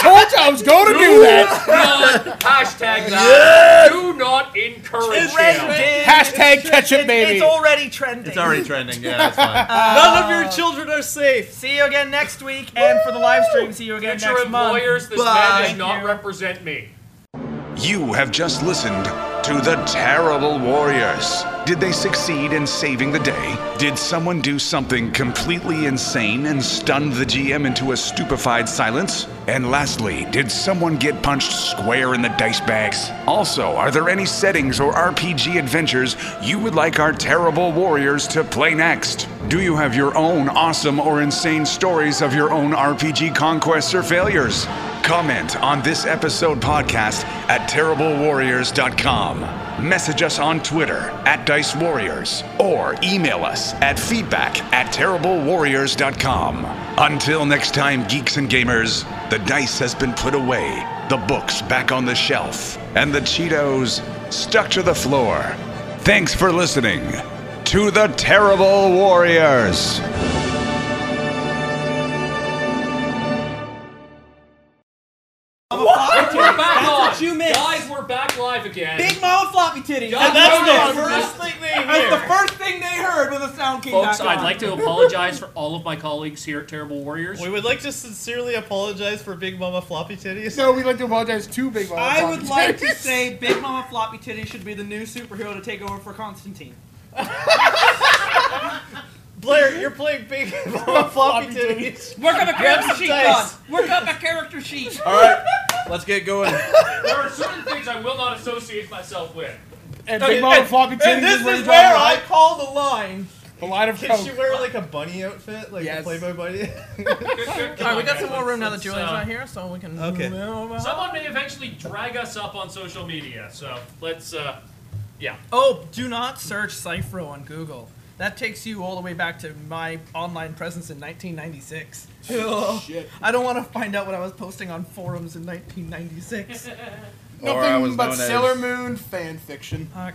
Speaker 2: Told you I was going to do that.
Speaker 3: Not- hashtag that. Do not encourage him.
Speaker 4: Trending.
Speaker 2: Hashtag ketchup baby.
Speaker 4: It's already trending.
Speaker 5: It's already trending. Yeah, it's fine.
Speaker 6: None of your children are safe.
Speaker 4: See you again next week, and for the live stream, see you again
Speaker 3: Picture
Speaker 4: next
Speaker 3: of
Speaker 4: month.
Speaker 3: lawyers, this
Speaker 5: Bye.
Speaker 3: man does
Speaker 5: Thank
Speaker 3: not
Speaker 4: you.
Speaker 3: represent me.
Speaker 1: You have just listened to the terrible Warriors. Did they succeed in saving the day? Did someone do something completely insane and stunned the GM into a stupefied silence? And lastly, did someone get punched square in the dice bags? Also, are there any settings or RPG adventures you would like our terrible Warriors to play next? Do you have your own awesome or insane stories of your own RPG conquests or failures? Comment on this episode podcast at terriblewarriors.com. Message us on Twitter at Dice Warriors or email us at feedback at terriblewarriors.com. Until next time, geeks and gamers, the dice has been put away, the books back on the shelf, and the Cheetos stuck to the floor. Thanks for listening to the Terrible Warriors.
Speaker 3: We're back
Speaker 9: That's what
Speaker 3: live.
Speaker 9: you missed.
Speaker 3: Guys, we're back live again.
Speaker 9: Big mom floppy titties.
Speaker 3: Guys,
Speaker 9: And that's
Speaker 3: we're
Speaker 9: the
Speaker 3: back.
Speaker 9: first
Speaker 4: thing they
Speaker 9: That's the first thing they heard when the sound came
Speaker 3: Folks,
Speaker 9: back on.
Speaker 3: I'd like to apologize for all of my colleagues here at Terrible
Speaker 9: [LAUGHS]
Speaker 3: Warriors.
Speaker 6: We would like to sincerely apologize for Big Mama Floppy Titties.
Speaker 2: No, we'd like to apologize to Big Mama
Speaker 9: I
Speaker 2: Floppy
Speaker 9: would like
Speaker 2: Titties.
Speaker 9: to say Big Mama Floppy Titty should be the new superhero to take over for Constantine.
Speaker 6: Blair, you're playing Big [LAUGHS] Mama Floppy Titties.
Speaker 9: Work up a character
Speaker 6: some
Speaker 9: sheet,
Speaker 6: dice.
Speaker 9: Don. Work up a character sheet.
Speaker 7: All right, let's get going.
Speaker 3: There are certain things I will not associate myself with.
Speaker 2: And Big
Speaker 9: [LAUGHS]
Speaker 2: Mama Floppy Titties
Speaker 9: And this
Speaker 2: where
Speaker 9: is
Speaker 2: you
Speaker 9: where
Speaker 2: draw
Speaker 9: I call the line.
Speaker 2: the line of
Speaker 6: Can she
Speaker 2: coke.
Speaker 6: wear like a bunny outfit, like
Speaker 2: Yes.
Speaker 6: a Playboy bunny?
Speaker 4: All right, we got some more room now that Julian's not here, so we can.
Speaker 6: Okay.
Speaker 3: Someone may eventually drag us up on social media, so let's, uh, yeah.
Speaker 4: Oh, do not search Cyphro on Google. That takes you all the way back to my online presence in 1996. Ugh.
Speaker 2: Shit.
Speaker 4: I don't want to find out what I was posting on forums in 1996.
Speaker 7: Or I
Speaker 2: Nothing
Speaker 7: was
Speaker 2: but
Speaker 7: known as-
Speaker 2: Sailor Moon fan fiction.
Speaker 4: Fuck.